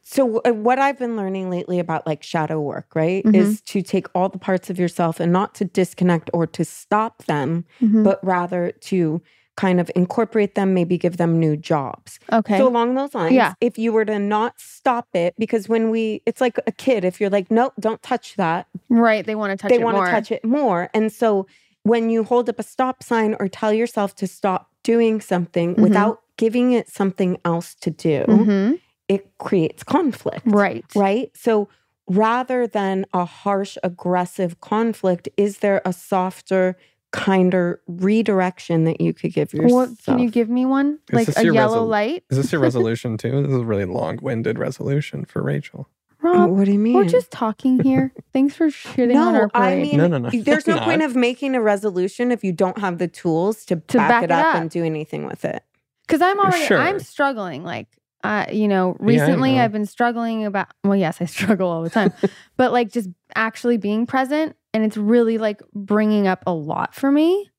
so uh, what I've been learning lately about like shadow work, right, Mhm. is to take all the parts of yourself and not to disconnect or to stop them, Mm-hmm. Mm. but rather to kind of incorporate them, maybe give them new jobs. okay. So along those lines, Yeah. if you were to not stop it, because when we, it's like a kid, if you're like, nope, don't touch that, right, they want to touch they it want more. to touch it more. And so when you hold up a stop sign or tell yourself to stop doing something Mhm. without giving it something else to do, Mhm. it creates conflict. Right. Right. So rather than a harsh, aggressive conflict, is there a softer, kinder redirection that you could give yourself? What, can you give me one? Is Like this a your yellow resol- light? Is this your resolution too? This is a really long-winded resolution for Rachel. Rob, what do you mean? we're just talking here. Thanks for shitting on Hmm. no, our I parade. mean, No, no, no. there's no Not. point of making a resolution if you don't have the tools to, back, it up, and do anything with it. Because I'm already, Sure. I'm struggling. Like, uh, you know, recently know. I've been struggling about, well, yes, I struggle all the time, but like just actually being present. And it's really like bringing up a lot for me.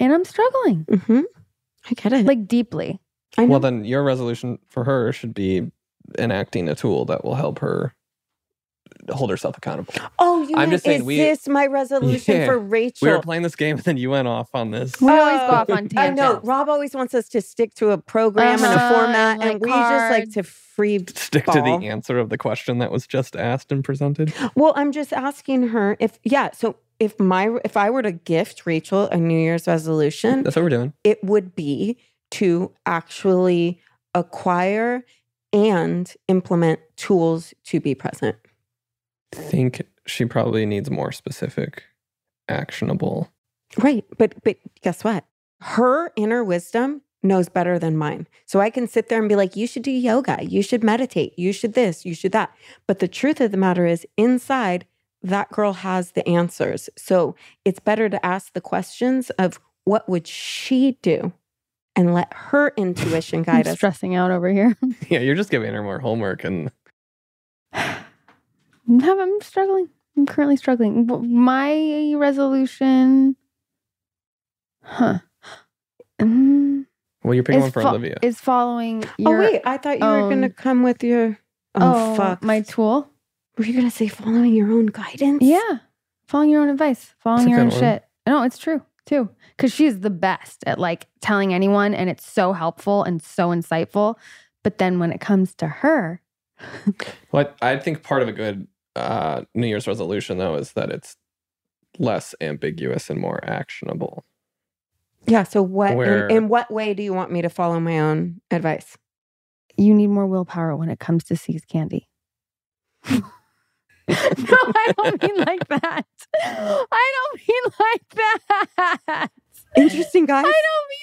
And I'm struggling Mm-hmm. I get it. like deeply. I know. Well, then your resolution for her should be enacting a tool that will help her hold herself accountable. oh, you I'm meant, just saying is we- this my resolution Yeah. for Rachel? We were playing this game, and then you went off on this. We always go Oh, off on I tangents. know. Rob always wants us to stick to a program and Uh-huh, a format, and, and, like, we just like cards. to free. Stick to Ball. the answer of the question that was just asked and presented. Well, I'm just asking her if yeah. So if my if I were to gift Rachel a New Year's resolution, That's what we're doing. it would be to actually acquire and implement tools to be present. think she probably needs more specific, actionable. Right. But but guess what? Her inner wisdom knows better than mine. So I can sit there and be like, you should do yoga, you should meditate, you should this, you should that. But the truth of the matter is inside that girl has the answers. So it's better to ask the questions of what would she do and let her intuition I'm guide us. stressing out over here. Yeah, you're just giving her more homework and No, I'm struggling. I'm currently struggling. W- My resolution, huh? Mm, well, you're picking is one for fo- Olivia. is following. Oh Your, wait, I thought you were going to own- come with your Oh, fuck. My tool. were you going to say following your own guidance? Yeah. Following your own advice, following That's a your own good one. shit. No, it's true too. Cause she's the best at like telling anyone and it's so helpful and so insightful. But then when it comes to her, What I think part of a good uh, New Year's resolution though is that it's less ambiguous and more actionable. Yeah, so what in, Where- in what way do you want me to follow my own advice? you need more willpower when it comes to seize candy. no, I don't mean like that. I don't mean like that. Interesting guys. I don't mean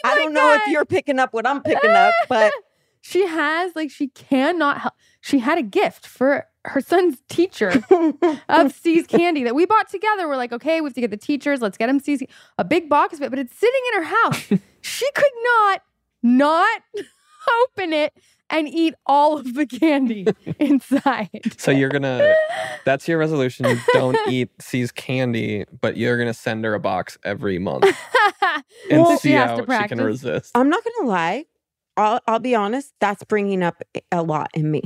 I like don't know that. if you're picking up what I'm picking up, but she has like she cannot help she had a gift for her son's teacher of C's candy that we bought together. We're like, okay, we have to get the teachers. Let's get them C's a big box of it, but it's sitting in her house. she could not not open it and eat all of the candy inside. So you're gonna that's your resolution. You don't eat sees candy, but you're gonna send her a box every month and Well, see she has how to she practice. can resist. I'm not gonna lie. I'll I'll be honest, that's bringing up a lot in me.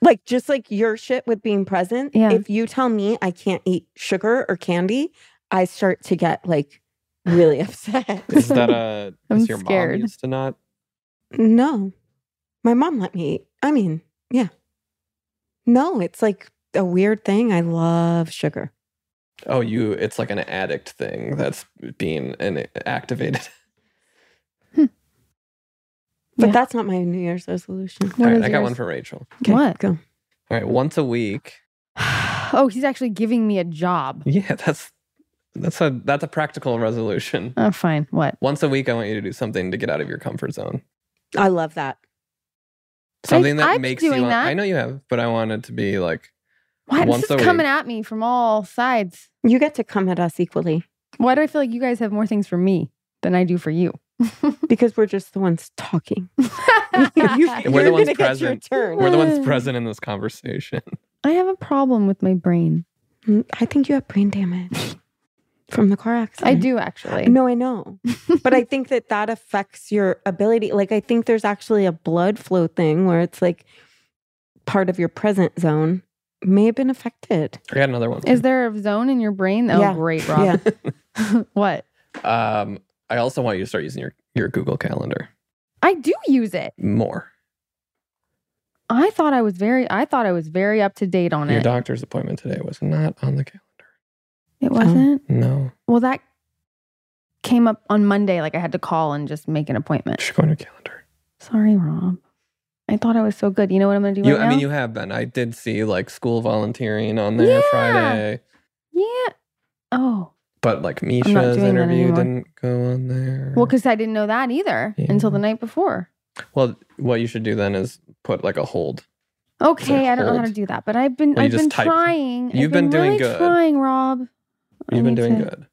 Like just like your shit with being present. Yeah. If you tell me I can't eat sugar or candy, I start to get like really upset. Is that a? I'm is your scared. mom used to not? No. My mom let me. I mean, yeah. No, it's like a weird thing. I love sugar. Oh, you. It's like an addict thing that's being an, activated. But Yeah. that's not my New Year's resolution. What All right, is I got yours? one for Rachel. Okay, What? Go. All right, once a week. oh, he's actually giving me a job. Yeah, that's that's a that's a practical resolution. Oh, fine. What? Once a week, I want you to do something to get out of your comfort zone. I love that. Something that I've makes doing you. that. I know you have, but I want it to be like Why Once this a is week. coming at me from all sides? You get to come at us equally Why do I feel like you guys have more things for me than I do for you? because we're just the ones talking. And we're the you're ones gonna get your present. turn. we're the ones present in this conversation. I have a problem with my brain. Mm, I think you have brain damage from the car accident. I do actually. No, I know. but I think that that affects your ability. Like, I think there's actually a blood flow thing where it's like part of your present zone may have been affected. I got another one. Is there a zone in your brain? Oh, Yeah. great, Rob. what? Um, I also want you to start using your your Google Calendar I do use it. more. I thought I was very. I thought I was very up to date on Your it. doctor's appointment today was not on the calendar. It wasn't. No, Well, that came up on Monday. Like I had to call and just make an appointment. should go on your calendar. Sorry, Rob. I thought I was so good. You know what I'm gonna do You, right I now? mean, you have been. I did see like school volunteering on there Yeah. Friday, yeah. Oh, but like not Misha's doing that interview anymore. didn't go on there. well, because I didn't know that either Yeah. until the night before. Well, what you should do then is put like a hold. Okay, I don't know how to hold. do that, but I've been Well, you I've been just type. trying. I've You've been doing really good. Trying, Rob. I You've been need doing to- good.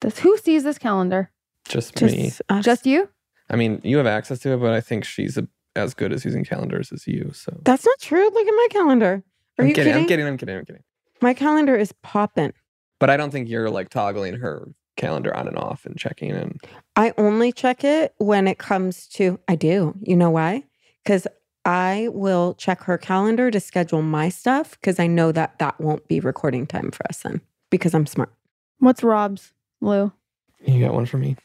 This who sees this calendar? Just, me. Just, us. Just you? I mean, you have access to it, but I think she's a, as good as using calendars as you. So That's not true. Look at my calendar. Are I'm you kidding, kidding? I'm kidding. I'm kidding. I'm kidding. My calendar is popping. But I don't think you're like toggling her calendar on and off and checking in. I only check it when it comes to, I do. You know why? Because I will check her calendar to schedule my stuff because I know that that won't be recording time for us then because I'm smart. What's Rob's? Lou You got one for me.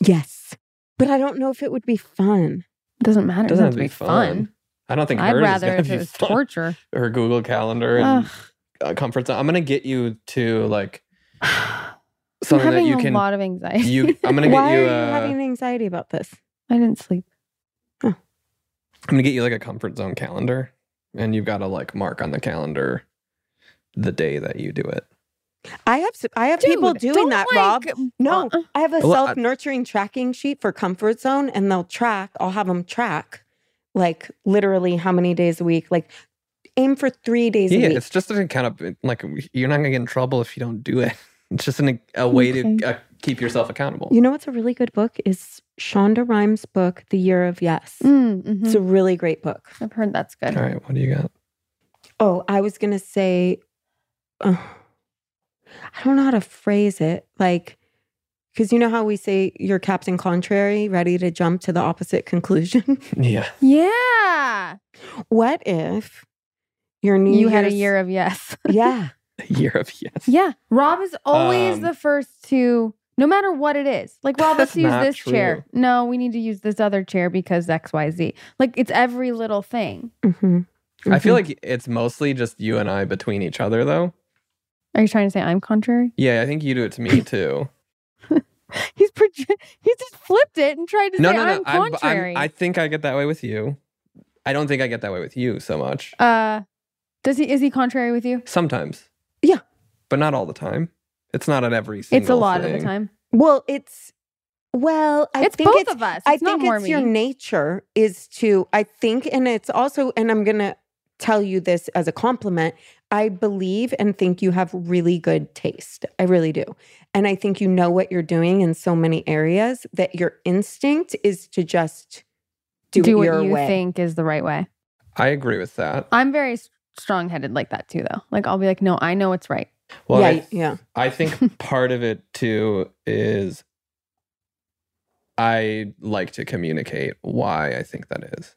Yes. But I don't know if it would be fun. doesn't matter. It Doesn't have to be fun. I don't think I'd hers rather is if it gonna be was Ah. fun. torture. Her Google Calendar and uh, comfort zone. I'm gonna get you to like Ugh. I'm something that having you a can. lot of anxiety. you- I'm gonna get Why you, are you uh, having anxiety about this? I didn't sleep. I'm gonna get you like a comfort zone calendar, and you've got to like mark on the calendar the day that you do it. I have s- I have people doing that, Rob. No, Uh-uh. I have a Well, uh, I- self nurturing tracking sheet for comfort zone, and they'll track. I'll have them track, like literally how many days a week. Like aim for three days yeah, a week. it's just an kind of like you're not gonna get in trouble if you don't do it. It's just an, a way Okay. to uh, keep yourself accountable. You know what's a really good book is Shonda Rhimes' book, The Year of Yes. Mm, mhm. It's a really great book. I've heard that's good. All right, what do you got? Oh, I was gonna say, uh, I don't know how to phrase it. Like, because you know how we say you're Captain Contrary, ready to jump to the opposite conclusion. Yeah, Yeah. what if your New you had a Year's- year of yes. Yeah, a year of yes. yeah. Rob is always Um, the first to, no matter what it is. Like, Rob, let's That's use not this chair. true. No, we need to use this other chair because X, Y, Z. Like, it's every little thing. Mhm. I feel Mhm. like it's mostly just you and I between each other, though. Are you trying to say I'm contrary? Yeah, I think you do it to me too. He's proje- he just flipped it and tried to no, say no, no. I'm contrary. i think I get that way with you. I don't think I get that way with you so much. uh, does he is he contrary with you? Sometimes. Yeah. But not all the time. It's not at every single It's a lot of thing. the time. Mm-hmm. Well, it's well, I it's think both it's. of us. It's I not think more it's me. your nature is to. I think, and it's also, and I'm gonna tell you this as a compliment. I believe and think you have really good taste. I really do. And I think you know what you're doing in so many areas that your instinct is to just do, it what your you way. think is the right way. I agree with that. I'm very strong headed like that too, though. Like I'll be like, no, I know it's right. Well, yeah, I, yeah. I think part of it too is I like to communicate why I think that is.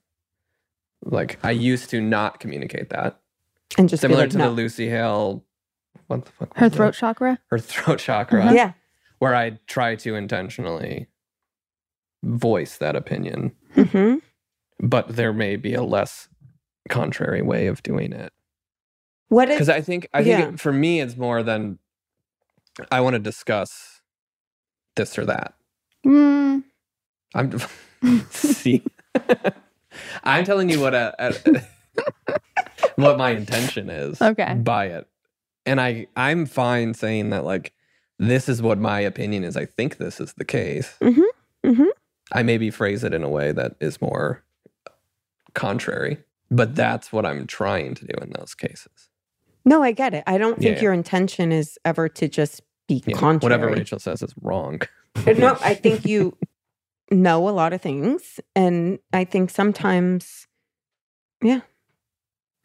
Like I used to not communicate that. And just be Similar like, to no. the Lucy Hale what the fuck Her was that? throat chakra. her throat chakra. Uh-huh. Yeah, where I try to intentionally voice that opinion, Mm-hmm. but there may be a less contrary way of doing it. What because is I think I think yeah. it, for me it's more than I want to discuss this or that. Mm, I'm see, I'm telling you what a, a- what my intention is okay. by it, and I I'm fine saying that like this is what my opinion is. I think this is the case. Mm-hmm. Mhm, mhm. I maybe phrase it in a way that is more contrary, but that's what I'm trying to do in those cases. no? I get it. I don't think Yeah. your intention is ever to just be Yeah, contrary. whatever Rachel says is wrong. no, I think you know a lot of things, and I think sometimes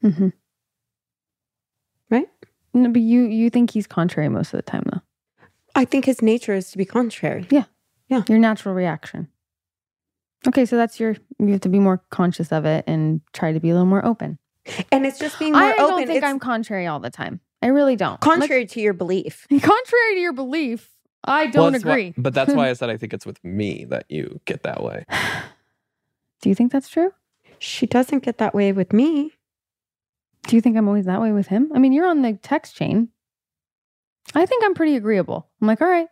Mhm. Right? No, but you you think he's contrary most of the time though. I think his nature is to be contrary. Your natural reaction. Okay, so that's your you have to be more conscious of it and try to be a little more open. And it's just being more I open. don't think it's I'm contrary all the time. I really don't. contrary to your belief. Like, contrary to your belief, I don't Well, it's why- agree. but that's why I said I think it's with me that you get that way. Do you think that's true? She doesn't get that way with me. Do you think I'm always that way with him? I mean, you're on the text chain. I think I'm pretty agreeable. I'm like, all right.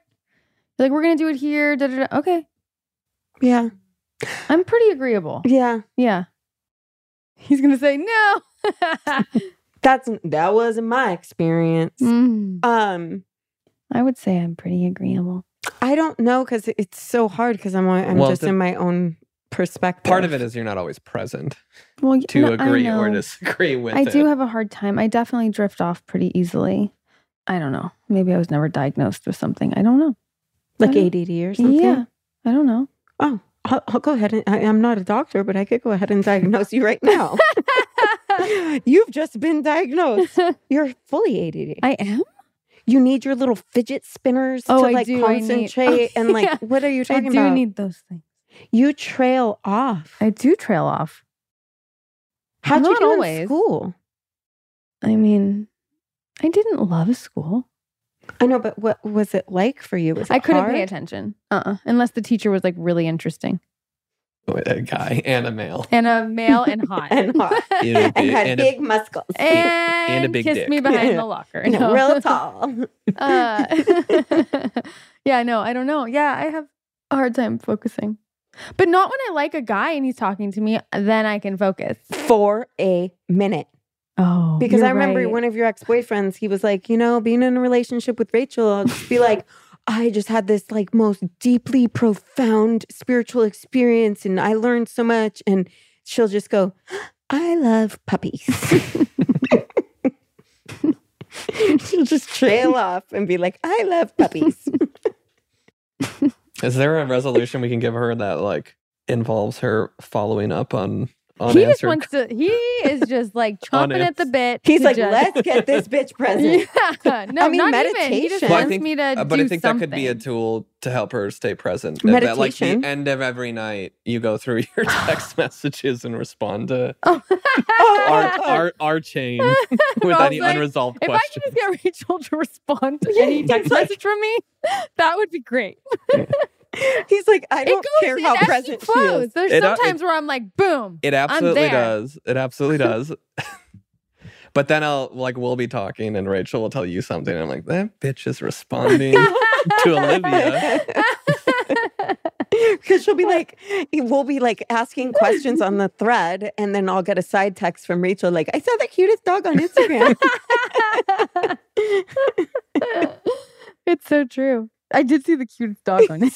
You're like, we're gonna do it here. Da, da, da. Okay, Yeah. I'm pretty agreeable. Yeah. Yeah. He's gonna say no. That's that wasn't my experience. Mm. Um, I would say I'm pretty agreeable. I don't know because it's so hard because I'm I'm Well, just the- in my own perspective. Part of it is you're not always present Well, to agree or just. disagree with I it. do have a hard time. I definitely drift off pretty easily. I don't know. Maybe I was never diagnosed with something. I don't know. like I don't- ADD or something. Yeah. I don't know. Oh, I'll, I'll go ahead and I, I'm not a doctor, but I could go ahead and diagnose you right now. You've just been diagnosed. You're fully ADD. I am. you need your little fidget spinners Oh, to I like do, I need- concentrate and like Yeah. what are you I talking do about? need those things. you trail off. I do trail off. How'd you not do in always. school? I mean, I didn't love school. I know, but what was it like for you? Was it I couldn't pay hard? attention. Uh uh Unless the teacher was like really interesting With a guy and a male and a male and hot. uh, And hot. It would and be- had and a- big muscles. and, And a big kissed dick. me behind the locker. No, real tall. Uh, yeah, no, I don't know. Yeah, I have a hard time focusing. But not when I like a guy and he's talking to me, then I can focus. for a minute. Oh, Because I remember one of your ex boyfriends, he was like, you know, being in a relationship with Rachel, I'll just be like, I just had this like most deeply profound spiritual experience and I learned so much. And she'll just go, I love puppies. she'll just trail off and be like, I love puppies. Is there a resolution we can give her that like involves her following up on he just unanswered? wants to. He is just like chomping at the Unanswered. bit. He's to like, just- let's get this bitch present. Yeah, no, I mean, not even. He just meditation. Well, I wants think- me to Uh, but do I think something. that could be a tool to help her stay present. That- That, like the Meditation. end of every night, you go through your text messages and respond to Oh. our our, our chain with I any was like, unresolved If I could questions. just get Rachel to respond to any text message from me, that would be great. He's like, I don't care it how ebbs and present she flows. is. There's It- uh, sometimes where I'm like, boom. It absolutely there. does. It absolutely does. but then I'll like we'll be talking and Rachel will tell you something. And I'm like, that bitch is responding to Olivia. Because she'll be like, we'll be like asking questions on the thread, and then I'll get a side text from Rachel, like, I saw the cutest dog on Instagram. it's so true. I did see the cutest dog on it.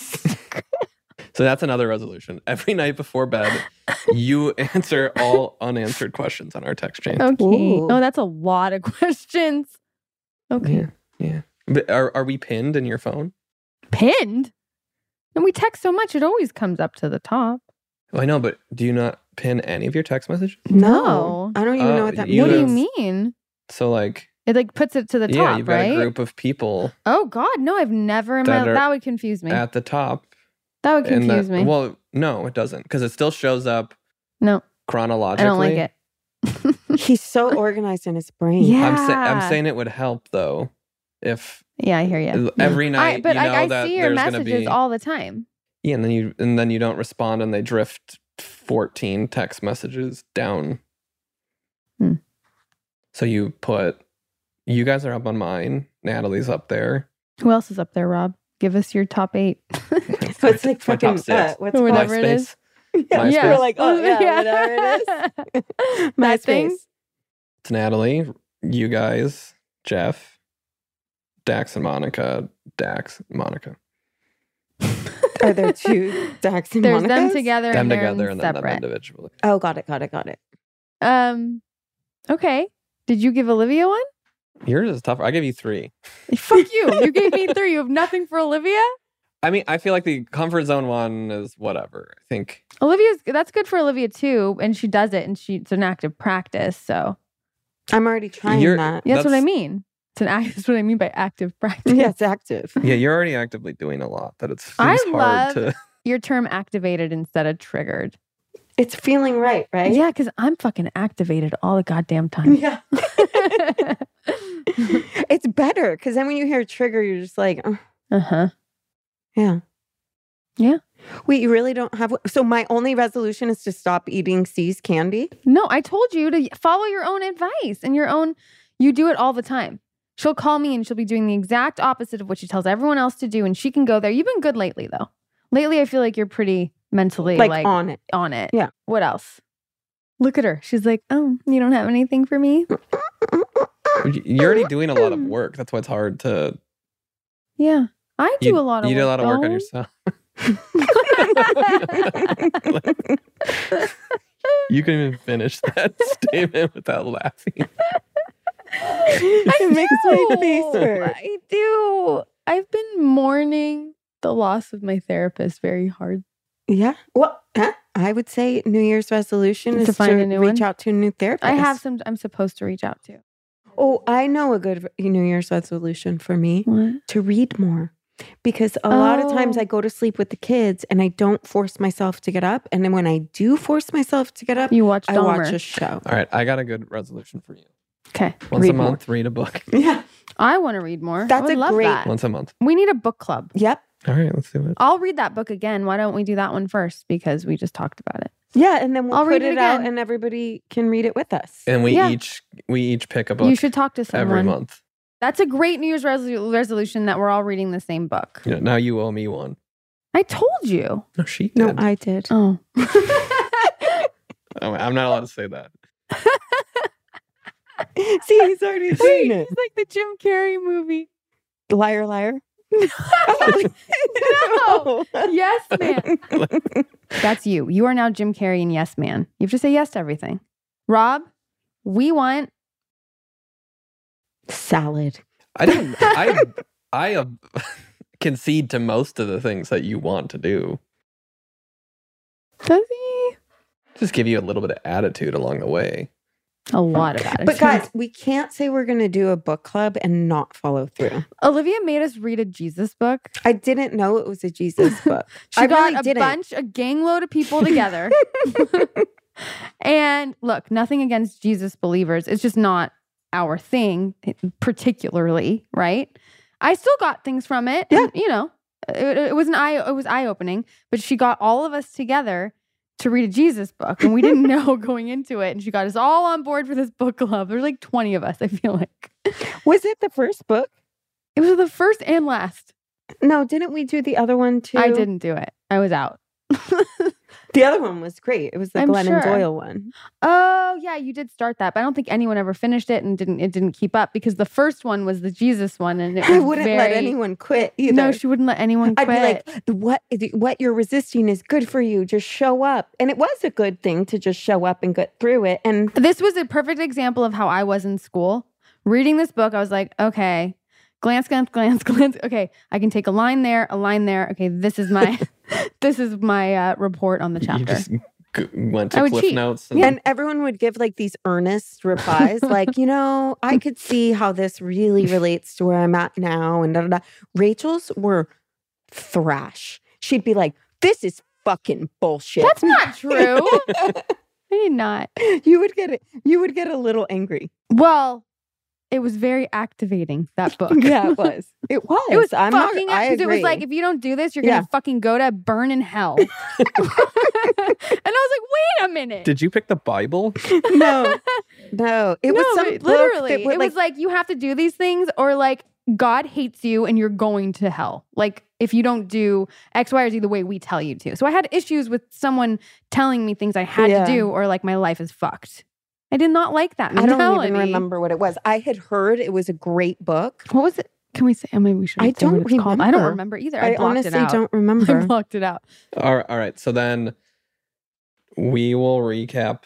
So that's another resolution. Every night before bed, you answer all unanswered questions on our text chain. okay. Ooh. Oh, that's a lot of questions. Okay. Yeah. Yeah. But are, are we pinned in your phone? Pinned? And we text so much, it always comes up to the top. Oh, I know, but do you not pin any of your text messages? No. I don't even know Uh, what that you what do means. you have- mean? So like, It like puts it to the yeah, top, you've got right? a group of people Oh God, no! I've never in That my are that would confuse me. at the top. that would and that- confuse me. Well, no, it doesn't because it still shows up no, I chronologically. don't like it. He's so organized in his brain. Yeah. I'm, sa- I'm saying it would help though if Yeah, I hear you. every night I, but you know I, I that see your there's gonna messages be all the time. yeah, and then you and then you don't respond and they drift 14 text messages down. Hmm. So you put you guys are up on mine, Natalie's up there. Who else is up there, Rob? Give us your top eight. So it's like My top fucking six. uh, what's it Or called? whatever it is. MySpace. Yeah. We're like, oh yeah, whatever it is. is. MySpace. that thing. It's Natalie, you guys, Jeff, Dax and Monica, Dax, Monica. Are there two Dax and There's them Monicas? together them and they're together and then them separate. individually. Oh, got it, got it, got it. Um, okay. Did you give Olivia one? Yours is tougher. I give you three. Fuck you. You gave me three. You have nothing for Olivia? I mean, I feel like the comfort zone one is whatever. I think Olivia's that's good for Olivia too, and she does it and she it's an act of practice. So I'm already trying You're- that. yeah, that's, what I That's- mean. It's an act that's what I mean by active practice. Yeah, it's active. yeah, you're already actively doing a lot. That it's, I it's hard love- to Your term activated instead of triggered. It's feeling right, right? Yeah, because I'm fucking activated all the goddamn time. Yeah. it's better because then when you hear trigger, you're just like, "Ugh." uh-huh. yeah. Yeah. Wait, you really don't have. So, my only resolution is to stop eating C's candy. No, I told you to follow your own advice and your own you do it all the time. She'll call me and she'll be doing the exact opposite of what she tells everyone else to do and she can go there. You've been good lately though. Lately I feel like you're pretty mentally Like, like on it. on it. Yeah. What else? Look at her. She's like, oh, you don't have anything for me? Mm. You're already doing a lot Mm. of work. That's why it's hard to Yeah. I do you, a lot of you work. do a lot of work on though. yourself. You can even finish that statement without laughing. it makes my face No, hurt. I do. I've been mourning the loss of my therapist very hard. Yeah. Well, huh? I would say New Year's resolution To is find to a new reach one? out to a new therapist. I have some I'm supposed to reach out to. Oh, I know a good New Year's resolution for me What? to read more because a lot of times Oh. I go to sleep with the kids and I don't force myself to get up. And then when I do force myself to get up, You watch I Dahmer. watch a show. All right, I got a good resolution for you. okay. Once Read a more. month, read a book. Yeah. I want to read more. I That's would a love great- that. Once a month. We need a book club. Yep. All right, let's do it. I'll read that book again. Why don't we do that one first? Because we just talked about it. Yeah. And then we'll I'll put read it, it out again. and everybody can read it with us. And we Yeah. each we each pick a book You should talk to someone. every month. That's a great New Year's resolu- resolution that we're all reading the same book. You know, now you owe me one. I told you. No, she did. no, I did. Oh. Oh, I'm not allowed to say that. See, he's already seen it. like the Jim Carrey movie. Liar, liar. No. yes, man. That's you. You are now Jim Carrey and Yes Man. You have to say yes to everything. Rob, we want Salad. I don't. I I uh, concede to most of the things that you want to do. Just give you a little bit of attitude along the way. a lot of that. But guys, we can't say we're going to do a book club and not follow through. Olivia made us read a Jesus book. I didn't know it was a Jesus book. She I got really a didn't. bunch, a gang load of people together. and look, nothing against Jesus believers. It's just not our thing, particularly, right? I still got things from it. Yeah. and, you know, it, it was an eye. It was eye opening. But she got all of us together to read a Jesus book, and we didn't know going into it. And she got us all on board for this book club. There's like 20 of us. I feel like Was it the first book? it was the first and last. No, didn't we do the other one too? I didn't do it. I was out. The other one was great. It was the I'm sure. Glennon Doyle one. Oh yeah, you did start that, but I don't think anyone ever finished it and didn't it didn't keep up because the first one was the Jesus one and it I was wouldn't very, let anyone quit either. No, she wouldn't let anyone I'd quit. be like, "The what the- what you're resisting is good for you. Just show up. And it was a good thing to just show up and get through it. And this was a perfect example of how I was in school. Reading this book, I was like, okay, glance, glance, glance, glance. Okay, I can take a line there, a line there. Okay, this is my this is my uh, report on the You chapter. just g- went to I would Cliff cheat. Notes. and everyone would give like these earnest replies, like, you know, I Mm. could see how this really relates to where I'm at now. And da, da, da. Rachel's were thrash. She'd be like, this is fucking bullshit. That's not true. I did not. you would get it. You would get a little angry. Well, It was very activating, that book. yeah, it was. It was. It was I'm not, fucking I because it was agree. like if you don't do this, you're Yeah. gonna fucking go to burn in hell. and I was like, wait a minute. Did you pick the Bible? no, no. It was No, some but book literally. that would, it was like you have to do these things, or like God hates you and you're going to hell. Like if you don't do X, Y, or Z the way we tell you to. So I had issues with someone telling me things I had Yeah. to do, or like my life is fucked. I did not like that. I don't mentality. even remember what it was. I had heard it was a great book. What was it? Can we say? oh, Maybe we should. I don't I don't remember. remember either. I, I, blocked honestly it out. don't I remember. blocked it out. All right, all right. So then we will recap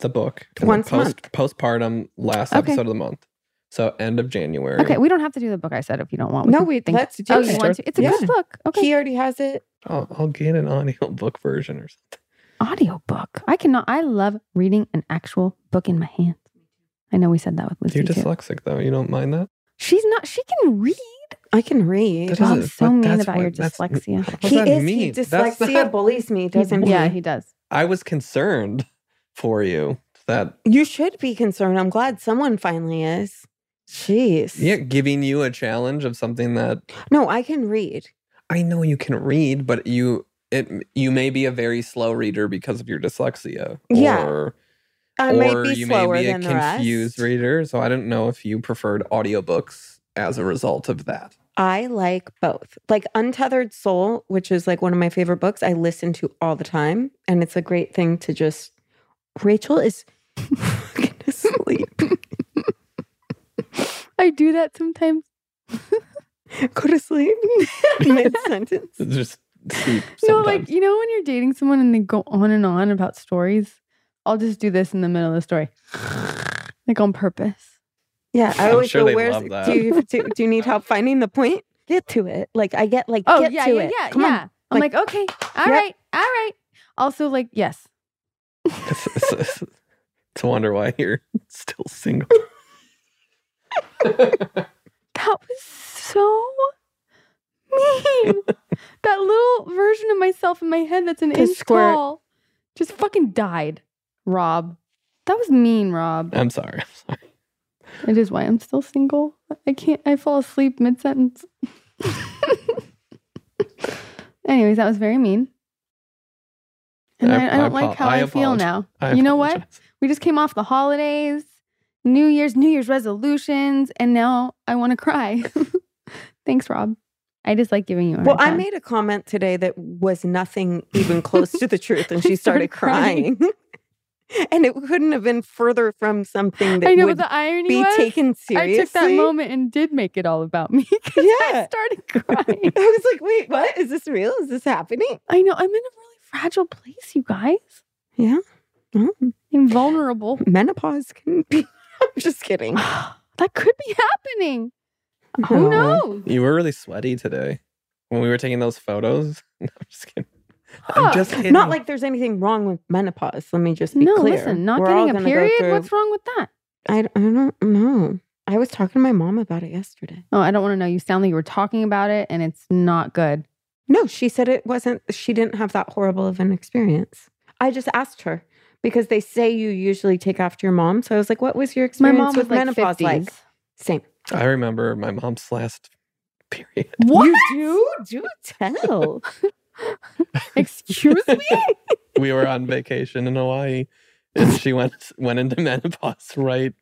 the book and then Once a post, postpartum last Okay. episode of the month. So end of January. Okay, we don't have to do the book. I said if you don't want. No, can we think- let's do Oh, it. you want to? It's a Yeah. good book. Okay, He already has it. I'll, I'll get an audiobook version or something. audiobook. I cannot. I love reading an actual book in my hand. I know we said that with Lucy You're too. dyslexic though. You don't mind that? She's not. She can read. I can read. That I'm doesn't- so but mean that's about your what- that's- dyslexia. what does He that is. He mean? That's dyslexia not- bullies me, doesn't he? yeah, he does. I was concerned for you that You should be concerned. I'm glad someone finally is. Jeez. yeah, giving you a challenge of something that No, I can read. I know you can read, but you it you may be a very slow reader because of your dyslexia. Yeah. Or, I or might be you slower may be a than the confused rest. reader. So I don't know if you preferred audiobooks as a result of that. I like both. Like Untethered Soul, which is like one of my favorite books, I listen to all the time. And it's a great thing to just. Rachel is fucking asleep. I do that sometimes. Go to sleep mid sentence. Just sleep. No, Sometimes. like you know when you're dating someone and they go on and on about stories. I'll just do this in the middle of the story, like on purpose. Yeah, I I'm always sure go, they where's, love that. Do, you, do, do you need help finding the point? Get to it. Like, I get like, Oh get yeah, to yeah, it. yeah, Come yeah. on. I'm Like, like, okay, all right, yep. all right. Also, like, yes, it's, it's- it's- it's a wonder why you're still single. that was so mean. that little version of myself in my head that's an The inch squirt. tall just fucking died. Rob, that was mean, Rob. I'm sorry. I'm sorry. It is why I'm still single. I can't. I fall asleep mid sentence. Anyways, that was very mean. And I- I, I, I don't apo- like how I I, feel apologize. now. I you know what? apologize. We just came off the holidays, New Year's, New Year's resolutions, and now I want to cry. Thanks, Rob. I just like giving you. A well, hard I time. made a comment today that was nothing even close to the truth, and she started Started crying. crying. and it couldn't have been further from something that I know, but would the irony be was, taken I seriously. took that moment and did make it all about me because I Yeah. started crying. I was like, wait, what? Is this real? Is this happening? I know I'm in a really fragile place, you guys. Yeah. Mm. Well, I'm vulnerable. menopause can be. I'm just kidding. that could be happening. Who knows? You were really sweaty today when we were taking those photos. No, I'm just kidding. Huh. I'm just kidding. Not like there's anything wrong with menopause. Let me just be no, clear. listen, not We're all getting a gonna go period. through- What's wrong with that? I, I don't know. I was talking to my mom about it yesterday. Oh, I don't want to know. You sound like you were talking about it, and it's not good. No, she said it wasn't, she didn't have that horrible of an experience. I just asked her because they say you usually take after your mom. So I was like, what was your My experience mom was with like menopause 50s. like? Same. I remember my mom's last period. What? You do? Do tell. Excuse me? we were on vacation in Hawaii, and she went went into menopause right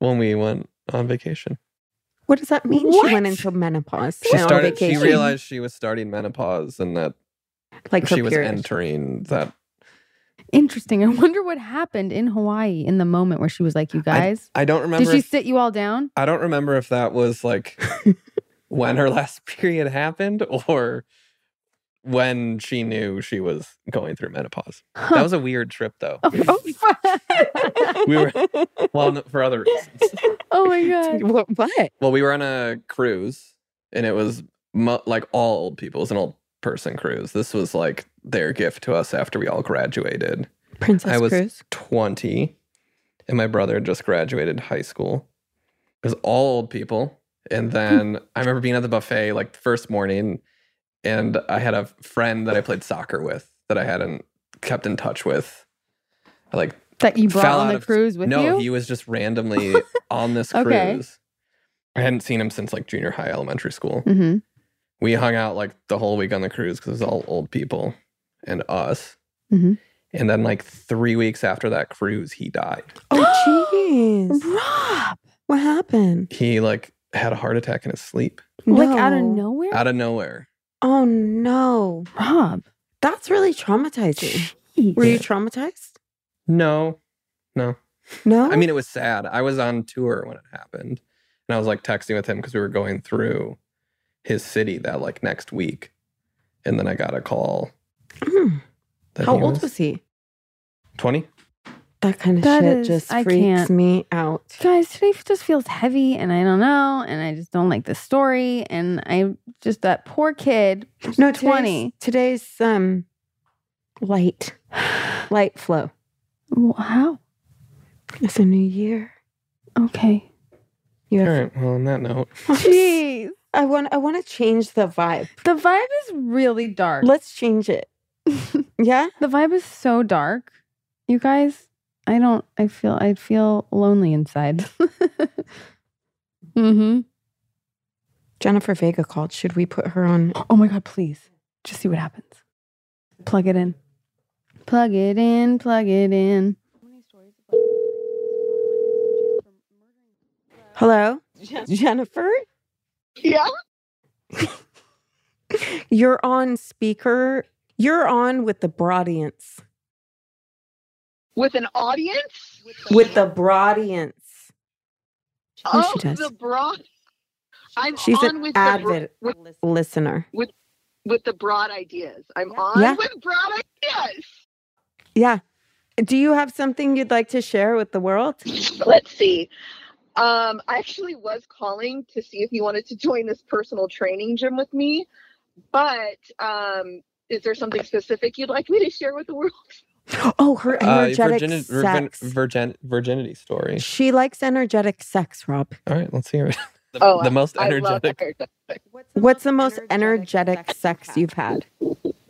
when we went on vacation. what does that mean? She What? went into menopause. She now on started. She vacation. realized she was starting menopause, and that like her she was period. entering that. Interesting. I wonder what happened in Hawaii in the moment where she was like, "You guys, I don't did remember. she if- sit you all down?" I don't remember if that was like when her last period happened or when she knew she was going through menopause. That was a weird trip, though. Oh, We were well no, for other reasons. oh my god. What? what? Well, we were on a cruise, and it was mo- like all old people. It was an old person cruise. This was like their gift to us after we all graduated. Princess I was- Cruise? Twenty, and my brother just graduated high school. It was all old people, and Hmm. then I remember being at the buffet like the first morning, and I had a friend that I played soccer with that I hadn't kept in touch with. I like that you brought fell on out the of- cruise with no, you? he was just randomly on this cruise. Okay. I hadn't seen him since like junior high, elementary school. Mhm. We hung out like the whole week on the cruise because it was all old people and us. Mhm. And then like three weeks after that cruise, he died. Oh, jeez. Rob, What happened? He like had a heart attack in his sleep like out of No. nowhere, out of nowhere. Oh, no. Rob. That's really traumatizing. Were you traumatized? No, no. No. I mean, it was sad. I was on tour when it happened, and I was like texting with him because we were going through his city that like next week, and then I got a call. Hmm. that how he old was he? Twenty? That kind of That shit is- just I freaks can't. me out. Guys, today just feels heavy, and I don't know, and I just don't like the story, and I just that poor kid. No, today's, 20. Today's um light, light flow. Wow. It's a new year. Okay. You All have, right. Well, on that note, Jeez, I want. I want to change the vibe. the vibe is really dark. Let's change it. yeah. The vibe is so dark. You guys, I don't I feel I feel lonely inside. mhm. Jennifer Vega called. Should we put her on? Oh my god, please. Just see what happens. Plug it in. Plug it in, plug it in. Hello, Jennifer. Yeah. You're on speaker. You're on with the broadience. With an audience? With the broadience. oh, she does. the broad. I'm She's on an with avid the bro- with, listener. with the broad ideas. I'm on Yeah. with broad ideas. Yeah. Do you have something you'd like to share with the world? Let's see. Um, I actually was calling to see if you wanted to join this personal training gym with me, but um, is there something specific you'd like me to share with the world? Oh, her energetic uh, virgini- virgin- sex. virgin- virginity story. she likes energetic sex, Rob. All right, let's hear it. The, Oh, the most I love energetic. her. What's the most energetic sex you've had?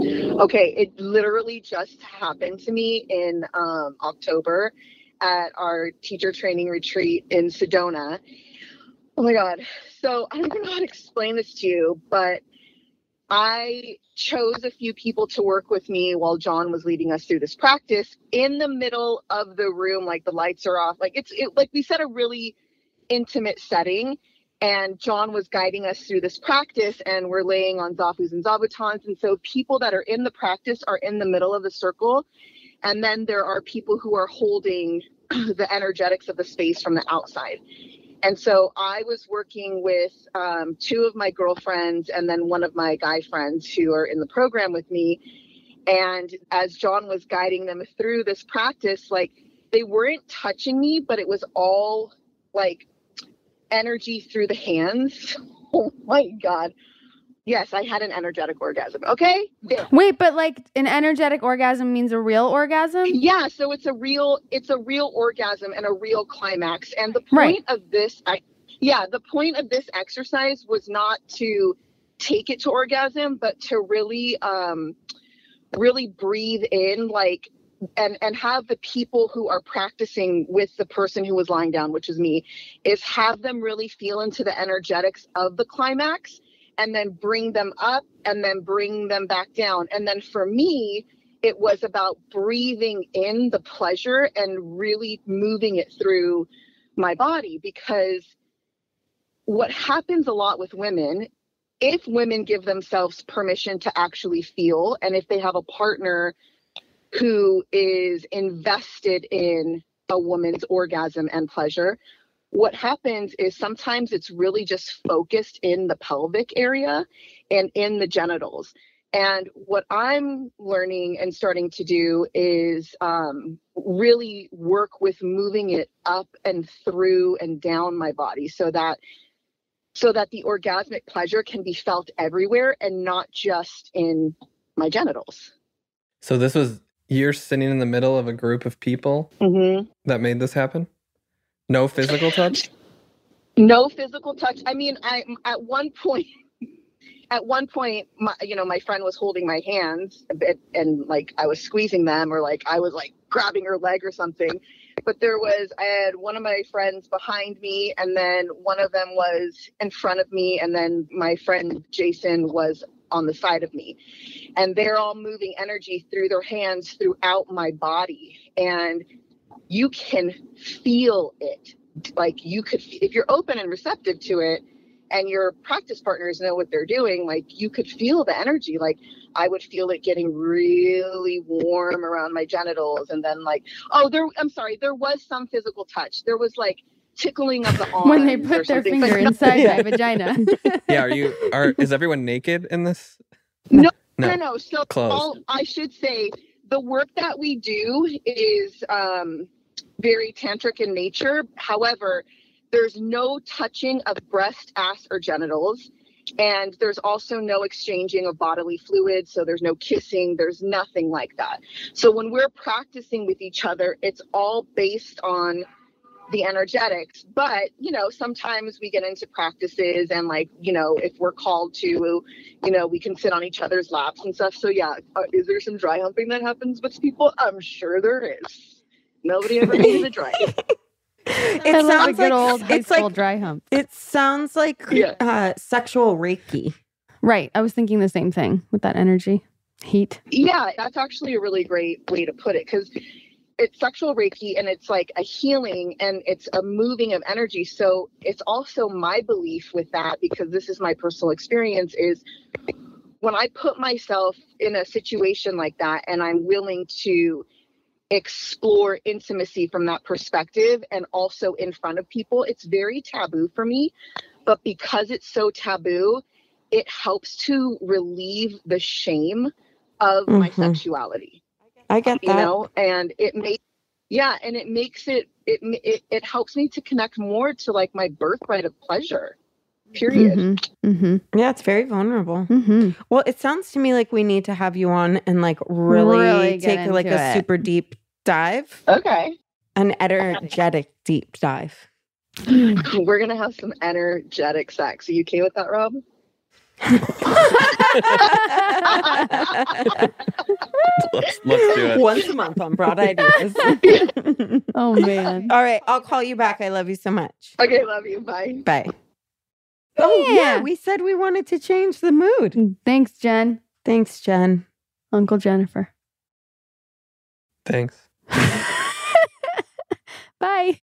Okay, it literally just happened to me in um, October at our teacher training retreat in Sedona. Oh my God. So I don't even know how to explain this to you, but I chose a few people to work with me while John was leading us through this practice in the middle of the room, like the lights are off. Like it's it, like we set a really intimate setting and John was guiding us through this practice, and we're laying on zafus and zabutons. And so, people that are in the practice are in the middle of the circle, and then there are people who are holding the energetics of the space from the outside. And so, I was working with um, two of my girlfriends and then one of my guy friends who are in the program with me. And as John was guiding them through this practice, like they weren't touching me, but it was all like energy through the hands. Oh my God. Yes, I had an energetic orgasm. Okay. There. Wait, but like an energetic orgasm means a real orgasm? Yeah, so it's a real it's a real orgasm and a real climax. And the point Right. of this I, yeah, the point of this exercise was not to take it to orgasm, but to really um really breathe in like and and have the people who are practicing with the person who was lying down, which is me, is have them really feel into the energetics of the climax and then bring them up and then bring them back down. And then for me, it was about breathing in the pleasure and really moving it through my body because what happens a lot with women if women give themselves permission to actually feel and if they have a partner who is invested in a woman's orgasm and pleasure what happens is sometimes it's really just focused in the pelvic area and in the genitals and what I'm learning and starting to do is um, really work with moving it up and through and down my body so that so that the orgasmic pleasure can be felt everywhere and not just in my genitals. So this was you're sitting in the middle of a group of people Mm-hmm. that made this happen. No physical touch. No physical touch. I mean, I at one point at one point, my, you know, my friend was holding my hands a bit and like I was squeezing them or like I was like grabbing her leg or something. But there was, I had one of my friends behind me and then one of them was in front of me. And then my friend Jason was on the side of me. And they're all moving energy through their hands throughout my body. And you can feel it. Like you could, if you're open and receptive to it, and your practice partners know what they're doing, like you could feel the energy. Like I would feel it getting really warm around my genitals, and then like, oh, there. I'm sorry, there was some physical touch. There was like tickling of the arm when they put their finger inside my vagina. Yeah, are you are is everyone naked in this? No, No. no, no. no. So Closed. all I should say, the work that we do is um, very tantric in nature. However, there's no touching of breast, ass, or genitals. And there's also no exchanging of bodily fluids. So there's no kissing. There's nothing like that. So when we're practicing with each other, it's all based on the energetics. But, you know, sometimes we get into practices and, like, you know, if we're called to, you know, we can sit on each other's laps and stuff. So yeah, uh, is there some dry humping that happens with people? I'm sure there is. Nobody ever needed a dry. hump. I It love a sounds good like old high it's like- school dry hump. It sounds like Yeah. uh, sexual reiki. Right. I was thinking the same thing with that energy. Heat. Yeah, that's actually a really great way to put it because it's sexual reiki and it's like a healing and it's a moving of energy. So it's also my belief with that because this is my personal experience is when I put myself in a situation like that and I'm willing to explore intimacy from that perspective and also in front of people, it's very taboo for me. But because it's so taboo, it helps to relieve the shame of my Mhm. sexuality I get you that. know and it makes yeah and it makes it it, ma- it it helps me to connect more to like my birthright of pleasure period Mm-hmm. Mm-hmm. Yeah, it's very vulnerable. Mm-hmm. Well, it sounds to me like we need to have you on and like really, Really get take like into a it. super deep dive, okay an energetic deep dive. we're gonna have some energetic sex are you okay with that rob Let's let's do it. Once a month on broad ideas. Oh man. All right, I'll call you back. I love you so much. okay love you bye Bye. Oh yeah, Yeah. we said we wanted to change the mood. Thanks, Jen. Thanks, Jen. Uncle Jennifer. Thanks. Bye.